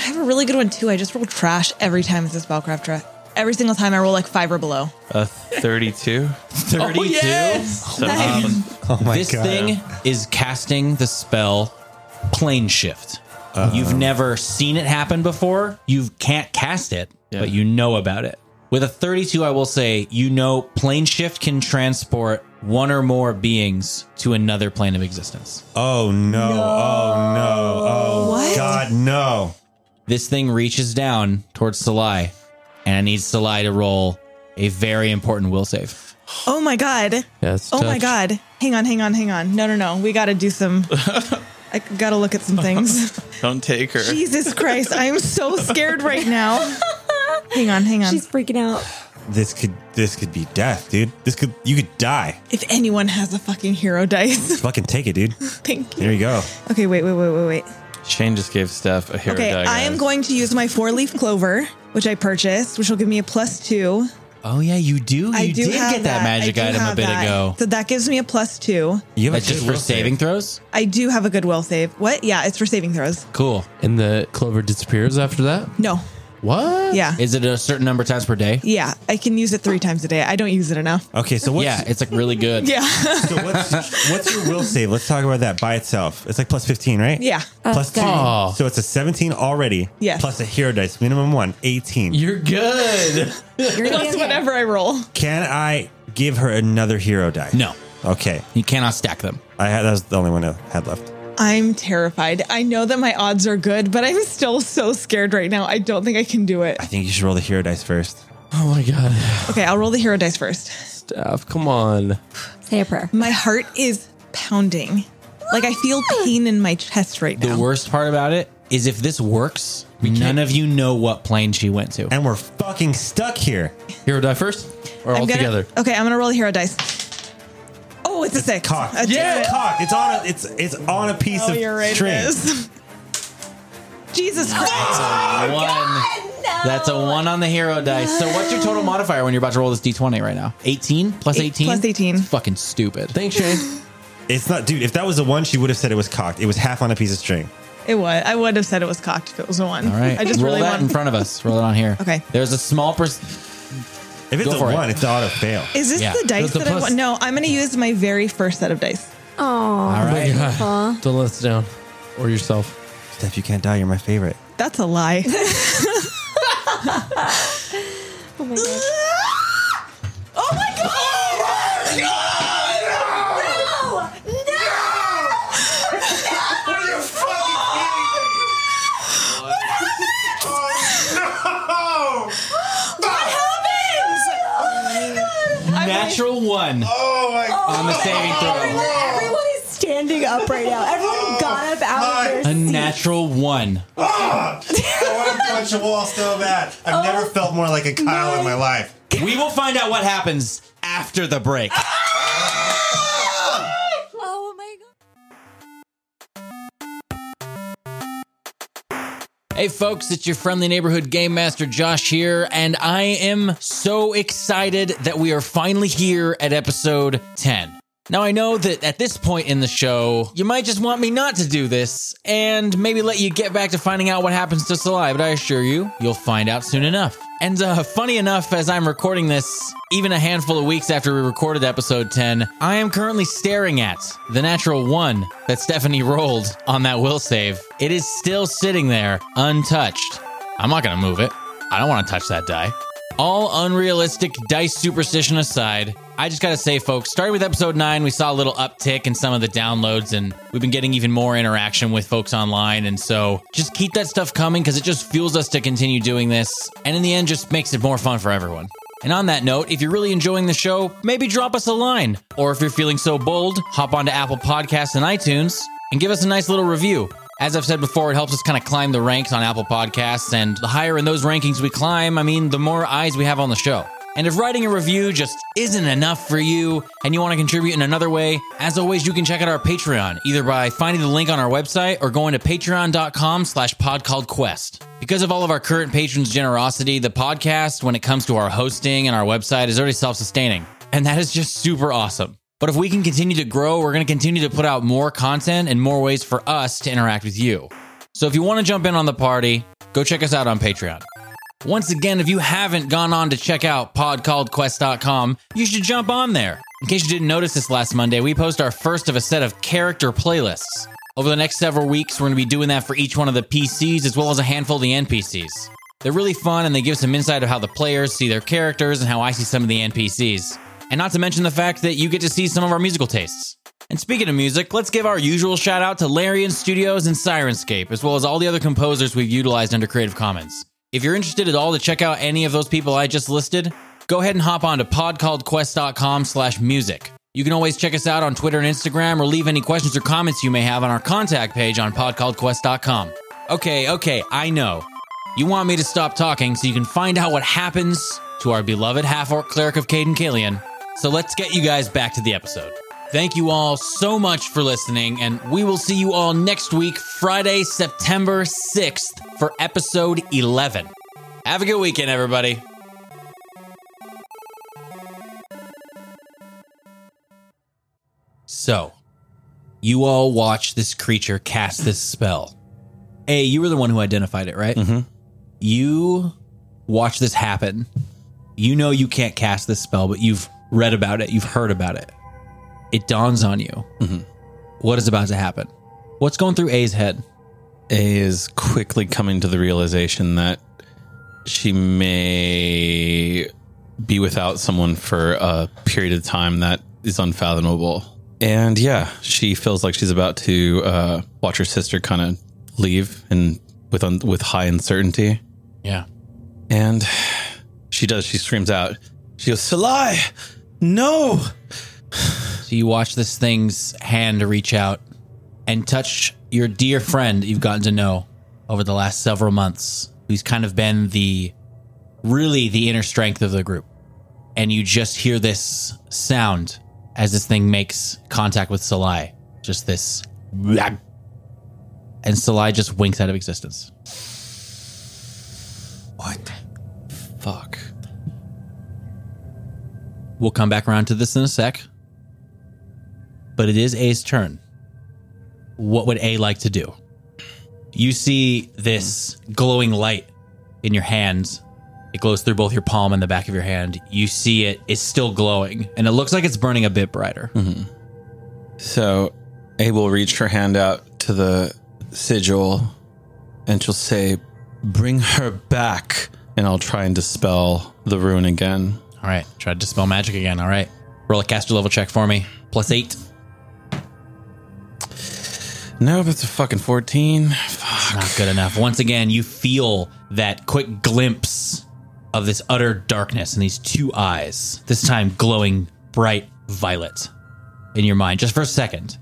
[SPEAKER 1] have a a really good one too. I just roll trash every time it's a spellcraft track. Every single time I roll like five or below.
[SPEAKER 5] A 32.
[SPEAKER 2] 32.
[SPEAKER 6] Oh,
[SPEAKER 5] So, um,
[SPEAKER 3] Oh my
[SPEAKER 2] this
[SPEAKER 3] god.
[SPEAKER 2] thing is casting the spell plane shift.
[SPEAKER 3] Uh-huh.
[SPEAKER 2] You've never seen it happen before. You can't cast it,
[SPEAKER 5] Yeah.
[SPEAKER 2] but you know about it. With a 32, I will say you know plane shift can transport one or more beings to another plane of existence.
[SPEAKER 3] Oh no. Oh no. Oh
[SPEAKER 1] What?
[SPEAKER 3] god no.
[SPEAKER 2] This thing reaches down towards Salai, and I need Salai to roll a very important will save.
[SPEAKER 1] Oh my god.
[SPEAKER 7] Yes.
[SPEAKER 1] Oh my god. Hang on, hang on, hang on. No, no, no. We got to do some. I got to look at some things.
[SPEAKER 5] don't take her.
[SPEAKER 1] Jesus Christ. I am so scared right now. Hang on, hang on.
[SPEAKER 4] She's freaking out.
[SPEAKER 3] This could this could be death, dude. This could you could die.
[SPEAKER 1] if anyone has a fucking hero dice,
[SPEAKER 3] Fucking take it, dude.
[SPEAKER 1] thank you.
[SPEAKER 3] There you go.
[SPEAKER 1] Okay, wait, wait, wait, wait, wait.
[SPEAKER 5] Shane just gave Steph a hero
[SPEAKER 1] Okay,
[SPEAKER 5] die,
[SPEAKER 1] I am
[SPEAKER 5] guys.
[SPEAKER 1] going to use my four leaf clover, which I purchased, which will give me a plus two.
[SPEAKER 2] Oh, yeah, you do. You
[SPEAKER 1] I do
[SPEAKER 2] did
[SPEAKER 1] have
[SPEAKER 2] get that,
[SPEAKER 1] I
[SPEAKER 2] magic
[SPEAKER 1] do
[SPEAKER 2] item a
[SPEAKER 1] have
[SPEAKER 2] bit
[SPEAKER 1] that.
[SPEAKER 2] ago.
[SPEAKER 1] So that gives me a plus two.
[SPEAKER 3] You
[SPEAKER 2] That's just for saving throws?
[SPEAKER 1] I do have a goodwill save. What? Yeah, it's for saving throws.
[SPEAKER 2] Cool.
[SPEAKER 7] And the clover disappears after that.
[SPEAKER 1] No.
[SPEAKER 7] What?
[SPEAKER 1] Yeah.
[SPEAKER 2] Is it a certain number of times per day?
[SPEAKER 1] Yeah. I can use it three times a day. I don't use it enough.
[SPEAKER 3] Okay, so what's,
[SPEAKER 2] yeah, it's like really good.
[SPEAKER 1] Yeah.
[SPEAKER 3] so what's what's your will save? Let's talk about that by itself. It's like plus fifteen, right?
[SPEAKER 1] Yeah.
[SPEAKER 2] Uh,
[SPEAKER 3] Plus two.
[SPEAKER 7] God.
[SPEAKER 3] So it's a seventeen already.
[SPEAKER 1] Yes.
[SPEAKER 3] Plus a hero dice, minimum one, 18.
[SPEAKER 7] You're good.
[SPEAKER 4] You're gonna be
[SPEAKER 1] Plus
[SPEAKER 4] okay.
[SPEAKER 1] whatever I roll.
[SPEAKER 3] Can I give her another hero die?
[SPEAKER 2] No,
[SPEAKER 3] Okay.
[SPEAKER 2] you cannot stack them.
[SPEAKER 3] I had that was the only one I had left.
[SPEAKER 1] I'm terrified. I know that my odds are good, but I'm still so scared right now. I don't think I can do it.
[SPEAKER 3] I think you should roll the hero dice first.
[SPEAKER 7] Oh my god.
[SPEAKER 1] Okay, I'll roll the hero dice first.
[SPEAKER 7] Staff, come on.
[SPEAKER 4] Say a prayer.
[SPEAKER 1] My heart is pounding. Like I feel pain in my chest right
[SPEAKER 2] The
[SPEAKER 1] now.
[SPEAKER 2] worst part about it is if this works, none of you know what plane she went to.
[SPEAKER 3] And we're fucking stuck here.
[SPEAKER 7] Hero die first, or all
[SPEAKER 1] I'm gonna,
[SPEAKER 7] together.
[SPEAKER 1] Okay, I'm gonna roll the hero dice. Oh, it's a six.
[SPEAKER 3] Cock.
[SPEAKER 1] A
[SPEAKER 3] It's cock. It's on a it's it's on a piece
[SPEAKER 1] Oh,
[SPEAKER 3] of
[SPEAKER 1] you're right. it
[SPEAKER 3] string.
[SPEAKER 1] is. Ah! Jesus Christ.
[SPEAKER 2] one. That's a one on the hero dice. So what's your total modifier when you're about to roll this d20 right now? 18 plus
[SPEAKER 1] Eight-
[SPEAKER 2] 18?
[SPEAKER 1] plus 18.
[SPEAKER 2] It's fucking stupid.
[SPEAKER 7] Thanks, Shane.
[SPEAKER 3] It's not dude, if that was a one, she would have said it was cocked. It was half on a piece of string.
[SPEAKER 1] It was. I would have said it was cocked if it was a one.
[SPEAKER 2] All right.
[SPEAKER 1] I just
[SPEAKER 2] roll
[SPEAKER 1] really
[SPEAKER 2] that in
[SPEAKER 1] want.
[SPEAKER 2] front of us. Roll it on here.
[SPEAKER 1] Okay.
[SPEAKER 2] There's a small percent.
[SPEAKER 3] If it's
[SPEAKER 2] Go
[SPEAKER 3] a
[SPEAKER 2] for it.
[SPEAKER 3] one, it's auto fail.
[SPEAKER 1] Is this
[SPEAKER 2] Yeah.
[SPEAKER 1] the dice
[SPEAKER 7] That's the
[SPEAKER 1] that I
[SPEAKER 7] plus-
[SPEAKER 1] want? No, I'm gonna use my very first set of dice.
[SPEAKER 4] Aw.
[SPEAKER 2] All right.
[SPEAKER 7] Don't let us down, or yourself.
[SPEAKER 3] Steph, you can't die, you're my favorite.
[SPEAKER 1] That's a lie.
[SPEAKER 4] Oh my gosh.
[SPEAKER 1] oh my god!
[SPEAKER 2] Natural one
[SPEAKER 3] Oh my
[SPEAKER 2] on the saving throw.
[SPEAKER 7] Oh,
[SPEAKER 4] Everyone is standing up right now. Everyone got up out of
[SPEAKER 2] A
[SPEAKER 4] their seat.
[SPEAKER 2] natural one.
[SPEAKER 3] I want to punch a wall so bad. I've never felt more like a Kyle in my life.
[SPEAKER 2] We will find out what happens after the break.
[SPEAKER 4] Oh my god.
[SPEAKER 2] Hey, folks, it's your friendly neighborhood game master Josh here, and I am so excited that we are finally here at episode 10. Now, I know that at this point in the show, you might just want me not to do this and maybe let you get back to finding out what happens to Salai, but I assure you, you'll find out soon enough. And uh, funny enough, as I'm recording this, even a handful of weeks after we recorded episode 10, I am currently staring at the natural one that Stephanie rolled on that will save. It is still sitting there, untouched. I'm not going to move it. I don't want to touch that die. All unrealistic dice superstition aside, I just gotta say, folks, starting with episode nine, we saw a little uptick in some of the downloads, and we've been getting even more interaction with folks online. And so just keep that stuff coming because it just fuels us to continue doing this. And in the end, just makes it more fun for everyone. And on that note, if you're really enjoying the show, maybe drop us a line. Or if you're feeling so bold, hop onto Apple Podcasts and iTunes and give us a nice little review. As I've said before, it helps us kind of climb the ranks on Apple Podcasts, and the higher in those rankings we climb, I mean, the more eyes we have on the show. And if writing a review just isn't enough for you and you want to contribute in another way, as always, you can check out our Patreon, either by finding the link on our website or going to patreon.com slash podcaldquest. Because of all of our current patrons' generosity, the podcast, when it comes to our hosting and our website, is already self-sustaining. And that is just super awesome. But if we can continue to grow, we're going to continue to put out more content and more ways for us to interact with you. So if you want to jump in on the party, go check us out on Patreon. Once again, if you haven't gone on to check out podcalledquest.com, you should jump on there. In case you didn't notice this last Monday, we post our first of a set of character playlists. Over the next several weeks, we're going to be doing that for each one of the PCs as well as a handful of the NPCs. They're really fun and they give some insight of how the players see their characters and how I see some of the NPCs. And not to mention the fact that you get to see some of our musical tastes. And speaking of music, let's give our usual shout out to Larian Studios and Sirenscape, as well as all the other composers we've utilized under Creative Commons. If you're interested at all to check out any of those people I just listed, go ahead and hop on to podcalledquest.com slash music. You can always check us out on Twitter and Instagram or leave any questions or comments you may have on our contact page on podcalledquest.com. Okay, okay, I know. You want me to stop talking so you can find out what happens to our beloved half-orc cleric of Caden Kalian. So let's get you guys back to the episode. Thank you all so much for listening, and we will see you all next week, Friday, September 6th, for episode 11. Have a good weekend, everybody. So, you all watch this creature cast this spell. Hey, you were the one who identified it, right? Mm-hmm. You watch this happen. You know you can't cast this spell, but you've read about it, you've heard about it it dawns on you what is about to happen. What's going through A's head?
[SPEAKER 5] A is quickly coming to the realization that she may be without someone for a period of time that is unfathomable. And yeah, she feels like she's about to uh, watch her sister kind of leave and with un- with high uncertainty.
[SPEAKER 2] Yeah.
[SPEAKER 5] And she does. She screams out. She goes, "Salai, no!"
[SPEAKER 2] So you watch this thing's hand reach out and touch your dear friend you've gotten to know over the last several months, who's kind of been the really the inner strength of the group. And you just hear this sound as this thing makes contact with Salai. Just this. And Salai just winks out of existence.
[SPEAKER 5] Fuck.
[SPEAKER 2] We'll come back around to this in a sec. But it is A's turn. What would A like to do? You see this glowing light in your hands. It glows through both your palm and the back of your hand. You see it is still glowing, and it looks like it's burning a bit brighter.
[SPEAKER 5] So A will reach her hand out to the sigil and she'll say, Bring her back. And I'll try and dispel the rune again.
[SPEAKER 2] All right, try to dispel magic again. All right, roll a caster level check for me. Plus eight.
[SPEAKER 5] Nope, it's a fucking 14. Fuck.
[SPEAKER 2] Not good enough. Once again, you feel that quick glimpse of this utter darkness and these two eyes, this time glowing bright violet in your mind just for a second.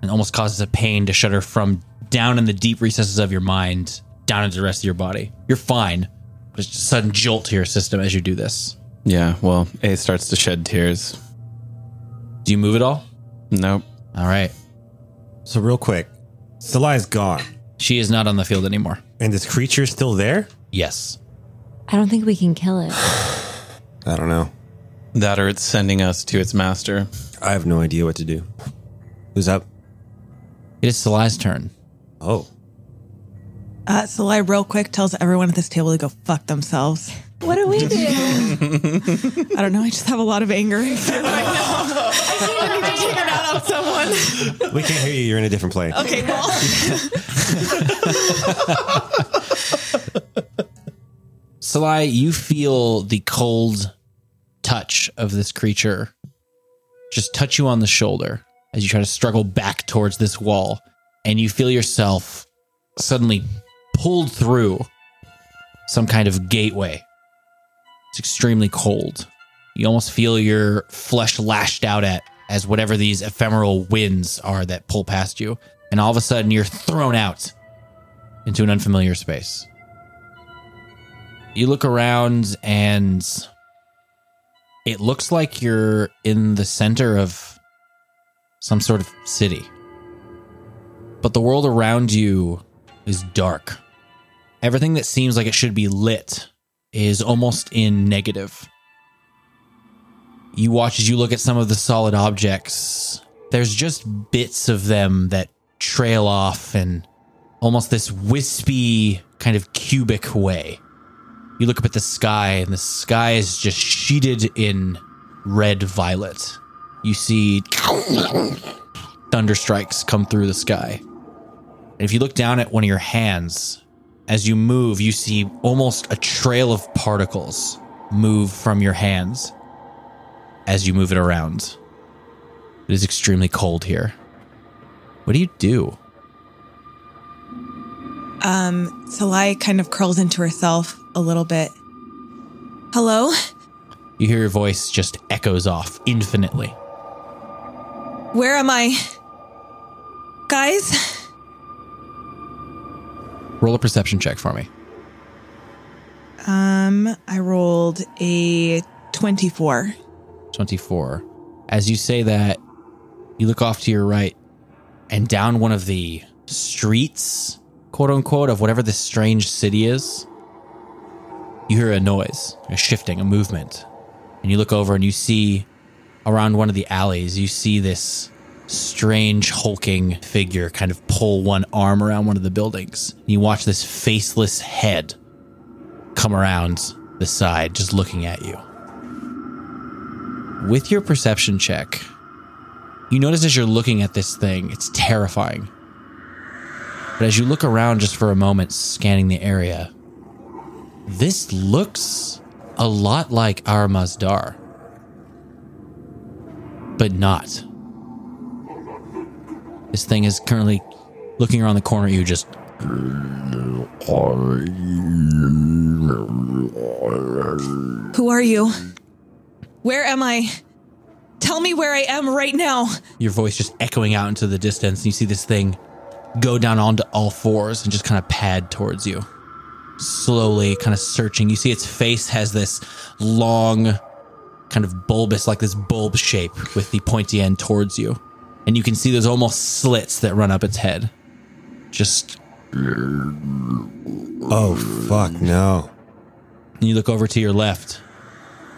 [SPEAKER 2] And almost causes a pain to shudder from down in the deep recesses of your mind down into the rest of your body. You're fine, but it's just a sudden jolt to your system as you do this.
[SPEAKER 5] Yeah, well, A starts to shed tears.
[SPEAKER 2] Do you move at all?
[SPEAKER 5] Nope.
[SPEAKER 2] All right.
[SPEAKER 3] So real quick, Salai's gone,
[SPEAKER 2] She is not on the field anymore.
[SPEAKER 3] and this creature's still there.
[SPEAKER 2] Yes.
[SPEAKER 4] I don't think we can kill it.
[SPEAKER 3] I don't know.
[SPEAKER 5] That or it's sending us to its master.
[SPEAKER 3] I have no idea what to do. Who's up?
[SPEAKER 2] It is Salai's turn.
[SPEAKER 3] Oh,
[SPEAKER 1] Uh, Salai real quick tells everyone at this table to go fuck themselves.
[SPEAKER 4] What do we do?
[SPEAKER 1] I don't know. I just have a lot of anger. I feel like I need to take it out on someone.
[SPEAKER 3] we can't hear you. You're in a different plane.
[SPEAKER 1] Okay, well.
[SPEAKER 2] Salai, you feel the cold touch of this creature just touch you on the shoulder as you try to struggle back towards this wall. And you feel yourself suddenly pulled through some kind of gateway. It's extremely cold. You almost feel your flesh lashed out at as whatever these ephemeral winds are that pull past you. And all of a sudden, you're thrown out into an unfamiliar space you look around and it looks like you're in the center of some sort of city. But the world around you is dark. Everything that seems like it should be lit is almost in negative. You watch as you look at some of the solid objects. There's just bits of them that trail off and almost this wispy kind of cubic way. You look up at the sky, and the sky is just sheeted in red violet. You see thunderstrikes come through the sky. And if you look down at one of your hands, as you move, you see almost a trail of particles move from your hands as you move it around. It is extremely cold here. What do you do?
[SPEAKER 1] Um, Salai kind of curls into herself a little bit. Hello?
[SPEAKER 2] You hear your voice just echoes off infinitely.
[SPEAKER 1] Where am I? Guys?
[SPEAKER 2] Roll a perception check for me.
[SPEAKER 1] Um, I rolled a 24.
[SPEAKER 2] 24. As you say that, you look off to your right and down one of the streets, quote unquote, of whatever this strange city is. You hear a noise, a shifting, a movement. And you look over and you see around one of the alleys, you see this strange, hulking figure kind of pull one arm around one of the buildings. And you watch this faceless head come around the side, just looking at you with your perception check, you notice as you're looking at this thing, it's terrifying. But as you look around just for a moment, scanning the area, this looks a lot like our Mazdar, but not. This thing is currently looking around the corner at you, just
[SPEAKER 1] Who are you? Where am I? Tell me where I am right now.
[SPEAKER 2] your voice just echoing out into the distance. And you see this thing go down onto all fours and just kind of pad towards you, slowly kind of searching. You see its face has this long, kind of bulbous, like this bulb shape with the pointy end towards you. And you can see there's almost slits that run up its head. Just,
[SPEAKER 3] Oh, fuck, no.
[SPEAKER 2] and you look over to your left,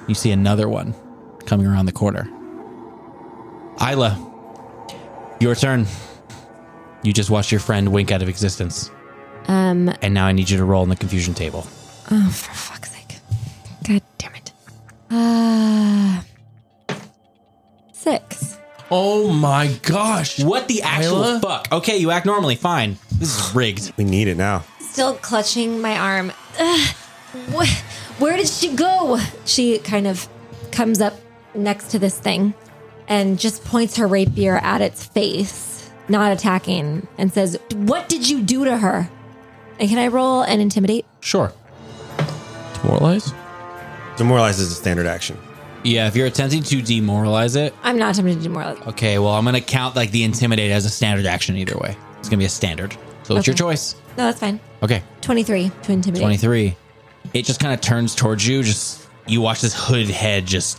[SPEAKER 2] you see another one coming around the corner. Isla, your turn. You just watched your friend wink out of existence.
[SPEAKER 4] Um,
[SPEAKER 2] And now I need you to roll on the confusion table.
[SPEAKER 4] oh, for fuck's sake. God damn it. Uh, six.
[SPEAKER 7] Oh my gosh.
[SPEAKER 2] What the actual
[SPEAKER 7] Isla?
[SPEAKER 2] fuck? Okay, you act normally. Fine. This is rigged.
[SPEAKER 3] We need it now.
[SPEAKER 4] Still clutching my arm. Ugh, wh- where did she go? She kind of comes up next to this thing and just points her rapier at its face, not attacking, and says, What did you do to her? And can I roll and intimidate?
[SPEAKER 2] Sure.
[SPEAKER 7] Demoralize?
[SPEAKER 3] Demoralize is a standard action.
[SPEAKER 2] Yeah, if you're attempting to demoralize it,
[SPEAKER 4] I'm not attempting to do more. Like,
[SPEAKER 2] okay, well, I'm going to count like the intimidate as a standard action either way. It's going to be a standard. So it's your
[SPEAKER 4] Okay.
[SPEAKER 2] choice.
[SPEAKER 4] no, that's fine.
[SPEAKER 2] Okay.
[SPEAKER 4] 23 to intimidate.
[SPEAKER 2] 23. It just kind of turns towards you. Just, you watch this hooded head just.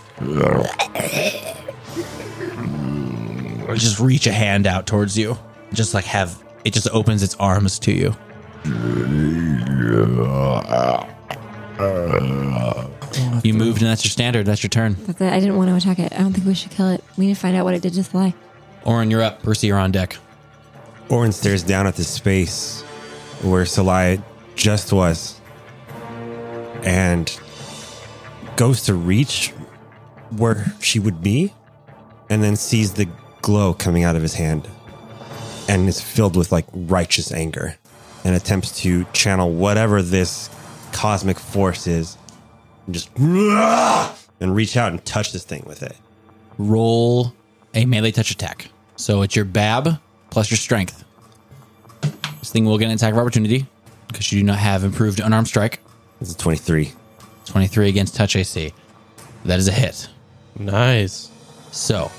[SPEAKER 2] just reach a hand out towards you. Just like have. It just opens its arms to you. You moved, and that's your standard. That's your turn.
[SPEAKER 4] That's it. I didn't want to attack it. I don't think we should kill it. We need to find out what it did to Sly.
[SPEAKER 2] Orin, you're up. Percy, you're on deck.
[SPEAKER 3] Orin stares down at the space where Salai just was and goes to reach where she would be and then sees the glow coming out of his hand and is filled with like righteous anger and attempts to channel whatever this cosmic force is and just and reach out and touch this thing with it.
[SPEAKER 2] Roll a melee touch attack. So it's your bab plus your strength. This thing will get an attack of opportunity because you do not have improved unarmed strike.
[SPEAKER 3] This is 23.
[SPEAKER 2] 23 against touch AC. That is a hit.
[SPEAKER 7] Nice.
[SPEAKER 2] So,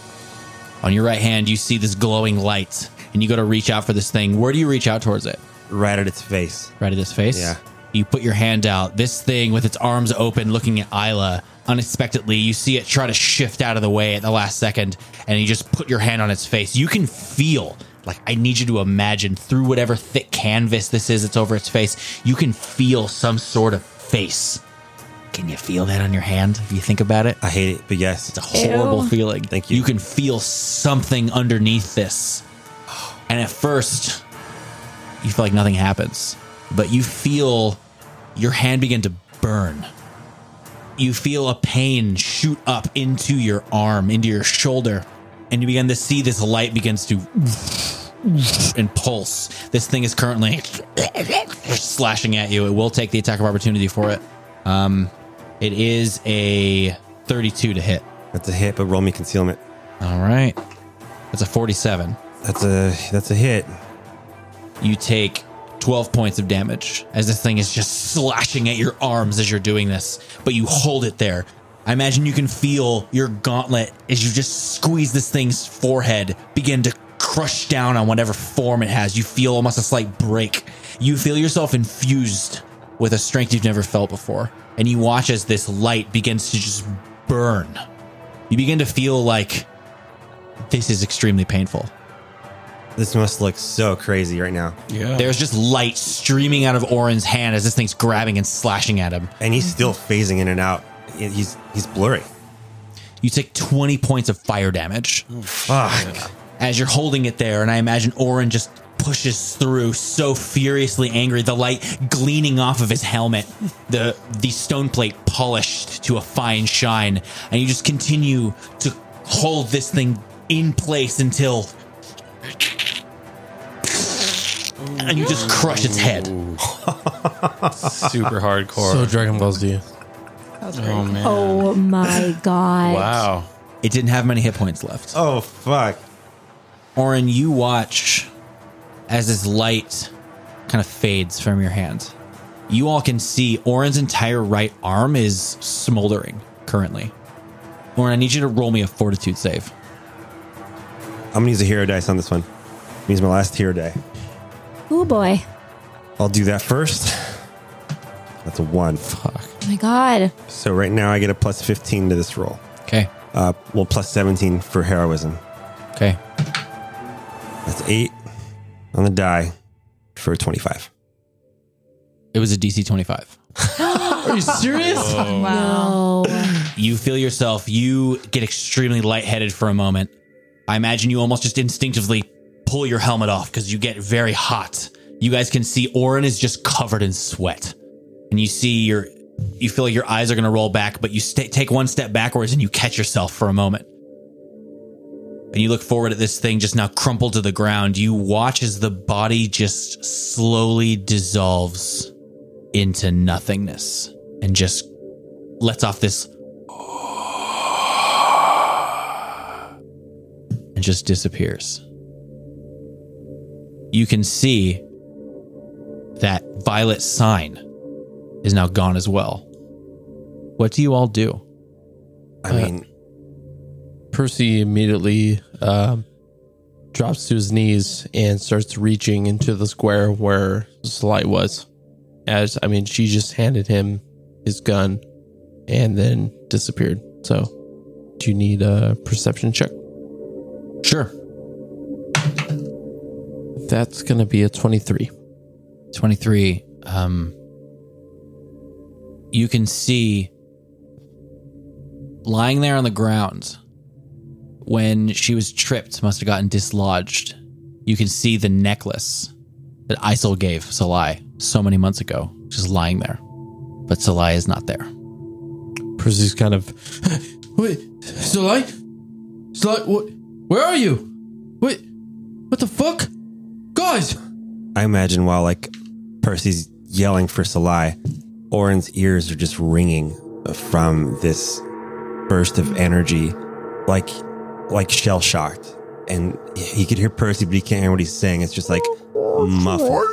[SPEAKER 2] on your right hand, you see this glowing light, and you go to reach out for this thing. Where do you reach out towards it?
[SPEAKER 3] Right at its face.
[SPEAKER 2] Right at its face?
[SPEAKER 3] Yeah.
[SPEAKER 2] You put your hand out. This thing, with its arms open, looking at Isla, unexpectedly, you see it try to shift out of the way at the last second, and you just put your hand on its face. You can feel, like, I need you to imagine through whatever thick canvas this is that's over its face, you can feel some sort of face. Can you feel that on your hand if you think about it?
[SPEAKER 3] I hate it, but yes.
[SPEAKER 2] It's a horrible feeling.
[SPEAKER 3] Thank you.
[SPEAKER 2] You can feel something underneath this. And at first, you feel like nothing happens, but you feel your hand begin to burn. You feel a pain shoot up into your arm, into your shoulder, and you begin to see this light begins to and pulse. This thing is currently slashing at you. It will take the attack of opportunity for it. Um, it is a 32 to hit.
[SPEAKER 3] That's a hit, but roll me concealment.
[SPEAKER 2] All right. That's a 47.
[SPEAKER 3] That's a that's a hit.
[SPEAKER 2] You take 12 points of damage as this thing is just slashing at your arms as you're doing this, but you hold it there. I imagine you can feel your gauntlet as you just squeeze this thing's forehead begin to crush down on whatever form it has. You feel almost a slight break. You feel yourself infused with a strength you've never felt before. And you watch as this light begins to just burn. You begin to feel like this is extremely painful.
[SPEAKER 3] This must look so crazy right now.
[SPEAKER 2] There's just light streaming out of Oren's hand as this thing's grabbing and slashing at him.
[SPEAKER 3] And he's still phasing in and out. He's he's blurry.
[SPEAKER 2] You take 20 points of fire damage
[SPEAKER 3] Fuck.
[SPEAKER 2] as you're holding it there. And I imagine Oren just pushes through so furiously angry, the light gleaning off of his helmet, the, the stone plate polished to a fine shine. And you just continue to hold this thing in place until. And you just crush its head.
[SPEAKER 5] Super hardcore.
[SPEAKER 7] So Dragon Balls do you?
[SPEAKER 5] oh man.
[SPEAKER 4] Oh my god.
[SPEAKER 5] Wow.
[SPEAKER 2] It didn't have many hit points left.
[SPEAKER 3] Oh fuck.
[SPEAKER 2] Orin, you watch as this light kind of fades from your hand. You all can see Orin's entire right arm is smoldering currently. Orin, I need you to roll me a fortitude save.
[SPEAKER 3] I'm gonna use a hero dice on this one. Use my last hero die.
[SPEAKER 4] Oh boy.
[SPEAKER 3] I'll do that first. That's a one.
[SPEAKER 4] Oh my god.
[SPEAKER 3] So right now I get a plus 15 to this roll.
[SPEAKER 2] Okay.
[SPEAKER 3] Uh, well, plus 17 for heroism.
[SPEAKER 2] Okay.
[SPEAKER 3] That's eight on the die for 25.
[SPEAKER 2] It was a DC 25.
[SPEAKER 7] Are you serious?
[SPEAKER 1] Wow.
[SPEAKER 4] Oh.
[SPEAKER 2] You feel yourself, you get extremely lightheaded for a moment. I imagine you almost just instinctively pull your helmet off because you get very hot. You guys can see Orin is just covered in sweat. And you see your, you feel like your eyes are going to roll back, but you st- take one step backwards and you catch yourself for a moment. And you look forward at this thing just now crumpled to the ground. You watch as the body just slowly dissolves into nothingness and just lets off this and just disappears. You can see that violet sign is now gone as well. What do you all do?
[SPEAKER 3] I
[SPEAKER 7] Uh,
[SPEAKER 3] mean,
[SPEAKER 7] Percy immediately um, drops to his knees and starts reaching into the square where Slight was. As I mean, she just handed him his gun and then disappeared. So, do you need a perception check?
[SPEAKER 2] Sure.
[SPEAKER 7] That's gonna be a twenty-three.
[SPEAKER 2] 23 um you can see lying there on the ground when she was tripped must have gotten dislodged you can see the necklace that Isil gave Salai so many months ago just lying there but Salai is not there
[SPEAKER 7] Percy's kind of wait, Slight, Slight, what? Where are you? Wait, what the fuck, guys?
[SPEAKER 3] I imagine while like Percy's yelling for Salai, Oren's ears are just ringing from this burst of energy, like like shell shocked. And he could hear Percy, but he can't hear what he's saying. It's just like muffled,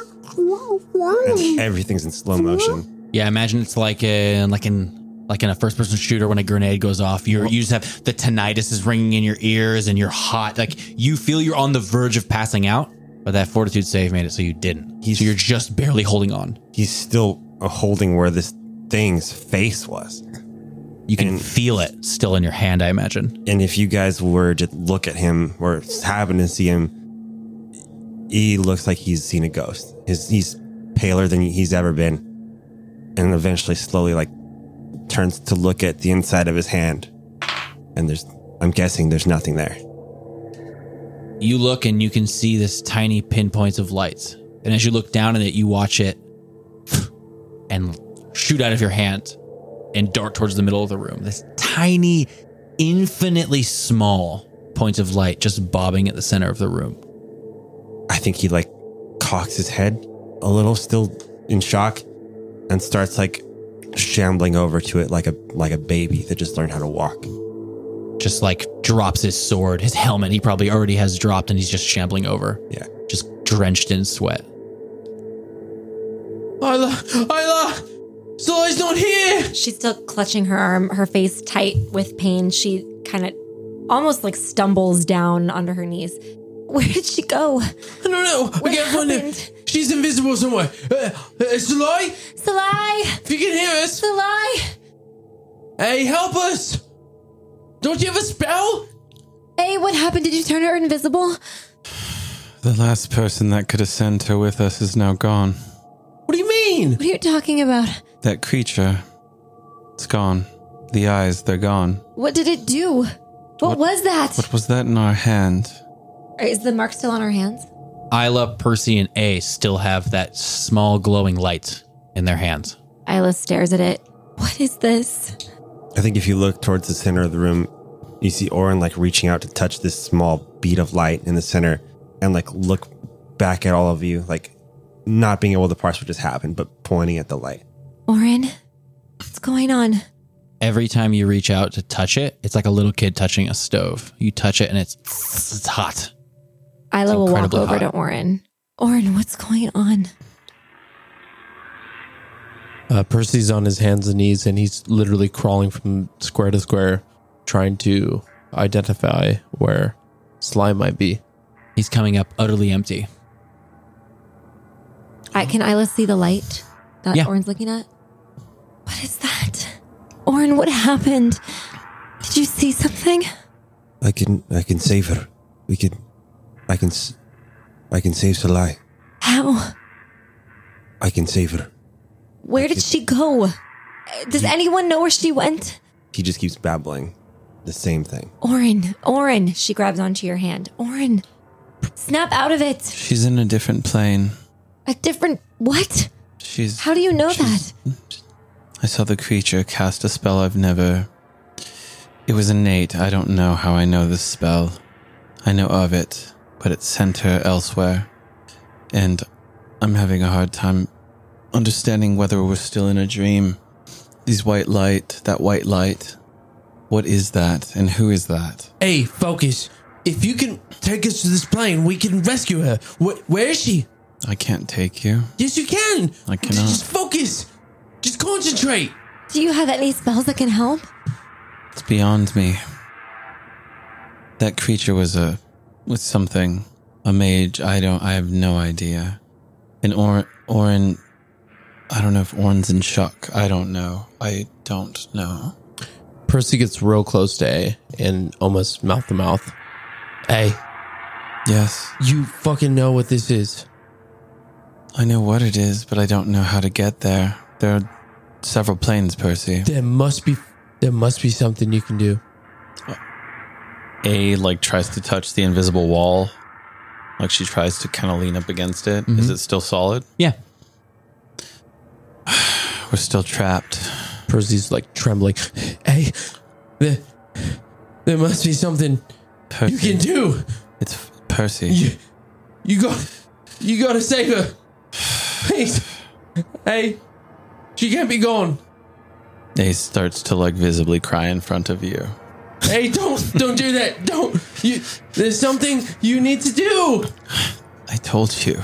[SPEAKER 3] and everything's in slow motion.
[SPEAKER 2] yeah imagine it's like in like in like in a first person shooter when a grenade goes off you you just have the tinnitus is ringing in your ears and you're hot like you feel you're on the verge of passing out but that fortitude save made it so you didn't so you're just barely holding on
[SPEAKER 3] He's still holding where this thing's face was.
[SPEAKER 2] you can
[SPEAKER 3] And-
[SPEAKER 2] feel it still in your hand i imagine
[SPEAKER 3] And if you guys were to look at him or happen to see him, he looks like he's seen a ghost. His, he's paler than he's ever been. And eventually, slowly, like, turns to look at the inside of his hand. And there's, I'm guessing there's nothing there.
[SPEAKER 2] you look and you can see this tiny pinpoints of light
[SPEAKER 6] And as you look down at it, you watch it and shoot out of your hand and dart towards the middle of the room. This tiny, infinitely small point of light just bobbing at the center of the room.
[SPEAKER 3] I think he like cocks his head a little, still in shock, and starts like shambling over to it like a like a baby that just learned how to walk.
[SPEAKER 6] Just like drops his sword, his helmet he probably already has dropped, and he's just shambling over.
[SPEAKER 3] Yeah.
[SPEAKER 6] Just drenched in sweat.
[SPEAKER 7] Isla, Isla, Zoe's not here.
[SPEAKER 4] She's still clutching her arm, her face tight with pain. She kind of almost like stumbles down onto her knees. Where did she go?
[SPEAKER 7] I don't know.
[SPEAKER 4] What
[SPEAKER 7] we can't find her.
[SPEAKER 4] happened?
[SPEAKER 7] She's invisible somewhere. Uh, uh, Zoe,
[SPEAKER 4] Salai!
[SPEAKER 7] if you can hear us,
[SPEAKER 4] Salai!
[SPEAKER 7] hey, help us. Don't you have a spell?
[SPEAKER 4] Hey, what happened? Did you turn her invisible?
[SPEAKER 5] The last person that could ascend her with us is now gone.
[SPEAKER 7] What do you mean?
[SPEAKER 4] What are you talking about?
[SPEAKER 5] That creature, it's gone. The eyes, they're gone.
[SPEAKER 4] What did it do? What,
[SPEAKER 5] What-
[SPEAKER 4] was that?
[SPEAKER 5] What was that in our hand?
[SPEAKER 4] Is the mark still on our hands?
[SPEAKER 6] Isla, Percy, and A still have that small glowing light in their hands.
[SPEAKER 4] Isla stares at it. What is this?
[SPEAKER 3] I think if you look towards the center of the room, you see Orin like reaching out to touch this small bead of light in the center and like look back at all of you, like not being able to parse what just happened, but pointing at the light.
[SPEAKER 4] Orin? What's going on?
[SPEAKER 6] Every time you reach out to touch it, it's like a little kid touching a stove. You touch it and it's it's hot.
[SPEAKER 4] Isla will walk
[SPEAKER 6] incredibly
[SPEAKER 4] over
[SPEAKER 6] hot.
[SPEAKER 4] to Orin. Orin, what's going on?
[SPEAKER 7] Uh, Percy's on his hands and knees, and he's literally crawling from square to square, trying to identify where slime might be.
[SPEAKER 6] He's coming up
[SPEAKER 2] Oh,
[SPEAKER 6] utterly empty.
[SPEAKER 4] I, can Isla see the light that
[SPEAKER 6] Yeah.
[SPEAKER 4] Orin's looking at? What is that? Orin, what happened? Did you see something?
[SPEAKER 3] I can I can save her. We can I can s- I can save Salai.
[SPEAKER 4] How?
[SPEAKER 3] I can save her.
[SPEAKER 4] Where did she go? Uh, Does anyone know where she went?
[SPEAKER 3] He just keeps babbling the same thing.
[SPEAKER 4] Orin, Orin, she grabs onto your hand. Orin, snap out of it.
[SPEAKER 5] She's in a different plane.
[SPEAKER 4] A different. What?
[SPEAKER 5] She's.
[SPEAKER 4] How do you know that?
[SPEAKER 5] I saw the creature cast a spell I've never. It was innate. I don't know how I know this spell. I know of it, but it sent her elsewhere. And I'm having a hard time understanding whether we're still in a dream. These white light, that white light. What is that and who is that?
[SPEAKER 7] Hey, focus. If you can take us to this plane, we can rescue her. Wh- where is she?
[SPEAKER 5] I can't take you.
[SPEAKER 7] Yes, you can.
[SPEAKER 5] I cannot.
[SPEAKER 7] Just focus. Just concentrate.
[SPEAKER 4] Do you have any spells that can help?
[SPEAKER 5] It's beyond me. That creature was a was something. A mage, I don't I have no idea. And or Orin I don't know if Orin's in shock. I don't know. I don't know.
[SPEAKER 7] Percy gets real close to A and almost mouth to mouth. Hey,
[SPEAKER 5] Yes.
[SPEAKER 7] you fucking know what this is.
[SPEAKER 5] I know what it is, but I don't know how to get there. There are several planes, Percy.
[SPEAKER 7] There must be there must be something you can do.
[SPEAKER 5] A like tries to touch the invisible wall. Like she tries to kind of lean up against it. Is it still solid?
[SPEAKER 6] Yeah.
[SPEAKER 5] We're still trapped.
[SPEAKER 7] Percy's like trembling. Hey, there, there must be something
[SPEAKER 5] Percy.
[SPEAKER 7] you can do.
[SPEAKER 5] It's Percy.
[SPEAKER 7] You, you got you gotta save her. Please. Hey. She can't be gone.
[SPEAKER 5] Ace starts to like visibly cry in front of you.
[SPEAKER 7] Hey, don't don't do that. Don't you there's something you need to do.
[SPEAKER 5] I told you,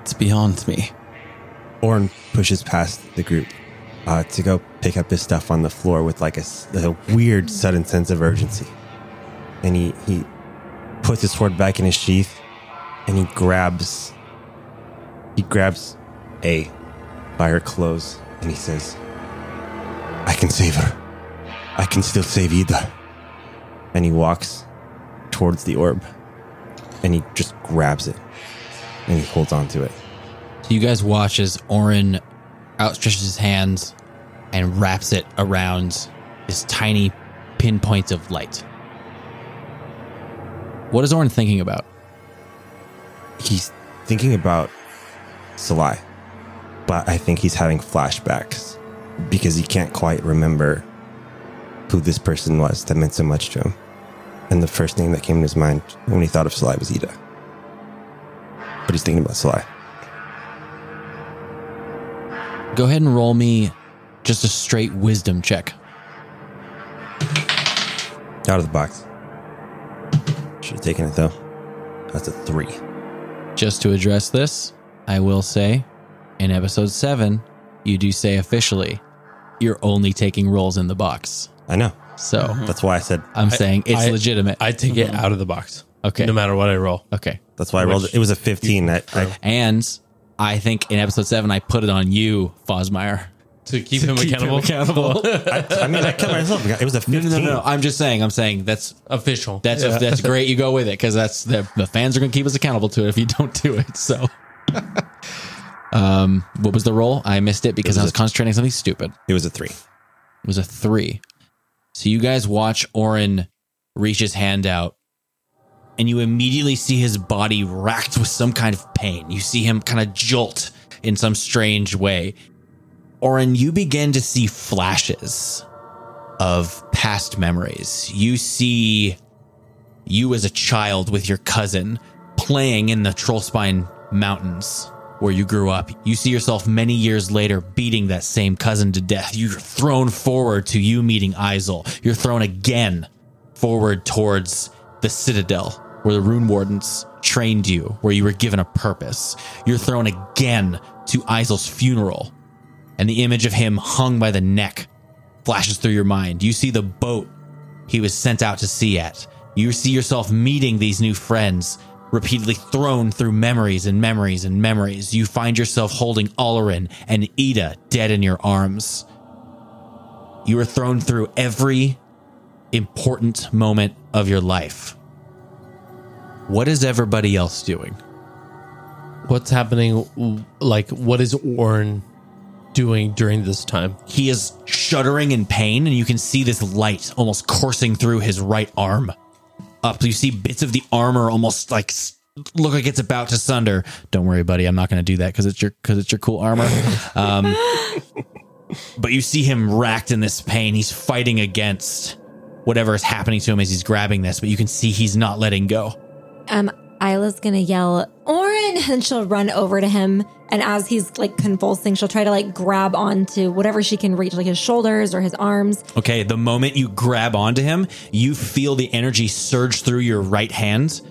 [SPEAKER 5] it's beyond me.
[SPEAKER 3] Orin pushes past the group uh, to go pick up his stuff on the floor with like a, s- a weird sudden sense of urgency. And he, he puts his sword back in his sheath and he grabs he grabs A by her clothes and he says, I can save her. I can still save Ida. And he walks towards the orb and he just grabs it and he holds on to it.
[SPEAKER 6] So you guys watch as Orin outstretches his hands and wraps it around this tiny pinpoint of light. What is Orin thinking about?
[SPEAKER 3] he's thinking about Salai. But I think he's having flashbacks because he can't quite remember who this person was that meant so much to him. And the first name that came to his mind when he thought of Salai was Ida. But he's thinking about Salai.
[SPEAKER 2] Go ahead and roll me just a straight wisdom check.
[SPEAKER 3] Out of the box. Should have taken it though. That's a three.
[SPEAKER 2] Just to address this, I will say in episode seven, you do say officially, you're only taking rolls in the box.
[SPEAKER 3] I know.
[SPEAKER 2] So
[SPEAKER 3] That's why I said.
[SPEAKER 2] I'm saying it's
[SPEAKER 7] I-
[SPEAKER 2] legitimate.
[SPEAKER 7] I take it out of the box.
[SPEAKER 2] Mm-hmm. Okay.
[SPEAKER 7] No matter what I roll.
[SPEAKER 2] okay.
[SPEAKER 3] That's why I rolled. It It was a fifteen. I, I
[SPEAKER 2] And I think in episode seven, I put it on you, Fosmire.
[SPEAKER 7] To keep him accountable.
[SPEAKER 3] I mean, I killed myself. It was a
[SPEAKER 2] no,
[SPEAKER 3] 15.
[SPEAKER 2] no, no, no. I'm just saying. I'm saying that's
[SPEAKER 7] Official.
[SPEAKER 2] that's that's great. You go with it because that's the, the fans are going to keep us accountable to it if you don't do it. So, um, what was the roll? I missed it because I was concentrating on something stupid.
[SPEAKER 3] It was a three.
[SPEAKER 2] It was a three. So you guys watch Orin reach his hand out, and you immediately see his body racked with some kind of pain. You see him kind of jolt in some strange way. Orin, you begin to see flashes of past memories. You see you as a child with your cousin playing in the Trollspine Mountains where you grew up. You see yourself many years later beating that same cousin to death. You're thrown forward to you meeting Isel. You're thrown again forward towards the Citadel where the Rune Wardens trained you, where you were given a purpose. You're thrown again to Isel's funeral and the image of him hung by the neck flashes through your mind. You see the boat he was sent out to sea at. You see yourself meeting these new friends, repeatedly thrown through memories and memories and memories. You find yourself holding Olerin and Ida dead in your arms. You are thrown through every important moment of your life. What is everybody else doing?
[SPEAKER 7] What's happening? Like, what is Orn doing during this time?
[SPEAKER 2] He is shuddering in pain, and you can see this light almost coursing through his right arm. Up, you see bits of the armor almost like s- look like it's about to sunder. Don't worry, buddy. I'm not going to do that because it's your because it's your cool armor. Um, but you see him racked in this pain. He's fighting against whatever is happening to him as he's grabbing this, but you can see he's not letting go.
[SPEAKER 4] Um, Isla's gonna yell, Orin, and she'll run over to him. And as he's like convulsing, she'll try to like grab onto whatever she can reach, like his shoulders or his arms.
[SPEAKER 2] Okay, the moment you grab onto him, you feel the energy surge through your right hand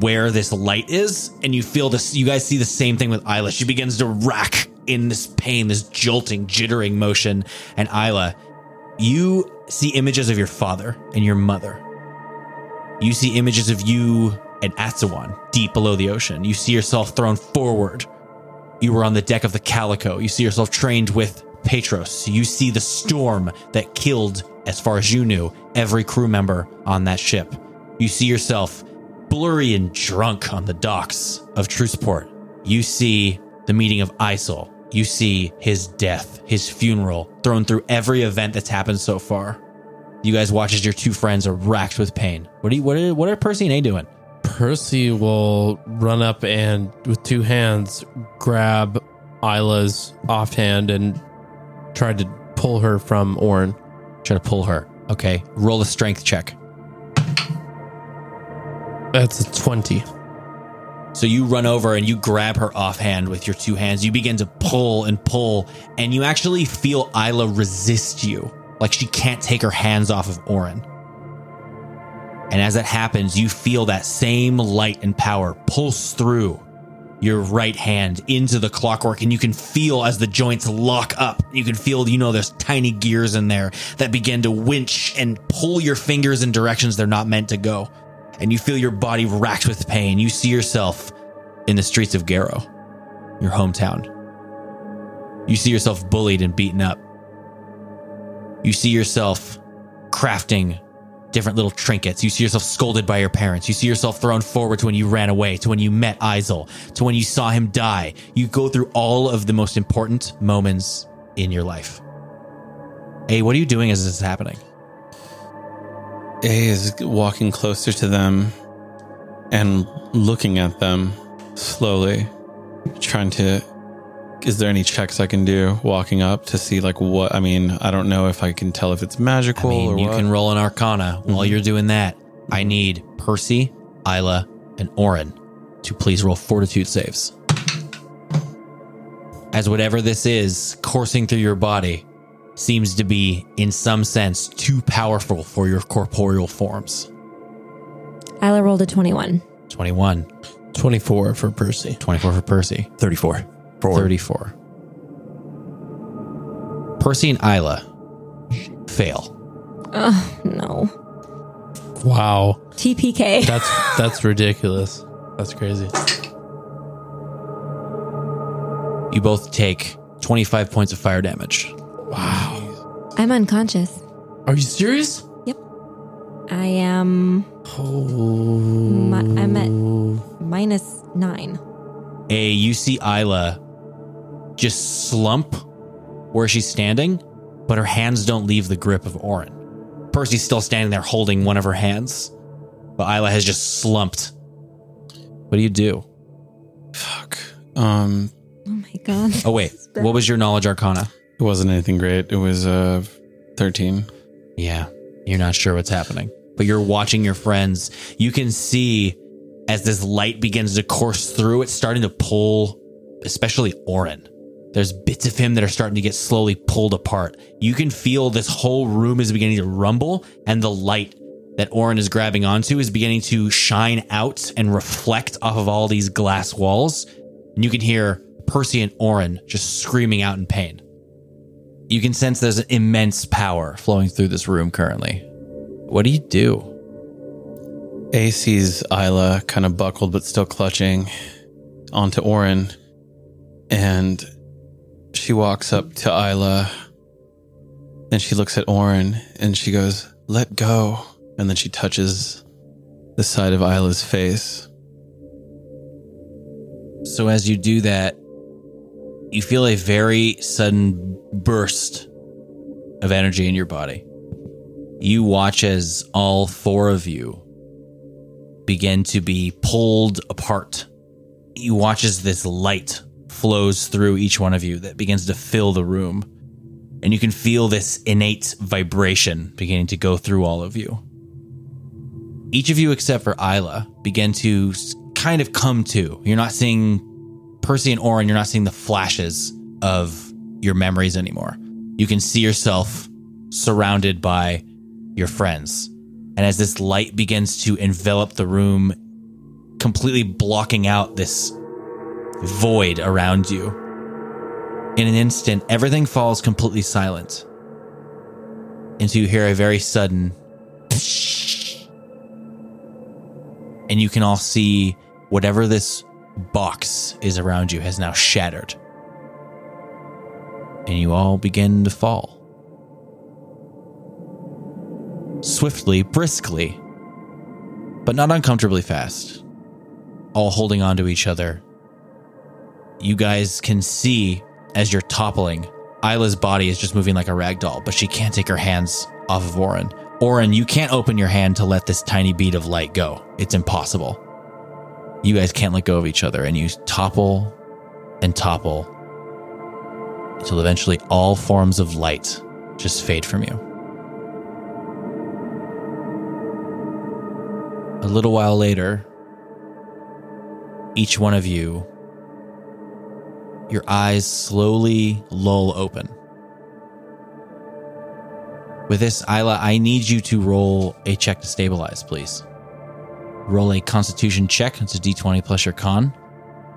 [SPEAKER 2] where this light is, and you feel this. You guys see the same thing with Isla. She begins to rack in this pain, this jolting, jittering motion. And Isla, you see images of your father and your mother. You see images of you and Atsuwan deep below the ocean. You see yourself thrown forward you were on the deck of the Calico. You see yourself trained with Petros. You see the storm that killed, as far as you knew, every crew member on that ship. You see yourself blurry and drunk on the docks of Truceport. You see the meeting of Isol. You see his death, his funeral, thrown through every event that's happened so far. You guys watch as your two friends are racked with pain. What do you, what are, what are Percy and A doing?
[SPEAKER 7] Percy will run up and, with two hands, grab Isla's offhand and try to pull her from Orn.
[SPEAKER 2] Try to pull her. Okay, roll a strength check.
[SPEAKER 7] That's a 20.
[SPEAKER 2] So you run over and you grab her offhand with your two hands. You begin to pull and pull, and you actually feel Isla resist you. Like she can't take her hands off of Orin. And as that happens, you feel that same light and power pulse through your right hand into the clockwork, and you can feel as the joints lock up. You can feel, you know, there's tiny gears in there that begin to winch and pull your fingers in directions they're not meant to go and you feel your body racked with pain. You see yourself in the streets of Garo, your hometown. You see yourself bullied and beaten up. You see yourself crafting different little trinkets. You see yourself scolded by your parents. You see yourself thrown forward to when you ran away, to when you met Isel, to when you saw him die. You go through all of the most important moments in your life. Hey, what are you doing as this is happening?
[SPEAKER 5] A is walking closer to them and looking at them slowly, trying to is there any checks I can do walking up to see like what? I mean, I don't know if I can tell if it's magical
[SPEAKER 2] I mean,
[SPEAKER 5] or
[SPEAKER 2] you
[SPEAKER 5] what.
[SPEAKER 2] can roll an arcana
[SPEAKER 7] Mm-hmm.
[SPEAKER 2] while you're doing that. I need Percy, Isla, and Orin to please roll fortitude saves. As whatever this is coursing through your body seems to be, in some sense, too powerful for your corporeal forms.
[SPEAKER 4] Isla rolled a 21.
[SPEAKER 2] 21,
[SPEAKER 7] 24 for Percy.
[SPEAKER 2] 24 for Percy,
[SPEAKER 3] 34. Four.
[SPEAKER 2] 34. Percy and Isla fail.
[SPEAKER 4] Oh, no.
[SPEAKER 7] Wow.
[SPEAKER 4] TPK.
[SPEAKER 7] That's that's ridiculous. That's crazy.
[SPEAKER 2] You both take 25 points of fire damage.
[SPEAKER 4] I'm unconscious.
[SPEAKER 7] Are you serious?
[SPEAKER 4] I am
[SPEAKER 7] Oh.
[SPEAKER 4] mi- I'm at minus 9.
[SPEAKER 2] a you see Isla just slump where she's standing, but her hands don't leave the grip of Orin. Percy's still standing there holding one of her hands, but Isla has just slumped. What do you do?
[SPEAKER 5] Fuck. Um,
[SPEAKER 4] Oh my god.
[SPEAKER 2] Oh wait, what was your knowledge arcana?
[SPEAKER 5] it wasn't anything great. It was uh, thirteen.
[SPEAKER 2] Yeah, you're not sure what's happening, but you're watching your friends. You can see as this light begins to course through, it's starting to pull, especially Orin. There's bits of him that are starting to get slowly pulled apart. You can feel this whole room is beginning to rumble, and the light that Orin is grabbing onto is beginning to shine out and reflect off of all these glass walls. And you can hear Percy and Orin just screaming out in pain you can sense there's an immense power flowing through this room currently. What do you do?
[SPEAKER 5] AC's Isla kind of buckled but still clutching onto Orin and she walks up to Isla and she looks at Orin and she goes, "Let go." And then she touches the side of Isla's face.
[SPEAKER 2] So as you do that, you feel a very sudden burst of energy in your body. You watch as all four of you begin to be pulled apart. You watch as this light flows through each one of you that begins to fill the room. And you can feel this innate vibration beginning to go through all of you. each of you except for Isla begin to s- kind of come to. You're not seeing Percy and Orin, you're not seeing the flashes of your memories anymore. You can see yourself surrounded by your friends. And as this light begins to envelop the room, completely blocking out this void around you, in an instant, everything falls completely silent. Until you hear a very sudden and you can all see whatever this box is around you has now shattered. And you all begin to fall. Swiftly, briskly, but not uncomfortably fast, all holding on to each other. You guys can see as you're toppling, Isla's body is just moving like a rag doll, but she can't take her hands off of Oren. Oren, you can't open your hand to let this tiny bead of light go. It's impossible. You guys can't let go of each other, and you topple and topple until eventually all forms of light just fade from you. A little while later, each one of you, your eyes slowly lull open. With this, Isla, I need you to roll a check to stabilize, please. Roll a constitution check. It's a d20 plus your con.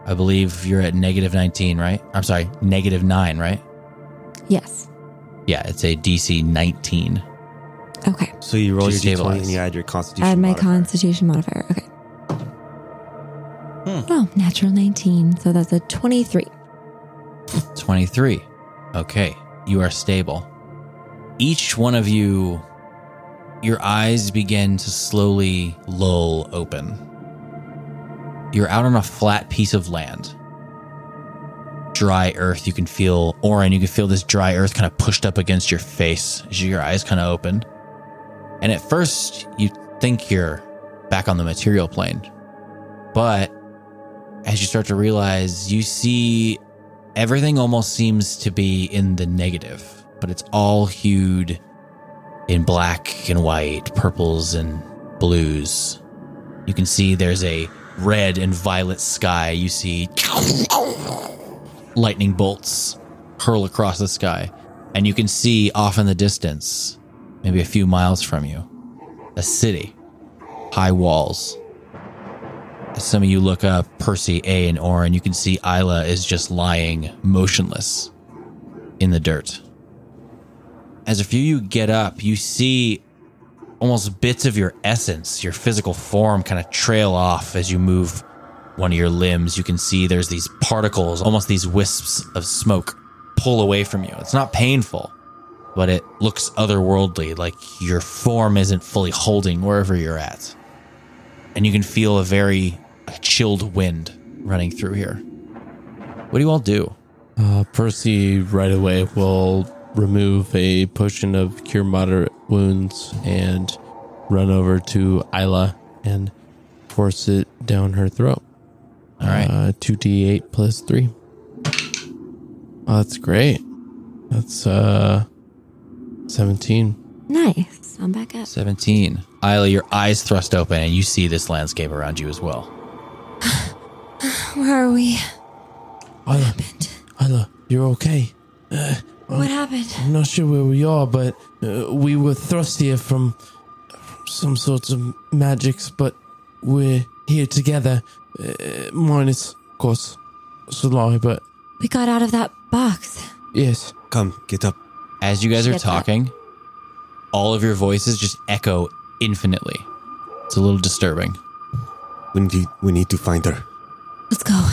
[SPEAKER 2] I believe you're at negative 19, right? I'm sorry, negative 9, right?
[SPEAKER 4] Yes.
[SPEAKER 2] Yeah, it's a DC 19.
[SPEAKER 4] Okay.
[SPEAKER 3] So you roll
[SPEAKER 2] She's
[SPEAKER 3] your d20
[SPEAKER 2] stabilized.
[SPEAKER 3] and you add your constitution.
[SPEAKER 4] Add my
[SPEAKER 3] modifier.
[SPEAKER 4] constitution modifier. Okay.
[SPEAKER 3] Hmm.
[SPEAKER 4] Oh, natural 19. So that's a 23.
[SPEAKER 2] 23. Okay, you are stable. Each one of you, your eyes begin to slowly lull open. You're out on a flat piece of land. Dry earth, you can feel, Orin, you can feel this dry earth kind of pushed up against your face as your eyes kind of open. And at first, you think you're back on the material plane. But as you start to realize, you see everything almost seems to be in the negative, but it's all hued in black and white, purples and blues. You can see there's a red and violet sky. You see lightning bolts hurl across the sky, and you can see off in the distance, maybe a few miles from you, a city, high walls. As some of you look up Percy, A, and Orin, you can see Isla is just lying motionless in the dirt. As a few of you get up, you see almost bits of your essence, your physical form kind of trail off as you move one of your limbs. You can see there's these particles, almost these wisps of smoke pull away from you. It's not painful, but it looks otherworldly, like your form isn't fully holding wherever you're at. And you can feel a very chilled wind running through here. What do you all do?
[SPEAKER 7] Uh, Percy right away will remove a potion of cure moderate wounds and run over to Isla and force it down her throat.
[SPEAKER 2] All right.
[SPEAKER 7] Uh, 2d8 plus 3. Oh, that's great. That's uh 17.
[SPEAKER 4] Nice. I'm back up.
[SPEAKER 2] 17. Isla, your eyes thrust open and you see this landscape around you as well.
[SPEAKER 4] Where are we?
[SPEAKER 3] Hmm.
[SPEAKER 7] Isla, Isla, you're okay.
[SPEAKER 4] What happened?
[SPEAKER 7] I'm not sure where we are, but uh, we were thrust here from some sorts of magics, but we're here together. Uh, minus, of course, Solari, but
[SPEAKER 4] We got out of that box.
[SPEAKER 7] yes.
[SPEAKER 3] Come, get up.
[SPEAKER 2] As you guys
[SPEAKER 4] Shit,
[SPEAKER 2] are
[SPEAKER 4] that-
[SPEAKER 2] talking, all of your voices just echo infinitely. It's a little disturbing.
[SPEAKER 3] We need, we need to find her.
[SPEAKER 4] Let's go.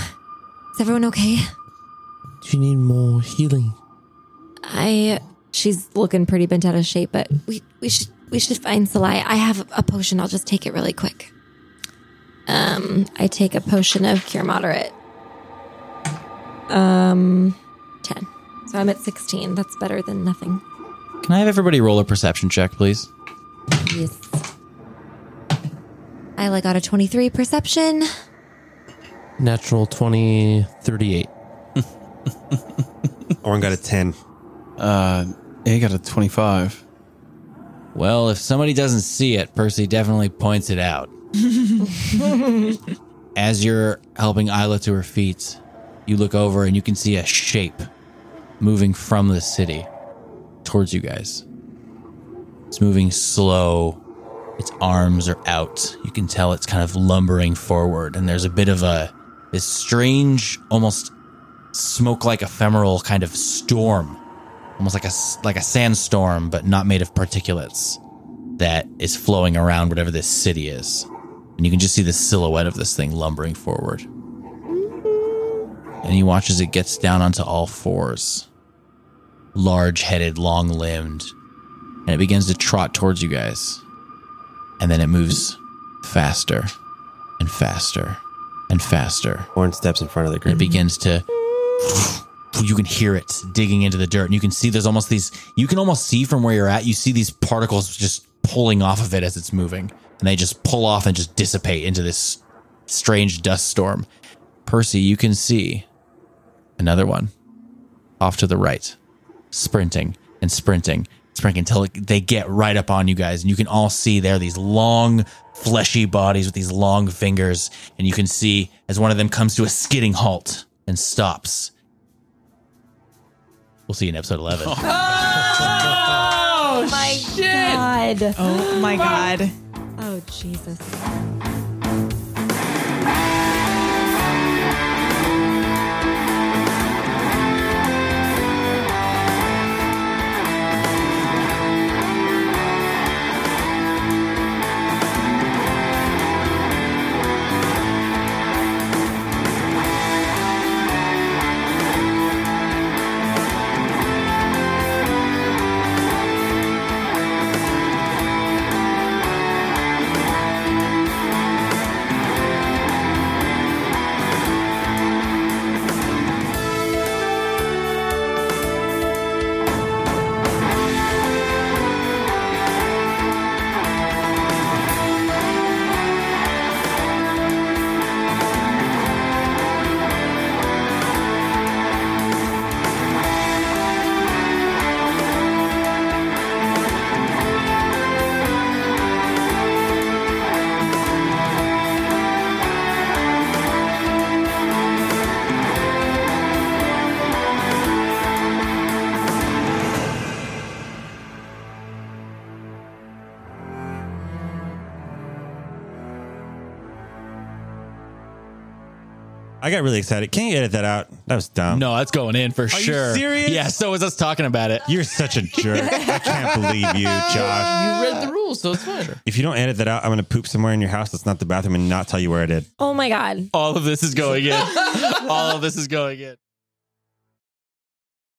[SPEAKER 4] Is everyone okay?
[SPEAKER 7] Do you need more healing?
[SPEAKER 4] I. She's looking pretty bent out of shape, but we we should we should find Salai. I have a potion. I'll just take it really quick. Um, I take a potion of cure moderate. Um, ten. So I'm at sixteen. That's better than nothing.
[SPEAKER 2] Can I have everybody roll a perception check, please?
[SPEAKER 4] Yes. Isla got a twenty-three perception.
[SPEAKER 7] Natural 20, 38.
[SPEAKER 3] Oren got a 10.
[SPEAKER 5] Uh, he got a 25.
[SPEAKER 2] Well, if somebody doesn't see it, Percy definitely points it out. As you're helping Isla to her feet, you look over and you can see a shape moving from the city towards you guys. It's moving slow. Its arms are out. You can tell it's kind of lumbering forward and there's a bit of a this strange almost smoke-like ephemeral kind of storm almost like a s- like a sandstorm, but not made of particulates that is flowing around whatever this city is. And you can just see the silhouette of this thing lumbering forward. And you watch as it gets down onto all fours, large headed, long limbed, and it begins to trot towards you guys. And then it moves faster and faster and faster
[SPEAKER 3] Oren steps in front of the
[SPEAKER 2] and it
[SPEAKER 3] group.
[SPEAKER 2] begins to you can hear it digging into the dirt and you can see there's almost these you can almost see from where you're at you see these particles just pulling off of it as it's moving and they just pull off and just dissipate into this strange dust storm percy you can see another one off to the right sprinting and sprinting, sprinting until it- they get right up on you guys. And you can all see there these long, fleshy bodies with these long fingers. And you can see as one of them comes to a skidding halt and stops. We'll see you in episode 11.
[SPEAKER 4] My God.
[SPEAKER 1] Oh my god.
[SPEAKER 4] Oh Jesus.
[SPEAKER 3] I got really excited. Can you edit that out? That was dumb.
[SPEAKER 2] No, that's going in for
[SPEAKER 3] you
[SPEAKER 2] sure.
[SPEAKER 3] serious?
[SPEAKER 2] Yeah, so was us talking about it.
[SPEAKER 3] You're such a jerk. I can't believe you, Josh.
[SPEAKER 7] You read the rules, so it's fine.
[SPEAKER 3] If you don't edit that out, I'm going to poop somewhere in your house that's not the bathroom and not tell you where I did.
[SPEAKER 8] Oh my God.
[SPEAKER 2] All of this is going in. All of this is going in.